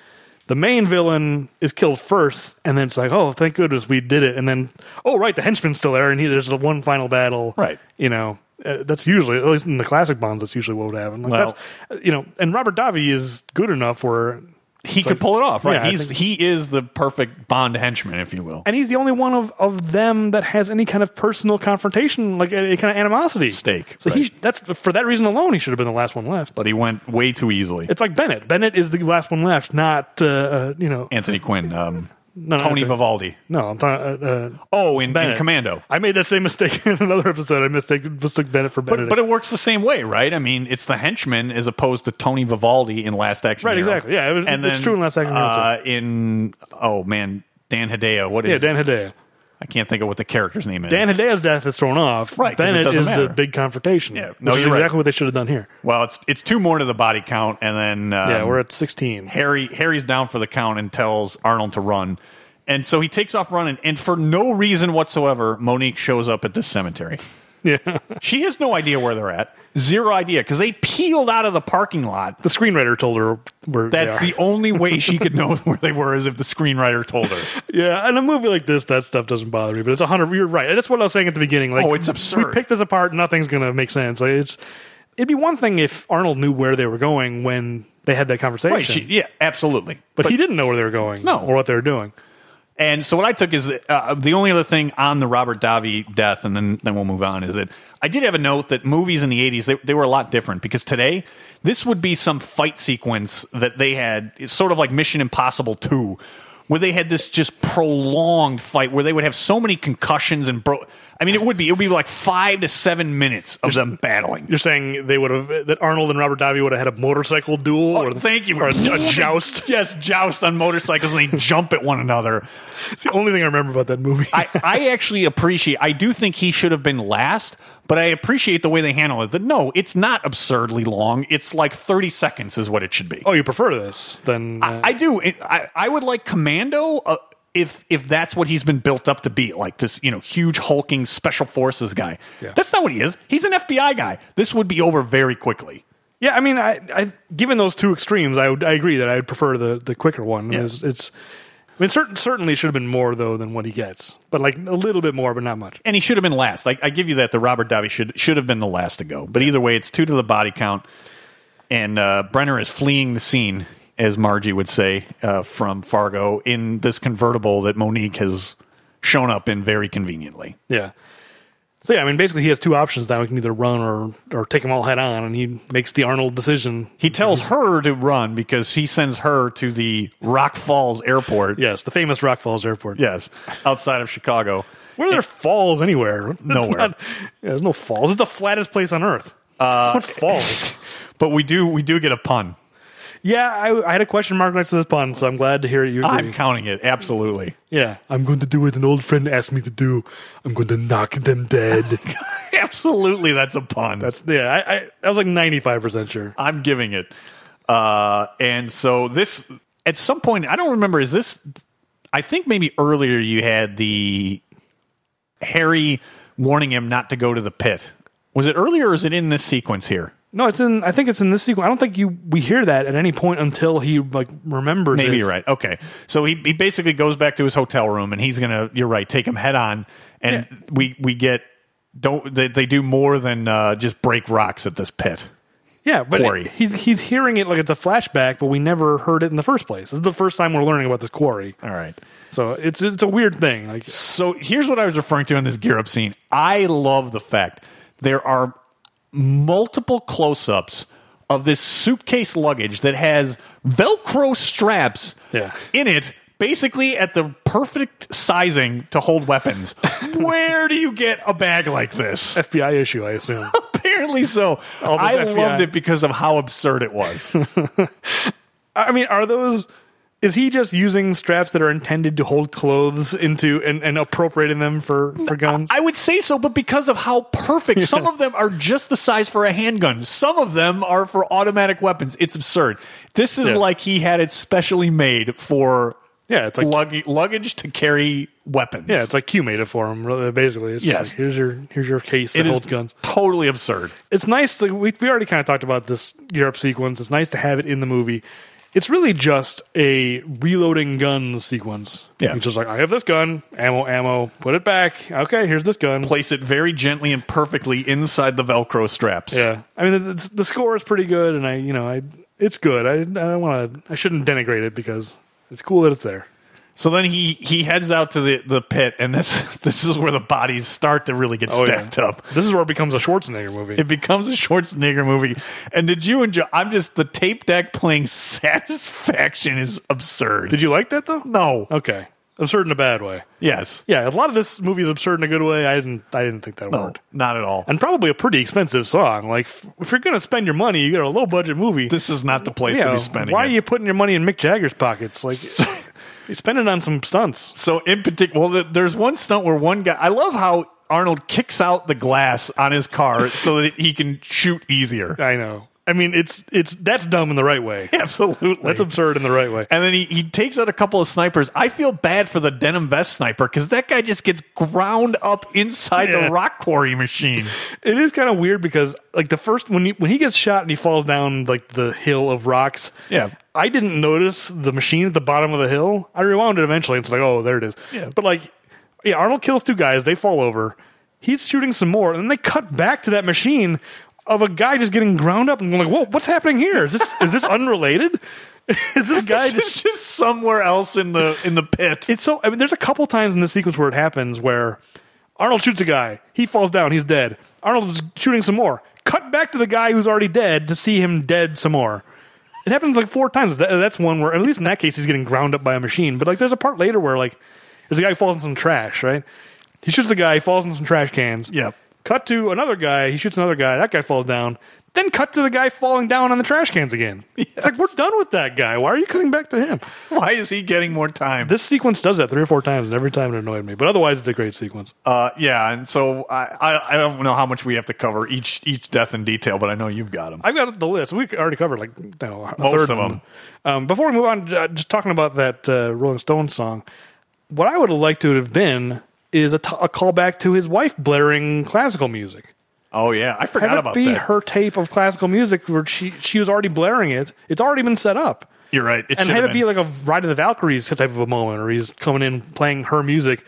the main villain is killed first, and then it's like, oh, thank goodness we did it. And then, oh right, the henchman's still there, and he, there's the one final battle. Right. You know. Uh, that's usually, at least in the classic Bonds, that's usually what would happen. Like Well- that's, uh, you know, and Robert Davi is good enough where He could pull it off. Right. Yeah, I he's think- he is the perfect Bond henchman, if you will. and he's the only one of, of them that has any kind of personal confrontation, like any kind of animosity Stake, So he right. that's for that reason alone, he should have been the last one left. but he went way too easily. It's like Bennett. Bennett is the last one left, not uh, uh, you know. Anthony Quinn, um, no, Tony Anthony- Vivaldi. No, I'm talking. Uh, uh, Oh, in, in Bennett. Commando. I made that same mistake in another episode. I mistake mistook Bennett for But Bennett. but it works the same way, right? I mean, it's the henchman as opposed to Tony Vivaldi in Last Action. Right, Hero. exactly. Yeah, it was- and it's then, true in Last Action Hero, too. Uh, in oh man, Dan Hedaya. What is? yeah, Dan Hedaya. I can't think of what the character's name is. Dan Hedaya's death is thrown off. Right, 'cause it Bennett doesn't is matter. the big confrontation. Yeah, no, no, which is you're right. exactly what they should have done here. Well, it's it's two more to the body count, and then um, yeah, we're at 16. Harry Harry's down for the count and tells Arnold to run. And so he takes off running, and for no reason whatsoever, Monique shows up at this cemetery. Yeah, She has no idea where they're at. Zero idea, because they peeled out of the parking lot. the screenwriter told her where they That's are. the only way she could know where they were is if the screenwriter told her. Yeah, in a movie like this, that stuff doesn't bother me. But it's a hundred. You're right. That's what I was saying at the beginning. Like, Oh, it's We absurd. pick this apart. Nothing's gonna make sense. Like, it's it'd be one thing if Arnold knew where they were going when they had that conversation, Right. She, yeah, absolutely. but, he didn't know where they were going. No. or what they were doing. And so what I took is uh, the only other thing on the Robert Davi death, and then, then we'll move on, is that I did have a note that movies in the 80s, they, they were a lot different because today, this would be some fight sequence that they had, it's sort of like Mission Impossible 2, where they had this just prolonged fight where they would have so many concussions and bro. I mean, it would be, it would be like five to seven minutes of them battling. You're saying they would have that Arnold and Robert Davi would have had a motorcycle duel, or Thank you. or a, a joust. Yes, joust on motorcycles and they jump at one another. It's the only thing I remember about that movie. I, I actually appreciate. I do think he should have been last, but I appreciate the way they handle it. That no, it's not absurdly long. It's like thirty seconds is what it should be. oh, you prefer this? Then uh, I do. It, I I would like Commando uh, if if that's what he's been built up to be, like this you know huge hulking special forces guy. Yeah. That's not what he is. He's an FBI guy. This would be over very quickly. Yeah, I mean, I, I given those two extremes, I would, I agree that I would prefer the the quicker one. Yeah. It's, it's I mean, certain certainly should have been more though than what he gets, but like a little bit more, but not much. And he should have been last. I, I give you that. The Robert Davi should should have been the last to go. But either way, it's two to the body count. And uh, Brenner is fleeing the scene, as Margie would say, uh, from Fargo in this convertible that Monique has shown up in very conveniently. Yeah. So yeah, I mean, basically, he has two options now. He can either run or or take them all head on, and he makes the Arnold decision. He tells her to run because he sends her to the Rock Falls Airport. Yes, the famous Rock Falls Airport. Yes, outside of Chicago. Where are there falls anywhere? It's Nowhere. not- yeah, there's no falls. It's the flattest place on earth. Uh, what falls? But we do we do get a pun. yeah, I, I had a question mark next to this pun, so I'm glad to hear you. agree. I'm counting it absolutely. Yeah, I'm going to do what an old friend asked me to do. I'm going to knock them dead. absolutely, that's a pun. That's yeah. I, I, I was like 95 percent sure. I'm giving it. Uh, and so this, at some point, I don't remember. Is this? I think maybe earlier you had the Harry warning him not to go to the pit. Was it earlier, or is it in this sequence here? No, it's in. I think it's in this sequence. I don't think you we hear that at any point until he like remembers. Maybe it. you're right. Okay, so he he basically goes back to his hotel room, and he's gonna. You're right. Take him head on, and we we get don't they, they do more than uh, just break rocks at this pit. Yeah, but Quarry. he's he's hearing it like it's a flashback, but we never heard it in the first place. This is the first time we're learning about this quarry, All right. so it's it's a weird thing. Like So here's what I was referring to in this gear up scene. I love the fact there are multiple close ups of this suitcase luggage that has Velcro straps Yeah. in it basically at the perfect sizing to hold weapons. Where do you get a bag like this? FBI issue, I assume. Apparently so. All those I FBI. loved it because of how absurd it was. I mean, are those? Is he just using straps that are intended to hold clothes into and, and appropriating them for for guns? I would say so, but because of how perfect some of them are just the size for a handgun. Some of them are for automatic weapons. It's absurd. This is Yeah. like he had it specially made for yeah, it's like lug- luggage to carry weapons. yeah, it's like Q made it for him. really, Basically, it's just Yes. like, here's your here's your case that it is holds guns. totally absurd. it's nice to we, we already kind of talked about this Europe sequence. It's nice to have it in the movie. It's really just a reloading guns sequence. Yeah. It's just like I have this gun, ammo, ammo, put it back. Okay, here's this gun. Place it very gently and perfectly inside the Velcro straps. Yeah. I mean the, the, the score is pretty good and I you know, I it's good. I I don't want to I shouldn't denigrate it because it's cool that it's there. So then he he heads out to the, the pit, and this this is where the bodies start to really get Oh, stacked up. This is where it becomes a Schwarzenegger movie. It becomes a Schwarzenegger movie. And did you enjoy? I'm just the tape deck playing satisfaction is absurd. Did you like that though? No. Okay. Absurd in a bad way. Yes. Yeah, a lot of this movie is absurd in a good way. I didn't I didn't think that No. worked. Not at all. and probably a pretty expensive song. Like f- if you're gonna spend your money, you got a low budget movie. this is not the place you to know, be spending. why it. are you putting your money in Mick Jagger's pockets? Like you spend it on some stunts. So in particular, well, th- there's one stunt where one guy. I love how Arnold kicks out the glass on his car so that he can shoot easier. I know. I mean, it's it's that's dumb in the right way. Absolutely. That's absurd in the right way. and then he, he takes out a couple of snipers. I feel bad for the denim vest sniper because that guy just gets ground up inside Yeah. the rock quarry machine. It is kind of weird because like the first when he, when he gets shot and he falls down like the hill of rocks. Yeah. I didn't notice the machine at the bottom of the hill. I rewound it eventually and it's like, oh, there it is. Yeah. But like yeah, Arnold kills two guys, they fall over. He's shooting some more, and then they cut back to that machine of a guy just getting ground up and I'm like, whoa, what's happening here? Is this is this unrelated? is this guy just it's just somewhere else in the in the pit. it's so I mean there's a couple times in the sequence where it happens where Arnold shoots a guy, he falls down, he's dead. Arnold's shooting some more. Cut back to the guy who's already dead to see him dead some more. It happens like four times. That, that's one where at least in that case he's getting ground up by a machine. But like there's a part later where like there's a guy who falls in some trash, right? He shoots the guy, he falls in some trash cans. Yep. Cut to another guy, he shoots another guy, that guy falls down. Then cut to the guy falling down on the trash cans again. It's like we're done with that guy. Why are you cutting back to him? Why is he getting more time? This sequence does that three or four times, and every time it annoyed me. But otherwise, it's a great sequence. Uh, yeah, and so I, I I don't know how much we have to cover each each death in detail, but I know you've got them. I've got the list. We already covered like you know, a Most third of 'em. Um, before we move on, uh, just talking about that uh, Rolling Stones song, what I would have liked to have been is a, t- a callback to his wife blaring classical music. Oh yeah, I forgot Have about it be that. her tape of classical music where she she was already blaring it. It's already been set up. You're right. It and should have it been. be like a Ride of the Valkyries type of a moment, where he's coming in playing her music.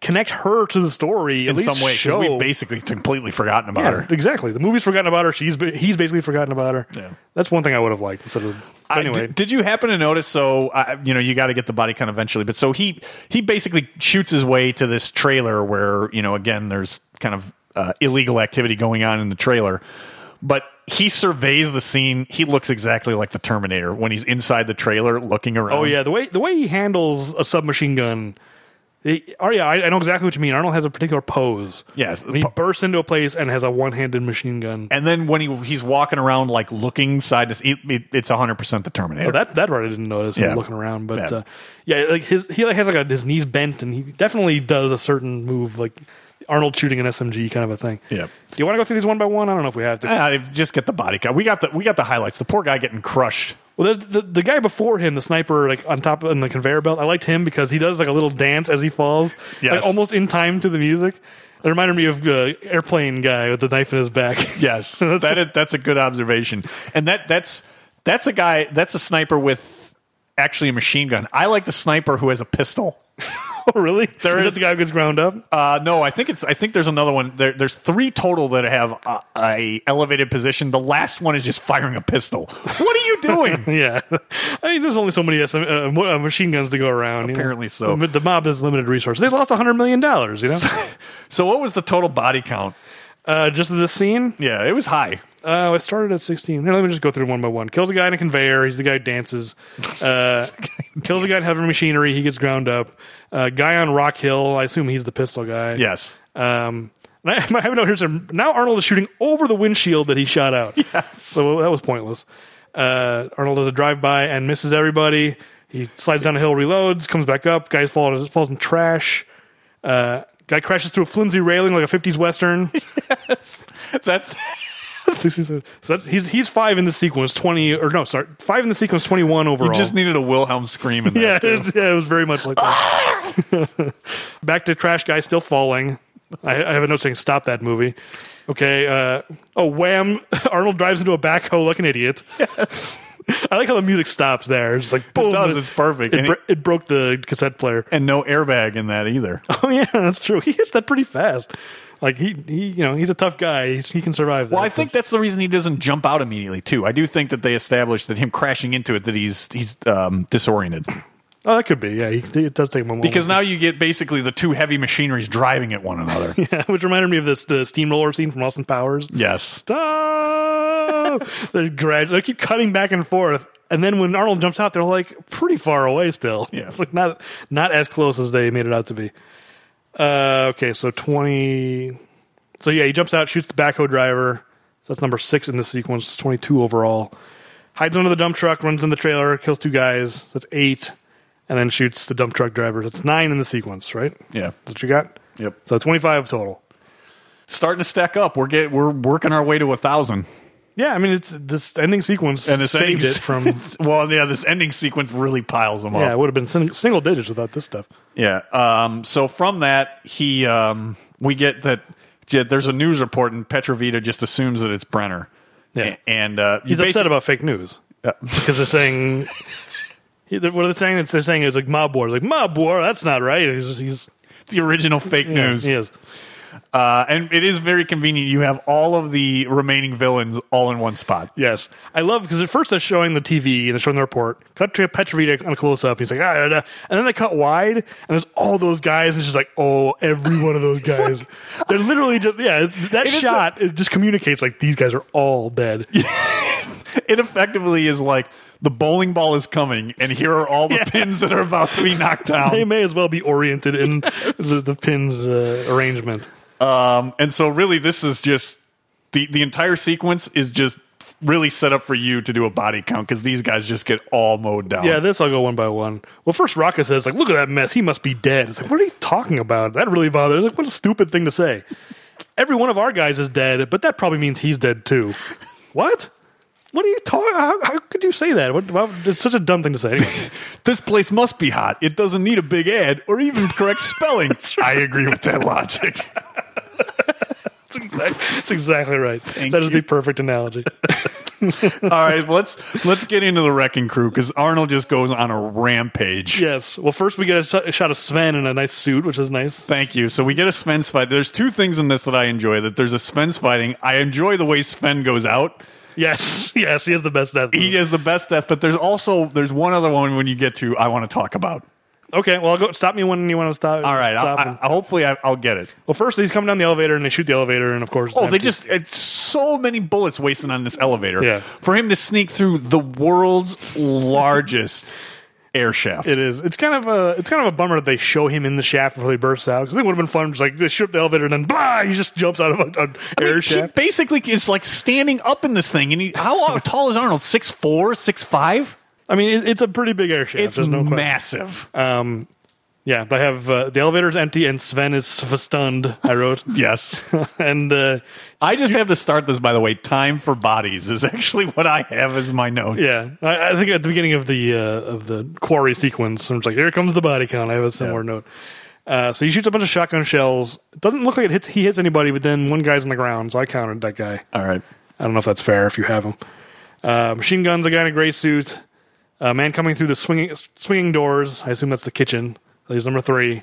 Connect her to the story at in least some way because Show. we've basically completely forgotten about Yeah, her. exactly. The movie's forgotten about her. She's he's basically forgotten about her. Yeah. That's one thing I would have liked instead of I- anyway. did, did you happen to notice? So I, you know you got to get the body count eventually, but so he he basically shoots his way to this trailer where you know again there's kind of uh, illegal activity going on in the trailer, but he surveys the scene. He looks exactly like the Terminator when he's inside the trailer looking around. oh yeah, the way the way he handles a submachine gun. he- oh yeah, I, I know exactly what you mean. Arnold has a particular pose. Yes, When he po- bursts into a place and has a one-handed machine gun. And then when he he's walking around like looking side to it, it, it's 100% the Terminator. Oh, that that part I didn't notice. Yeah. Yeah. looking around, but Yeah. yeah. Uh, yeah, like his he like has like a, his knees bent, and he definitely does a certain move, like Arnold shooting an SMG kind of a thing. Yep. Do you want to go through these one by one? I don't know if we have to. Ah, just get the body count. We got the we got the highlights. The poor guy getting crushed. Well, the, the the guy before him, the sniper, like on top on the conveyor belt. I liked him because he does like a little dance as he falls, Yes. like almost in time to the music. It reminded me of uh, airplane guy with the knife in his back. Yes, that is, that's a good observation. And that that's that's a guy that's a sniper with actually a machine gun. I like the sniper who has a pistol. oh, really? There is is- that the guy who gets ground up. Uh, no, I think it's I think there's another one. There, there's three total that have a, a elevated position. The last one is just firing a pistol. What are you doing? yeah, I mean, there's only so many SM, uh, mo- uh, machine guns to go around. you know? Apparently so. But the mob has limited resources. They lost hundred million dollars. You know, so what was the total body count? Uh, just this scene. Yeah, it was high. Uh, it started at 16. Here, let me just go through one by one. Kills a guy in a conveyor. He's the guy who dances. Uh, kills a guy in heavy machinery. He gets ground up. Uh, guy on Rock Hill. I assume he's the pistol guy. Yes. Um, and I, I have a note here. that said, Now Arnold is shooting over the windshield that he shot out. So that was pointless. Uh, Arnold does a drive by and misses everybody. He slides down a hill, reloads, comes back up. Guy falls, falls in trash. Uh, guy crashes through a flimsy railing like a 50s Western. That's so that's, he's, he's five in the sequence, 20, or no, sorry, five in the sequence, 21 overall. you just needed a Wilhelm scream in that. yeah, too. it, yeah, it was very much like that. Back to trash guy still falling. I, I have a note saying stop that movie. Okay. Uh, oh, wham! Arnold drives into a backhoe like an idiot. I like how the music stops there. It's just like boom. does, it's perfect. It, And bro- it broke the cassette player. and no airbag in that either. Oh yeah, that's true. He hits that pretty fast. Like he, he you know, he's a tough guy. He's, he can survive. That. Well, I think that's the reason he doesn't jump out immediately too. I do think that they established that him crashing into it that he's he's um, disoriented Oh, that could be. Yeah, he, it does take him a moment. because now you get basically the two heavy machineries driving at one another. which reminded me of this the steamroller scene from Austin Powers. yes, stop. they're gradually they keep cutting back and forth. And then when Arnold jumps out, they're like pretty far away still. Yeah. It's like not not as close as they made it out to be. Uh, okay, so twenty so yeah, he jumps out, shoots the backhoe driver. So that's number six in the sequence, twenty two overall. Hides under the dump truck, runs in the trailer, kills two guys, that's eight, and then shoots the dump truck driver. That's nine in the sequence, right? yeah, That's what you got? yep. So twenty five total. Starting to stack up. We're get we're working our way to a thousand. Yeah, I mean it's this ending sequence And this saved ending it from Well, yeah, this ending sequence really piles them Yeah, it up. would have been sing- single digits without this stuff. Yeah. Um, so from that, he um, we get that yeah, there's a news report, and Petrovita just assumes that it's Brenner. Yeah. A- and uh, you He's upset basi- about fake news because they're saying he- they're- what are they saying? It's- They're saying it's like mob war. Like mob war. That's not right. He's just, he's the original fake news. He is. Uh, and it is very convenient. You have all of the remaining villains all in one spot. Yes, I love because at first they're showing the TV and they're showing the report. Cut to Petrovita on a close up. He's like ah, da, da. and then they cut wide and there's all those guys. And it's just like oh, every one of those guys. they're literally just yeah. That is a- shot it just communicates like these guys are all dead. It effectively is like the bowling ball is coming, and here are all the pins that are about to be knocked They down. may as well be oriented in the, the pins uh, arrangement. Um, and so, really, this is just the the entire sequence is just really set up for you to do a body count because these guys just get all mowed down. Yeah, this I'll go one by one. Well, first Rocka says, like, look at that mess. He must be dead. It's like, what are you talking about? That really bothers. Like, what a stupid thing to say. Every one of our guys is dead, but that probably means he's dead too. what? What are you talking? How, how could you say that? What, why- it's such a dumb thing to say. Anyway, This place must be hot. It doesn't need a big ad or even correct spelling. I agree with that logic. that's, exactly, that's exactly right. Thank that is you. the perfect analogy. All right, let's let's get into the wrecking crew because Arnold just goes on a rampage. yes. Well, first we get a, shot- a shot of Sven in a nice suit, which is nice. Thank you. So we get a Sven's fight. There's two things in this that I enjoy. That there's a Sven's fighting. I enjoy the way Sven goes out. Yes. Yes. He has the best death. He has the best death, but there's also there's one other one when you get to I want to talk about. okay. Well, I'll go. Stop me when you want to stop. All right, Stop I, and- I, I- hopefully I, I'll get it. Well, first he's coming down the elevator and they shoot the elevator, and of course, it's Oh, they empty. just it's so many bullets wasting on this elevator. Yeah. For him to sneak through the world's largest air shaft. It is. It's kind of a it's kind of a bummer that they show him in the shaft before he bursts out because it would have been fun. Just like they shoot up the elevator and then blah, he just jumps out of an an I air mean, he shaft. basically is like standing up in this thing, and he, how tall is Arnold? Six four, six five. I mean, it, it's a pretty big air shaft. It's There's no question. massive. Um, yeah, but I have uh, the elevator's empty and Sven is f- stunned. I wrote, yes, and uh, I just have to start this, by the way. Time for bodies is actually what I have as my notes. yeah, I, I think at the beginning of the uh, of the quarry sequence, I'm just like, here comes the body count. I have a similar Yeah. note. Uh, so he shoots a bunch of shotgun shells. It doesn't look like it hits. He hits anybody, but then one guy's on the ground, so I counted that guy. All right. I don't know if that's fair if you have them. Uh, machine guns, a guy in a gray suit, a man coming through the swinging swinging doors. I assume that's the kitchen. He's number three.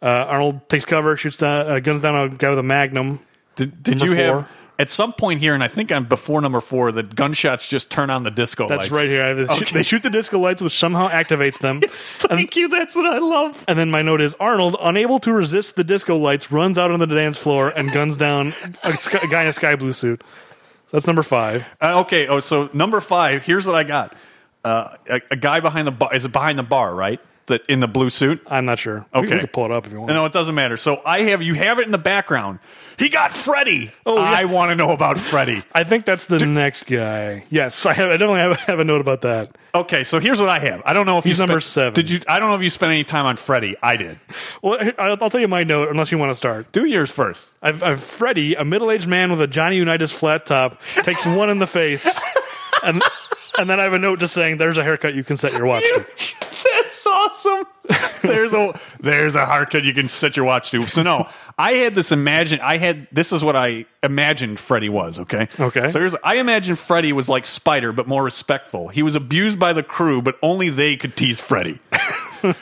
Uh, Arnold takes cover, shoots down, uh, guns down a guy with a magnum. Did, did Number you four. have at some point here, and I think I'm before number four, the gunshots just turn on the disco That's lights. right here. I have the- Okay. They shoot the disco lights, which somehow activates them. Thank you. That's what I love. And then my note is Arnold, unable to resist the disco lights, runs out on the dance floor and guns down a, sky, a guy in a sky blue suit. That's number five. Uh, okay. Oh, so number five. Here's what I got. Uh, a, a guy behind the bar is it behind the bar, right? That in the blue suit. I'm not sure. We- Okay. we can pull it up if you want. No, it doesn't matter. So I have you have it in the background. He got Freddy. Oh, yeah. I want to know about Freddy. I think that's the next guy. Yes, I, have, I definitely have, have a note about that. Okay, so here's what I have. I don't know if He's you spent- number seven. Did you? I don't know if you spent any time on Freddy. I did. Well, I- I'll, I'll tell you my note unless you want to start. Do yours first. I've, I've Freddy, a middle-aged man with a Johnny Unitas flat top, takes one in the face, and and then I have a note just saying, "There's a haircut you can set your watch." to." That's awesome. There's a there's a haircut you can set your watch to. So no, I had this imagine. I had this is what I imagined Freddy was. Okay. Okay. So here's I imagined Freddy was like Spider, but more respectful. He was abused by the crew, but only they could tease Freddy.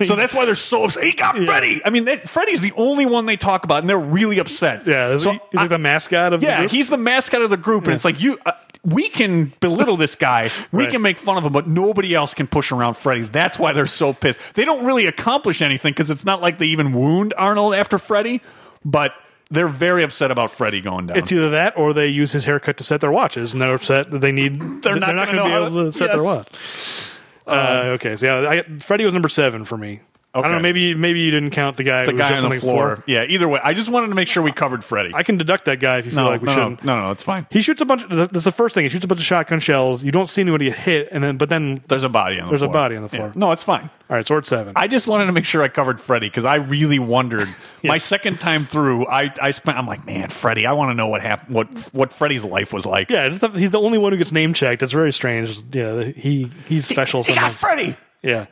so that's why they're so upset. He got Freddy. I mean, that, Freddy's the only one they talk about, and they're really upset. Yeah, is So he, he's like the mascot of the Yeah, group? he's the mascot of the group, and it's like you. Uh, we can belittle this guy. We Right. can make fun of him, but nobody else can push around Freddy. That's why they're so pissed. They don't really accomplish anything because it's not like they even wound Arnold after Freddy, but they're very upset about Freddy going down. It's either that or they use his haircut to set their watches, and they're upset that they need. They're, not gonna not going to be know how able to- to set their Yes. Um, watch. Uh, okay, so yeah, I, Freddie was number seven for me. I Okay. don't know. Maybe maybe you didn't count the guy. the who guy was just on the floor. Yeah. Either way, I just wanted to make sure we covered Freddy. I can deduct that guy if you feel no, like we no, no, shouldn't. no, no, it's fine. He shoots a bunch. Of, that's the first thing. He shoots a bunch of shotgun shells. You don't see anybody get hit, and then but then There's a body on the There's a floor. body on the floor. No, it's fine. all right, sword seven. I just wanted to make sure I covered Freddy because I really wondered. My second time through, I, I spent. I'm like, man, Freddy. I want to know what happened. What what Freddy's life was like. yeah, it's the, he's the only one who gets name checked. It's very strange. Yeah, he he's special. he somehow. got Freddy. Yeah.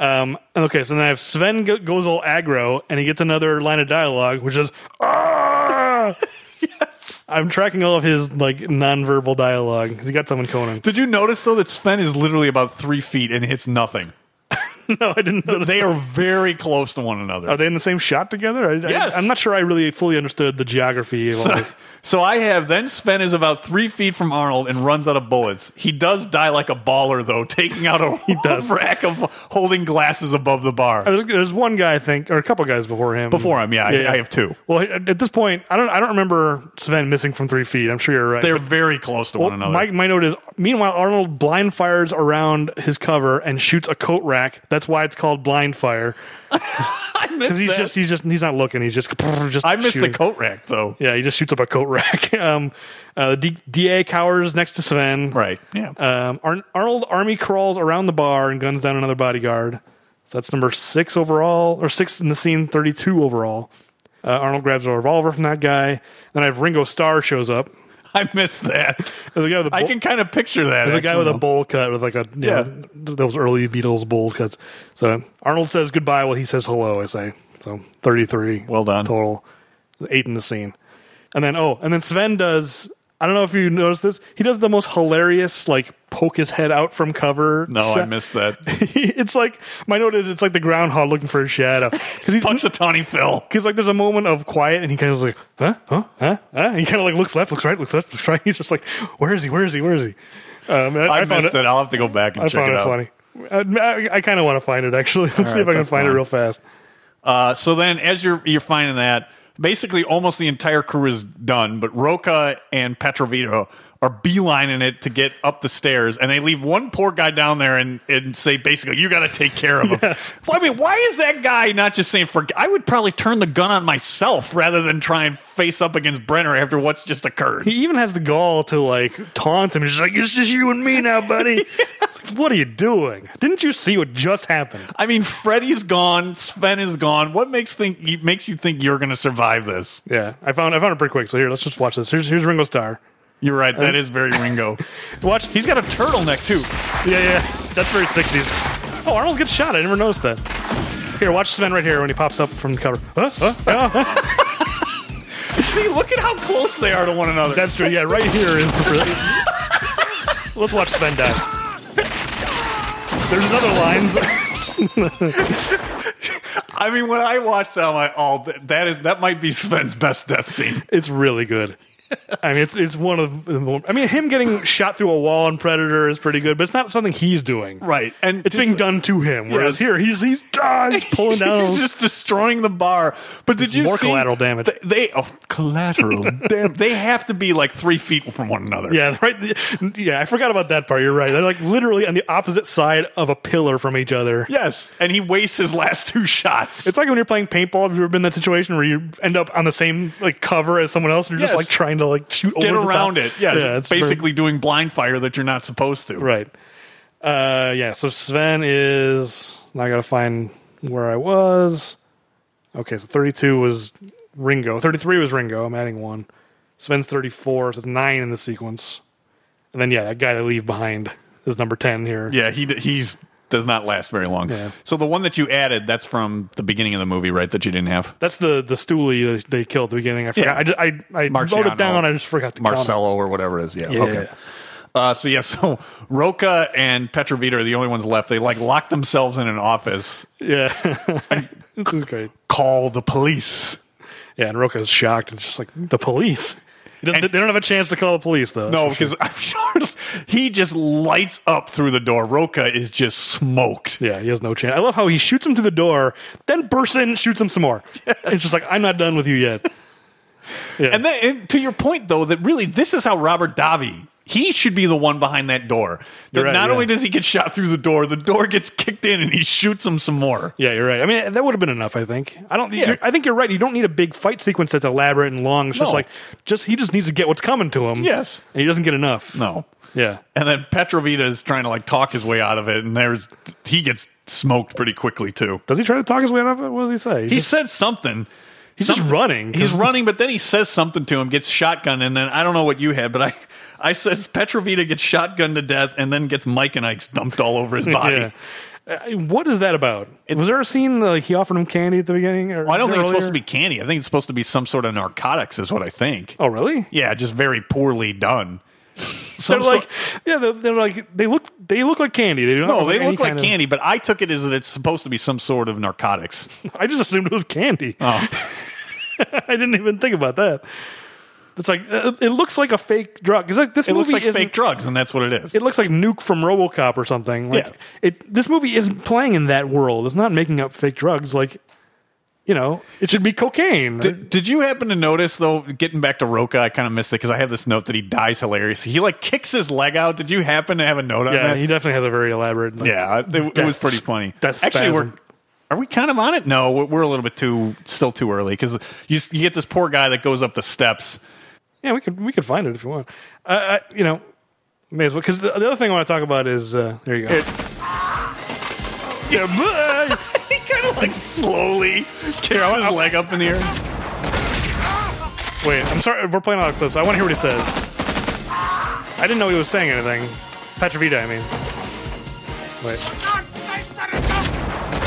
Um, okay, so then I have Sven go- goes all aggro, and he gets another line of dialogue, which is, "Ah!" I'm tracking all of his like nonverbal dialogue 'cause he got someone Conan. Did you notice though that Sven is literally about three feet and hits nothing? no, I didn't. Know that. They are very close to one another. Are they in the same shot together? I, Yes. I, am not sure. I really fully understood the geography of all so, this. so I have then Sven is about three feet from Arnold and runs out of bullets. He does die like a baller though, taking out a, does. rack of holding glasses above the bar. There's, there's one guy, I think, or a couple guys before him. Before him, yeah, I- I have two. Well, at this point, I don't. I don't remember Sven missing from three feet. I'm sure you're right. They're very close to one another. Oh, My, my note is meanwhile, Arnold blind fires around his cover and shoots a coat rack. That's why it's called blind fire. I missed Because he's that. just he's just he's not looking. He's just just. I missed shooting. the coat rack though. Yeah, he just shoots up a coat rack. Um, uh, D- Da cowers next to Sven. Right. Yeah. Um, Ar- Arnold army crawls around the bar and guns down another bodyguard. So that's number six overall, or six in the scene, thirty-two overall. Uh, Arnold grabs a revolver from that guy. Then I have Ringo Starr shows up. I missed that. There's a guy with a I bull- can kind of picture that. There's a guy with a actually. bowl cut with like a yeah, Yeah. those early Beatles bowl cuts. So Arnold says goodbye while he says hello. I say so. Thirty three. Well done. Total eight in the scene, and then oh, and then Sven does. I don't know if you noticed this. He does the most hilarious like poke his head out from cover. No, I shot. missed that. it's like my note is it's like the groundhog looking for a shadow because he's Pucks a Tawny Phil. because like there's a moment of quiet and he kind of like huh huh huh, huh? he kind of like looks left looks right looks left looks right he's just like where is he where is he where is he um, I, I, I found missed it, it. I'll have to go back and I check found it it, out. funny I, I, kind of want to find it actually let's see right, if I can that's find it fine. real fast Uh, so then, as you're you're finding that, basically almost the entire crew is done, but Roca and Petrovito are beelining it to get up the stairs, and they leave one poor guy down there and, and say basically, "You got to take care of him." Well, I mean, why is that guy not just saying? For I would probably turn the gun on myself rather than try and face up against Brenner after what's just occurred. he even has the gall to like taunt him he's just like it's just you and me now buddy what are you doing didn't you see what just happened I mean, Freddy's gone, Sven is gone. What makes think makes you think you're going to survive this? yeah I found I found it pretty quick so here let's just watch this here's here's Ringo Starr You're right. That is very Ringo. watch He's got a turtleneck too. Yeah, yeah. That's very 60s. Oh, Arnold gets shot. I never noticed that. Here, watch Sven right here when he pops up from the cover. Huh? Huh? Huh? Huh? See, look at how close they are to one another. That's true. Yeah, right here is really. Let's watch Sven die. There's another line. I mean, when I watched that, I'm like, oh, th- that is that might be Sven's best death scene. It's really good. I mean, it's it's one of. the more- I mean, him getting shot through a wall in Predator is pretty good, but it's not something he's doing. Right, and It's just- being done to him. Whereas Yeah. here, he's he's, ah, he's pulling down. He's just destroying the bar. But did you more see collateral damage. th- They, oh, collateral damage. They have to be like three feet from one another. yeah, right. Yeah, I forgot about that part. You're right. They're like literally on the opposite side of a pillar from each other. Yes, and he wastes his last two shots. It's like when you're playing paintball. Have you ever been in that situation where you end up on the same like cover as someone else, and you're Yes. just like trying to like shoot Get over the around top? it. Yes, yeah, it's very- basically doing blind fire that you're not supposed to. Right. Uh, yeah. So Sven is. I gotta find where I was. Okay, so 32 was Ringo. 33 was Ringo. I'm adding one. Sven's 34, so it's nine in the sequence. And then yeah, that guy they leave behind is number 10 here. Yeah, he d- he's does not last very long. Yeah. So the one that you added, that's from the beginning of the movie, right? That you didn't have That's the the stoolie that they killed at the beginning. I forgot. Yeah. I, ju- I, I wrote Marciano. it down. I just forgot to count it. Marcelo or whatever it is. Yeah. Okay. Uh, so yeah, so Roca and Petrovita are the only ones left. They like lock themselves in an office, Yeah. this is great. call the police. Yeah, and Roka's shocked. It's just like the police. He doesn't- And- they don't have a chance to call the police though. No, because I'm sure he just lights up through the door. Roca is just smoked. Yeah, he has no chance. I love how he shoots him to the door, then bursts in and shoots him some more. It's just like, I'm not done with you yet. Yeah. And, then, and to your point, though, that really this is how Robert Davi. He should be the one behind that door. That You're right, not yeah. only does he get shot through the door, the door gets kicked in and he shoots him some more. yeah, you're right. I mean, that would have been enough, I think. I don't Yeah. you're- I think you're right. You don't need a big fight sequence that's elaborate and long. It's just No. like just he just needs to get what's coming to him. Yes. And he doesn't get enough. No. Yeah. And then Petrovita is trying to like talk his way out of it, and there's he gets smoked pretty quickly too. Does he try to talk his way out of it? What does he say? He said something. He's just running. He's running, but then he says something to him, gets shotgunned, and then I don't know what you had, but I, I says Petrovita gets shotgunned to death, and then gets Mike and Ike's dumped all over his body. Yeah. Uh, What is that about? Was there a scene like he offered him candy at the beginning? Or Well, I don't think it's supposed to earlier? be candy. I think it's supposed to be some sort of narcotics, is what I think. Oh, really? Yeah, just very poorly done. They're Some like, sort- yeah, they're, they're like, they look, they look like candy. They don't no, have Oh, they any look like kind of- candy, but I took it as that it's supposed to be some sort of narcotics. Oh. I just assumed it was candy. Uh. I didn't even think about that. It's like uh, it looks like a fake drug. 'Cause, like, this It looks movie like isn't- fake drugs, and that's what it is. It looks like Nuke from RoboCop or something. Like Yeah. it, this movie isn't playing in that world. It's not making up fake drugs. Like you know, it should be cocaine. Did, did you happen to notice though? Getting back to Roca, I kind of missed it because I have this note that he dies hilarious. He like kicks his leg out. Did you happen to have a note on yeah, that? he definitely has a very elaborate. Like, yeah, it, it death- was pretty funny. death actually we're spasm. are we kind of on it? No, we're, we're a little bit too still too early because you s- you get this poor guy that goes up the steps. Yeah, we could we could find it if you want. Uh, I, you know, may as well. Because the, the other thing I want to talk about is uh, there you go. Yeah, he kind of like slowly kicks his leg up in the air. Wait, I'm sorry. We're playing out of clips. I want to hear what he says. I didn't know he was saying anything. Petrovita, I mean. Wait.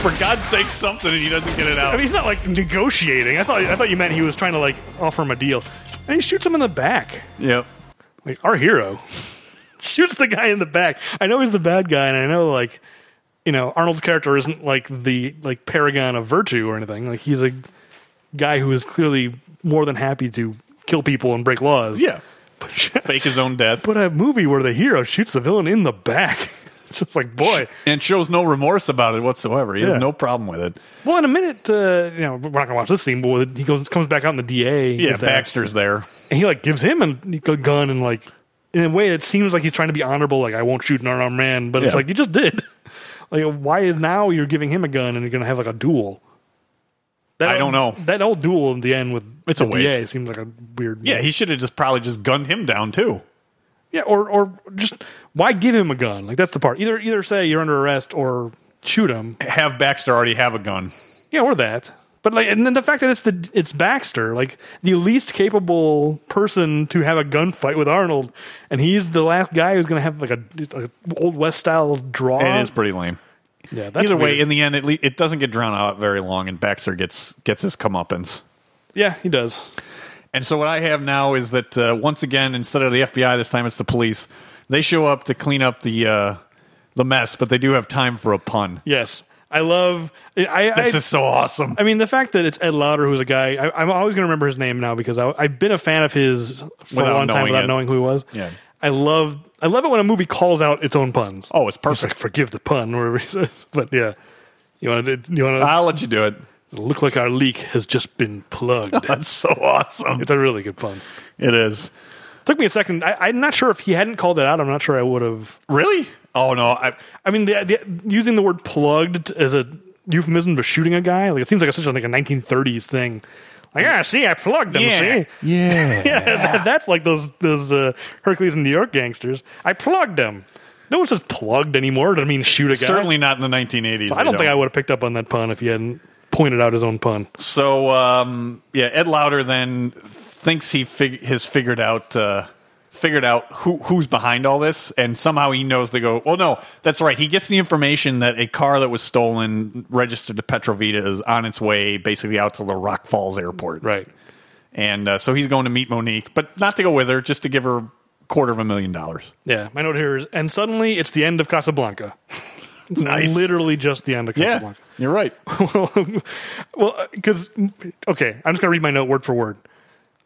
For God's sake, something, and he doesn't get it I out. mean, he's not like negotiating. I thought I thought you meant he was trying to like offer him a deal. And he shoots him in the back. yep. Like our hero shoots the guy in the back. I know he's the bad guy, and I know like you know Arnold's character isn't like the like paragon of virtue or anything. Like he's a guy who is clearly more than happy to kill people and break laws. Yeah. Fake his own death. But a movie where the hero shoots the villain in the back. It's just like, boy. and shows no remorse about it whatsoever. He Yeah. has no problem with it. Well, in a minute, uh, you know, we're not gonna watch this scene, but he goes comes back out in the DA. Yeah, with that, Baxter's there. and he like gives him a, a gun and like in a way it seems like he's trying to be honorable, like I won't shoot an unarmed man, but it's Yeah. like you just did. Like, why is now you're giving him a gun and you're gonna have like a duel? That I don't know. That old duel in the end with It's the a waste. DA seems like a weird. Yeah, he should have just probably just gunned him down too. yeah, or or just why give him a gun? Like that's the part. Either either say you're under arrest or shoot him. Have Baxter already have a gun. Yeah, or that. But like, and then the fact that it's the it's Baxter, like the least capable person to have a gunfight with Arnold, and he's the last guy who's going to have like a, a old west style draw. It is pretty lame. Yeah, that's Either way, weird. in the end, it, le- it doesn't get drawn out very long, and Baxter gets gets his comeuppance. yeah, he does. And so what I have now is that uh, once again, instead of the FBI, this time it's the police. They show up to clean up the uh, the mess, but they do have time for a pun. Yes, I love. I, I, This is so awesome. I mean, the fact that it's Ed Lauder, who's a guy, I, I'm always going to remember his name now because I, I've been a fan of his for Without a long time knowing without it. knowing who he was. Yeah. I love, I love it when a movie calls out its own puns. Oh, it's It's like, perfect. forgive the pun, whatever he says. But yeah, you want to, you want to I'll let you do it. look like our leak has just been plugged. That's so awesome. it's a really good pun. It is. Took me a second. I, I'm not sure if he hadn't called it out. I'm not sure I would have. Really? Oh no. I, I mean, the, the, using the word "plugged" as a euphemism for shooting a guy, like it seems like a, such a, like a 1930s thing. Like, yeah, see, I plugged him. Yeah. See, yeah, that- that's like those those uh, Hercules and New York gangsters. I plugged him. No one says plugged anymore. Doesn't mean shoot a guy. certainly not in the 1980s. I don't think I would have picked up on that pun if he hadn't pointed out his own pun. So um, yeah, Ed Lauder then thinks he fig- has figured out uh, figured out who who's behind all this, and somehow he knows they go. Well, no, that's right. He gets the information that a car that was stolen, registered to Petrovita, is on its way, basically out to the Rock Falls airport. Right. and uh, so he's going to meet Monique, but not to go with her, just to give her a quarter of a million dollars. Yeah. My note here is, and suddenly it's the end of Casablanca. It's Nice. Literally just the end of Casablanca. you're right. well, because okay, I'm just gonna read my note word for word.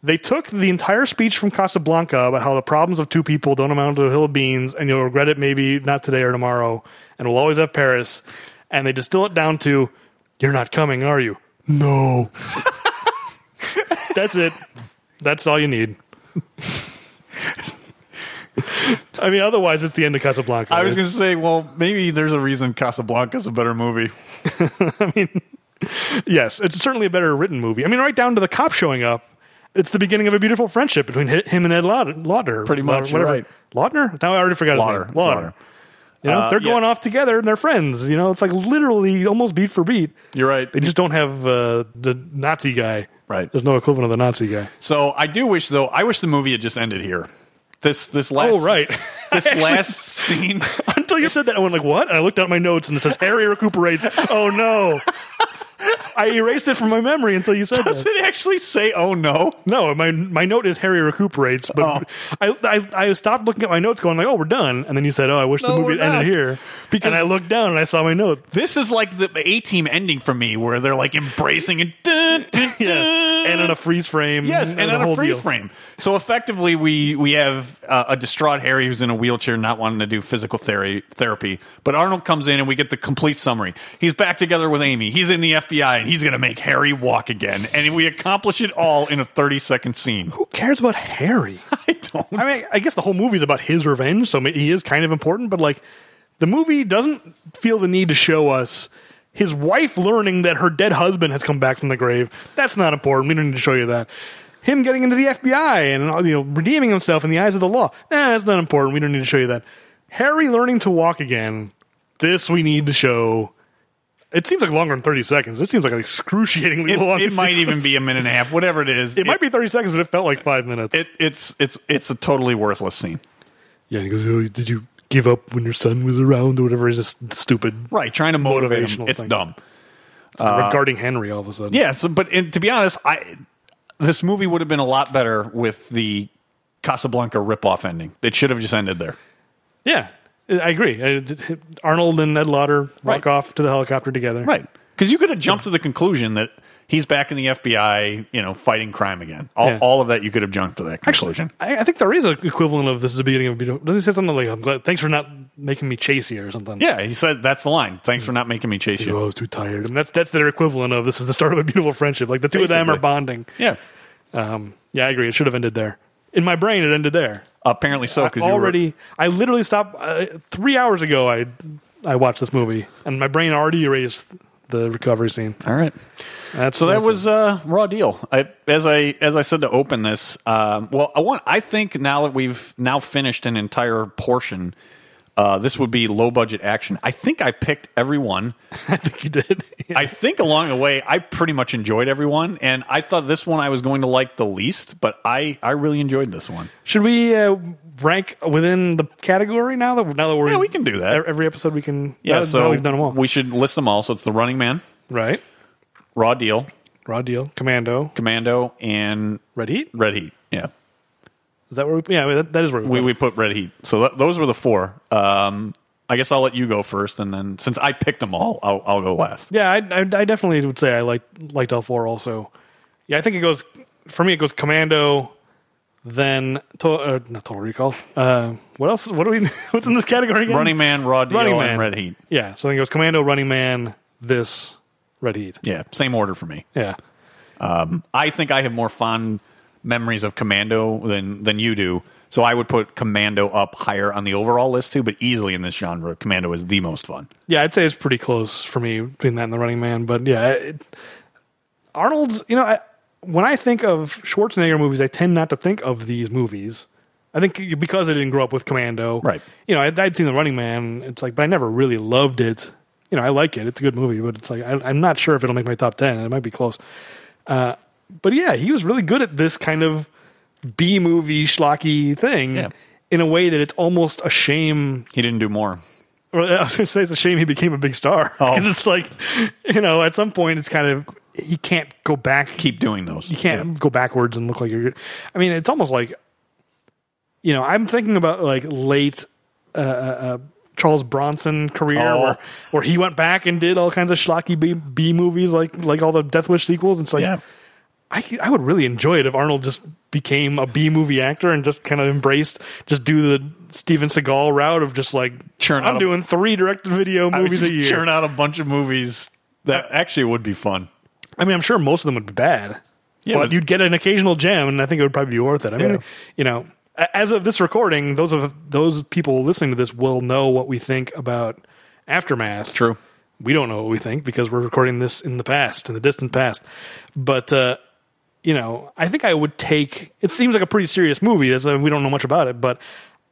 They took the entire speech from Casablanca about how the problems of two people don't amount to a hill of beans, and you'll regret it maybe not today or tomorrow, and we'll always have Paris. And they distill it down to, "You're not coming, are you?" No. That's it. That's all you need. I mean, otherwise, it's the end of Casablanca. I was going to say, well, maybe there's a reason Casablanca's a better movie. Yes, it's certainly a better written movie. I mean, right down to the cop showing up, it's the beginning of a beautiful friendship between hi- him and Ed Lauder. Lauder Pretty much, Lauder- whatever. you're Laudner? No, I already forgot his Lauder, name. it's Lauder. Lauder. You know, Uh, they're going yeah. off together and they're friends. You know, it's like literally almost beat for beat. You're right. They just don't have uh, the Nazi guy. Right. There's no equivalent of the Nazi guy. So I do wish, though, I wish the movie had just ended here. This this last Oh, right. this last scene. Until you said that, I went like, "What?" And I looked at my notes, and it says Harry recuperates. oh no! I erased it from my memory until you said that. Does it actually say? Oh no! No, my my note is Harry recuperates, but I, I I stopped looking at my notes, going like, "Oh, we're done," and then you said, "Oh, I wish No, the movie we're had ended not. here." Because- and I looked down and I saw my note. This is like the A team ending for me, where they're like embracing and dun, dun, Yeah, dun. and on a freeze frame. Yes, and the on a whole freeze deal. frame. So effectively, we we have uh, a distraught Harry who's in a wheelchair, not wanting to do physical therapy. Therapy, but Arnold comes in and we get the complete summary. He's back together with Amy. He's in the FBI, and he's going to make Harry walk again. And we accomplish it all in a thirty second scene. Who cares about Harry? I don't. I mean, I guess the whole movie's about his revenge, so he is kind of important. But like, the movie doesn't feel the need to show us his wife learning that her dead husband has come back from the grave. That's not important. We don't need to show you that. Him getting into the FBI and you know redeeming himself in the eyes of the law. Nah, that's not important. We don't need to show you that. Harry learning to walk again. This we need to show. It seems like longer than thirty seconds. It seems like an excruciatingly it, long. it might even sequence. be a minute and a half, whatever it is. It, might be thirty seconds, but it felt like five minutes. It, it's it's it's a totally worthless scene. Yeah, and he goes, "Oh, did you give up when your son was around or whatever?" Is this stupid Right, trying to motivate him. Motivational It's thing. dumb. Uh, regarding Henry all of a sudden? Yeah, so, but in, to be honest, I this movie would have been a lot better with the Casablanca ripoff ending. It should have just ended there. yeah, I agree. I- d- Arnold and Ed Lauder walk Right. off to the helicopter together. Right. Because you could have jumped to the conclusion that he's back in the FBI, you know, fighting crime again. All, Yeah. all of that, you could have jumped to that conclusion. I, I think there is an equivalent of this is the beginning of a beautiful. Does he say something like, "I'm glad, thanks for not making me chase you" or something? yeah, he said that's the line. Thanks for not making me chase Oh, I you. was too tired. And that's that's their equivalent of this is the start of a beautiful friendship. Like the two of them Basically. are bonding. Yeah. Um, yeah, I agree. It should have ended there. In my brain, it ended there. Apparently so, because you were- already i literally stopped uh, three hours ago i i watched this movie and my brain already erased the recovery scene all right. that's So that that's was it. uh, raw deal. I, as I as I said to open this, um, well, I want. I think now that we've now finished an entire portion, uh, this would be low budget action. I think I picked everyone. i think you did I think along the way, I pretty much enjoyed everyone, and I thought this one I was going to like the least, but I I really enjoyed this one. should we uh, rank within the category now that now that we're Yeah, we can do that. e- every episode we can Yeah, now- so now we've done them all. We should list them all. So it's the Running Man, right Raw Deal, raw deal commando Commando, and red heat Red Heat. Yeah, is that where we yeah that, that is where we, we, we put Red Heat. So th- those were the four. Um, I guess I'll let you go first, and then since I picked them all, I'll, I'll go last. Yeah, I, I, I definitely would say I like liked L four also. Yeah, I think it goes for me. It goes Commando, then to, uh, not Total Recall. Uh, what else? What do we? What's in this category? Again? Running Man, Raw Deal, Running Man. and Red Heat. Yeah, so I think it goes Commando, Running Man, this Red Heat. Yeah, same order for me. Yeah, I think I have more fond memories of Commando than than you do. So I would put Commando up higher on the overall list too, but easily in this genre, Commando is the most fun. yeah, I'd say it's pretty close for me between that and the Running Man. But yeah, it, Arnold's. You know, I, when I think of Schwarzenegger movies, I tend not to think of these movies. I think because I didn't grow up with Commando, Right. You know, I'd, I'd seen The Running Man. It's like, but I never really loved it. You know, I like it. It's a good movie, but it's like I, I'm not sure if it'll make my top ten. It might be close. Uh, but yeah, he was really good at this kind of B movie schlocky thing Yeah. in a way that it's almost a shame He didn't do more. well, I was going to say it's a shame he became a big star because Oh. it's like, you know, at some point it's kind of he can't go back. Keep doing those. you can't go backwards and look like you're. I mean, it's almost like, you know, I'm thinking about like late uh, uh, uh, Charles Bronson career Oh. where, where he went back and did all kinds of schlocky B, B movies like like all the Death Wish sequels. It's like Yeah. I, could- I would really enjoy it if Arnold just became a B movie actor and just kind of embraced, just do the Steven Seagal route of just like, Churn out I'm a- doing three direct to video I would movies a just year. Churn out a bunch of movies that actually would be fun. I mean, I'm sure most of them would be bad, but, but- you'd get an occasional gem, and I think it would probably be worth it. I mean, Yeah. you know, a- as of this recording, those of those people listening to this will know what we think about aftermath. True. we don't know what we think because we're recording this in the past, in the distant past. But uh, you know, I think I would take. It seems like a pretty serious movie. That's, uh, we don't know much about it, but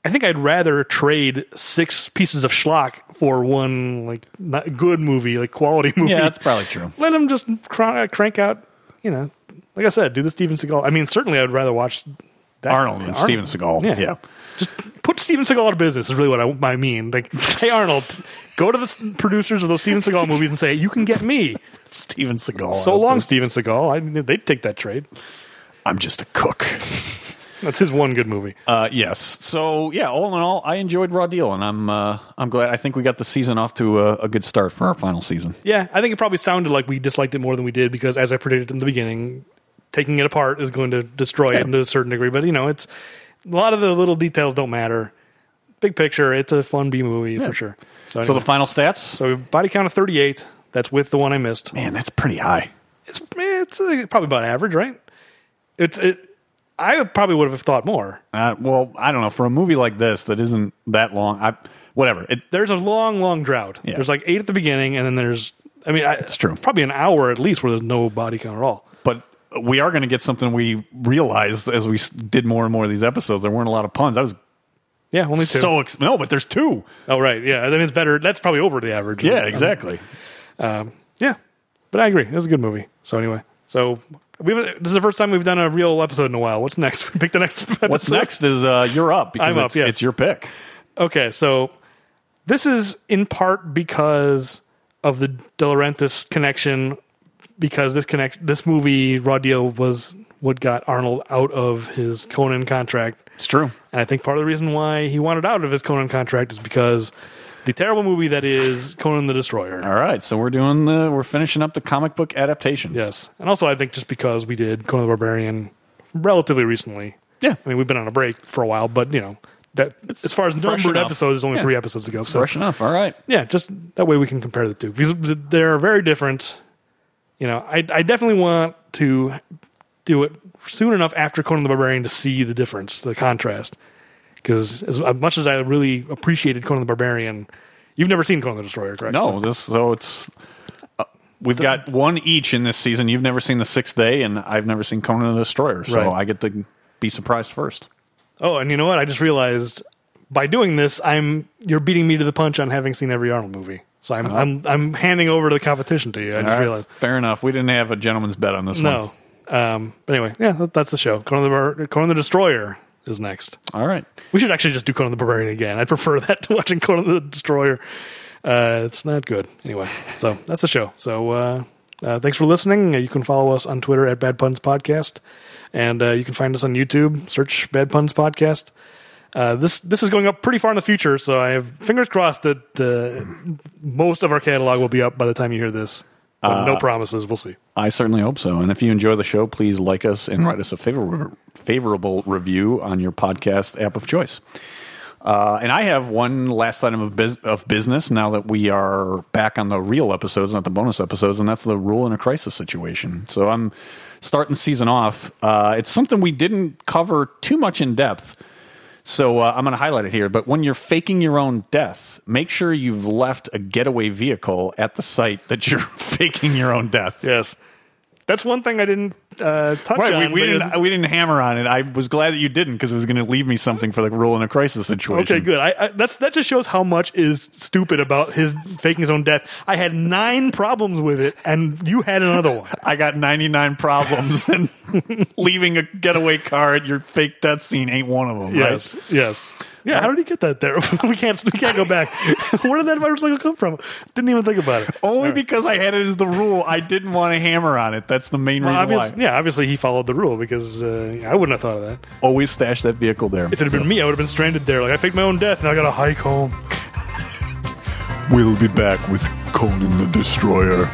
I think I'd rather trade six pieces of schlock for one like not good movie, like quality movie. Yeah, that's probably true. Let him just cr- crank out. You know, like I said, do the Steven Seagal. I mean, certainly I would rather watch that Arnold and Steven Seagal. Yeah. yeah. Just put Steven Seagal out of business is really what I, I mean. Like, hey Arnold, go to the s- producers of those Steven Seagal movies and say you can get me. Steven Seagal. So long, Steven Seagal. I mean, they'd take that trade. I'm just a cook. That's his one good movie. Uh, yes. So yeah, all in all, I enjoyed Raw Deal, and I'm uh, I'm glad. I think we got the season off to uh, a, a good start for our final season. Yeah, I think it probably sounded like we disliked it more than we did because, as I predicted in the beginning, taking it apart is going to destroy it to a certain degree. But you know, it's a lot of the little details don't matter. Big picture, it's a fun B movie for sure. So So, anyway, the final stats. so body count of thirty eight. That's with the one I missed. man, that's pretty high. It's it's uh, probably about average, right? It's it. I probably would have thought more. Uh, well, I don't know for a movie like this that isn't that long. I whatever. It, There's a long, long drought. Yeah. There's like eight at the beginning, and then there's. I mean, I, it's true. Probably an hour at least where there's no body count at all. but we are going to get something we realized as we s- did more and more of these episodes. There weren't a lot of puns. I was Yeah, only two. so ex- no, but there's two. Oh right, yeah. I mean, it's better. That's probably over the average. Yeah, Um, exactly. yeah, but I agree. It was a good movie. So anyway, so we have this is the first time we've done a real episode in a while. What's next? Pick the next. Episode. What's next is uh, you're up. Because I'm it's, up, yes. it's your pick. Okay, so this is in part because of the De Laurentiis connection, because this connect this movie Raw Deal was what got Arnold out of his Conan contract. It's true. And I think part of the reason why he wanted out of his Conan contract is because the terrible movie that is Conan the Destroyer. All right, so we're doing the we're finishing up the comic book adaptations. Yes. And also, I think just because we did Conan the Barbarian relatively recently. Yeah. I mean, we've been on a break for a while, but, you know, that as far as fresh numbered enough. episodes, there's only Yeah. three episodes ago. So, Fresh enough. All right. yeah, just that way we can compare the two because they're very different. You know, I, I definitely want to do it soon enough after Conan the Barbarian to see the difference, the contrast. Because as much as I really appreciated Conan the Barbarian, you've never seen Conan the Destroyer, correct? No, So- this so it's uh, we've got one each in this season. You've never seen the Sixth Day, and I've never seen Conan the Destroyer, so Right. I get to be surprised first. Oh, and you know what? I just realized by doing this, I'm you're beating me to the punch on having seen every Arnold movie. So I'm I'm I'm handing over the competition to you. I just Uh-huh. All right, realized. Fair enough. We didn't have a gentleman's bet on this one. No. Um, but anyway, yeah, that, that's the show. Conan the Bar- Conan the Destroyer is next. All right. We should actually just do Conan the Barbarian again. I'd prefer that to watching Conan the Destroyer. Uh, it's not good. Anyway, so that's the show. So uh, uh, thanks for listening. Uh, You can follow us on Twitter at Bad Puns Podcast, and uh, you can find us on YouTube. Search Bad Puns Podcast. Uh, this this is going up pretty far in the future, so I have fingers crossed that the most of our catalog will be up by the time you hear this. But Uh, no promises. We'll see. I certainly hope so. And if you enjoy the show, please like us and write us a favorable, favorable review on your podcast app of choice. Uh, and I have one last item of, bus of business now that we are back on the real episodes, not the bonus episodes, and that's the rule in a crisis situation. So I'm starting season off. Uh, it's something we didn't cover too much in depth. So uh, I'm going to highlight it here. But when you're faking your own death, make sure you've left a getaway vehicle at the site that you're faking your own death. Yes, that's one thing I didn't uh, touch Right, on. we, we but- didn't we didn't hammer on it. I was glad that you didn't because it was going to leave me something for the rule in a crisis situation. Okay, good. I, I that's that just shows how much is stupid about his faking his own death. I had nine problems with it, and you had another one. I got 99 problems, and leaving a getaway car at your fake death scene ain't one of them. Yes, right? yes. Yeah, how did he get that there? we can't we can't go back. Where did that motorcycle come from? Didn't even think about it. Only because I had it as the rule. I didn't want to hammer on it. That's the main Well, reason obvious- why. yeah, obviously he followed the rule because uh, I wouldn't have thought of that. Always stash that vehicle there. If it had been me, I would have been stranded there. Like I faked my own death, and I got to hike home. We'll be back with Conan the Destroyer.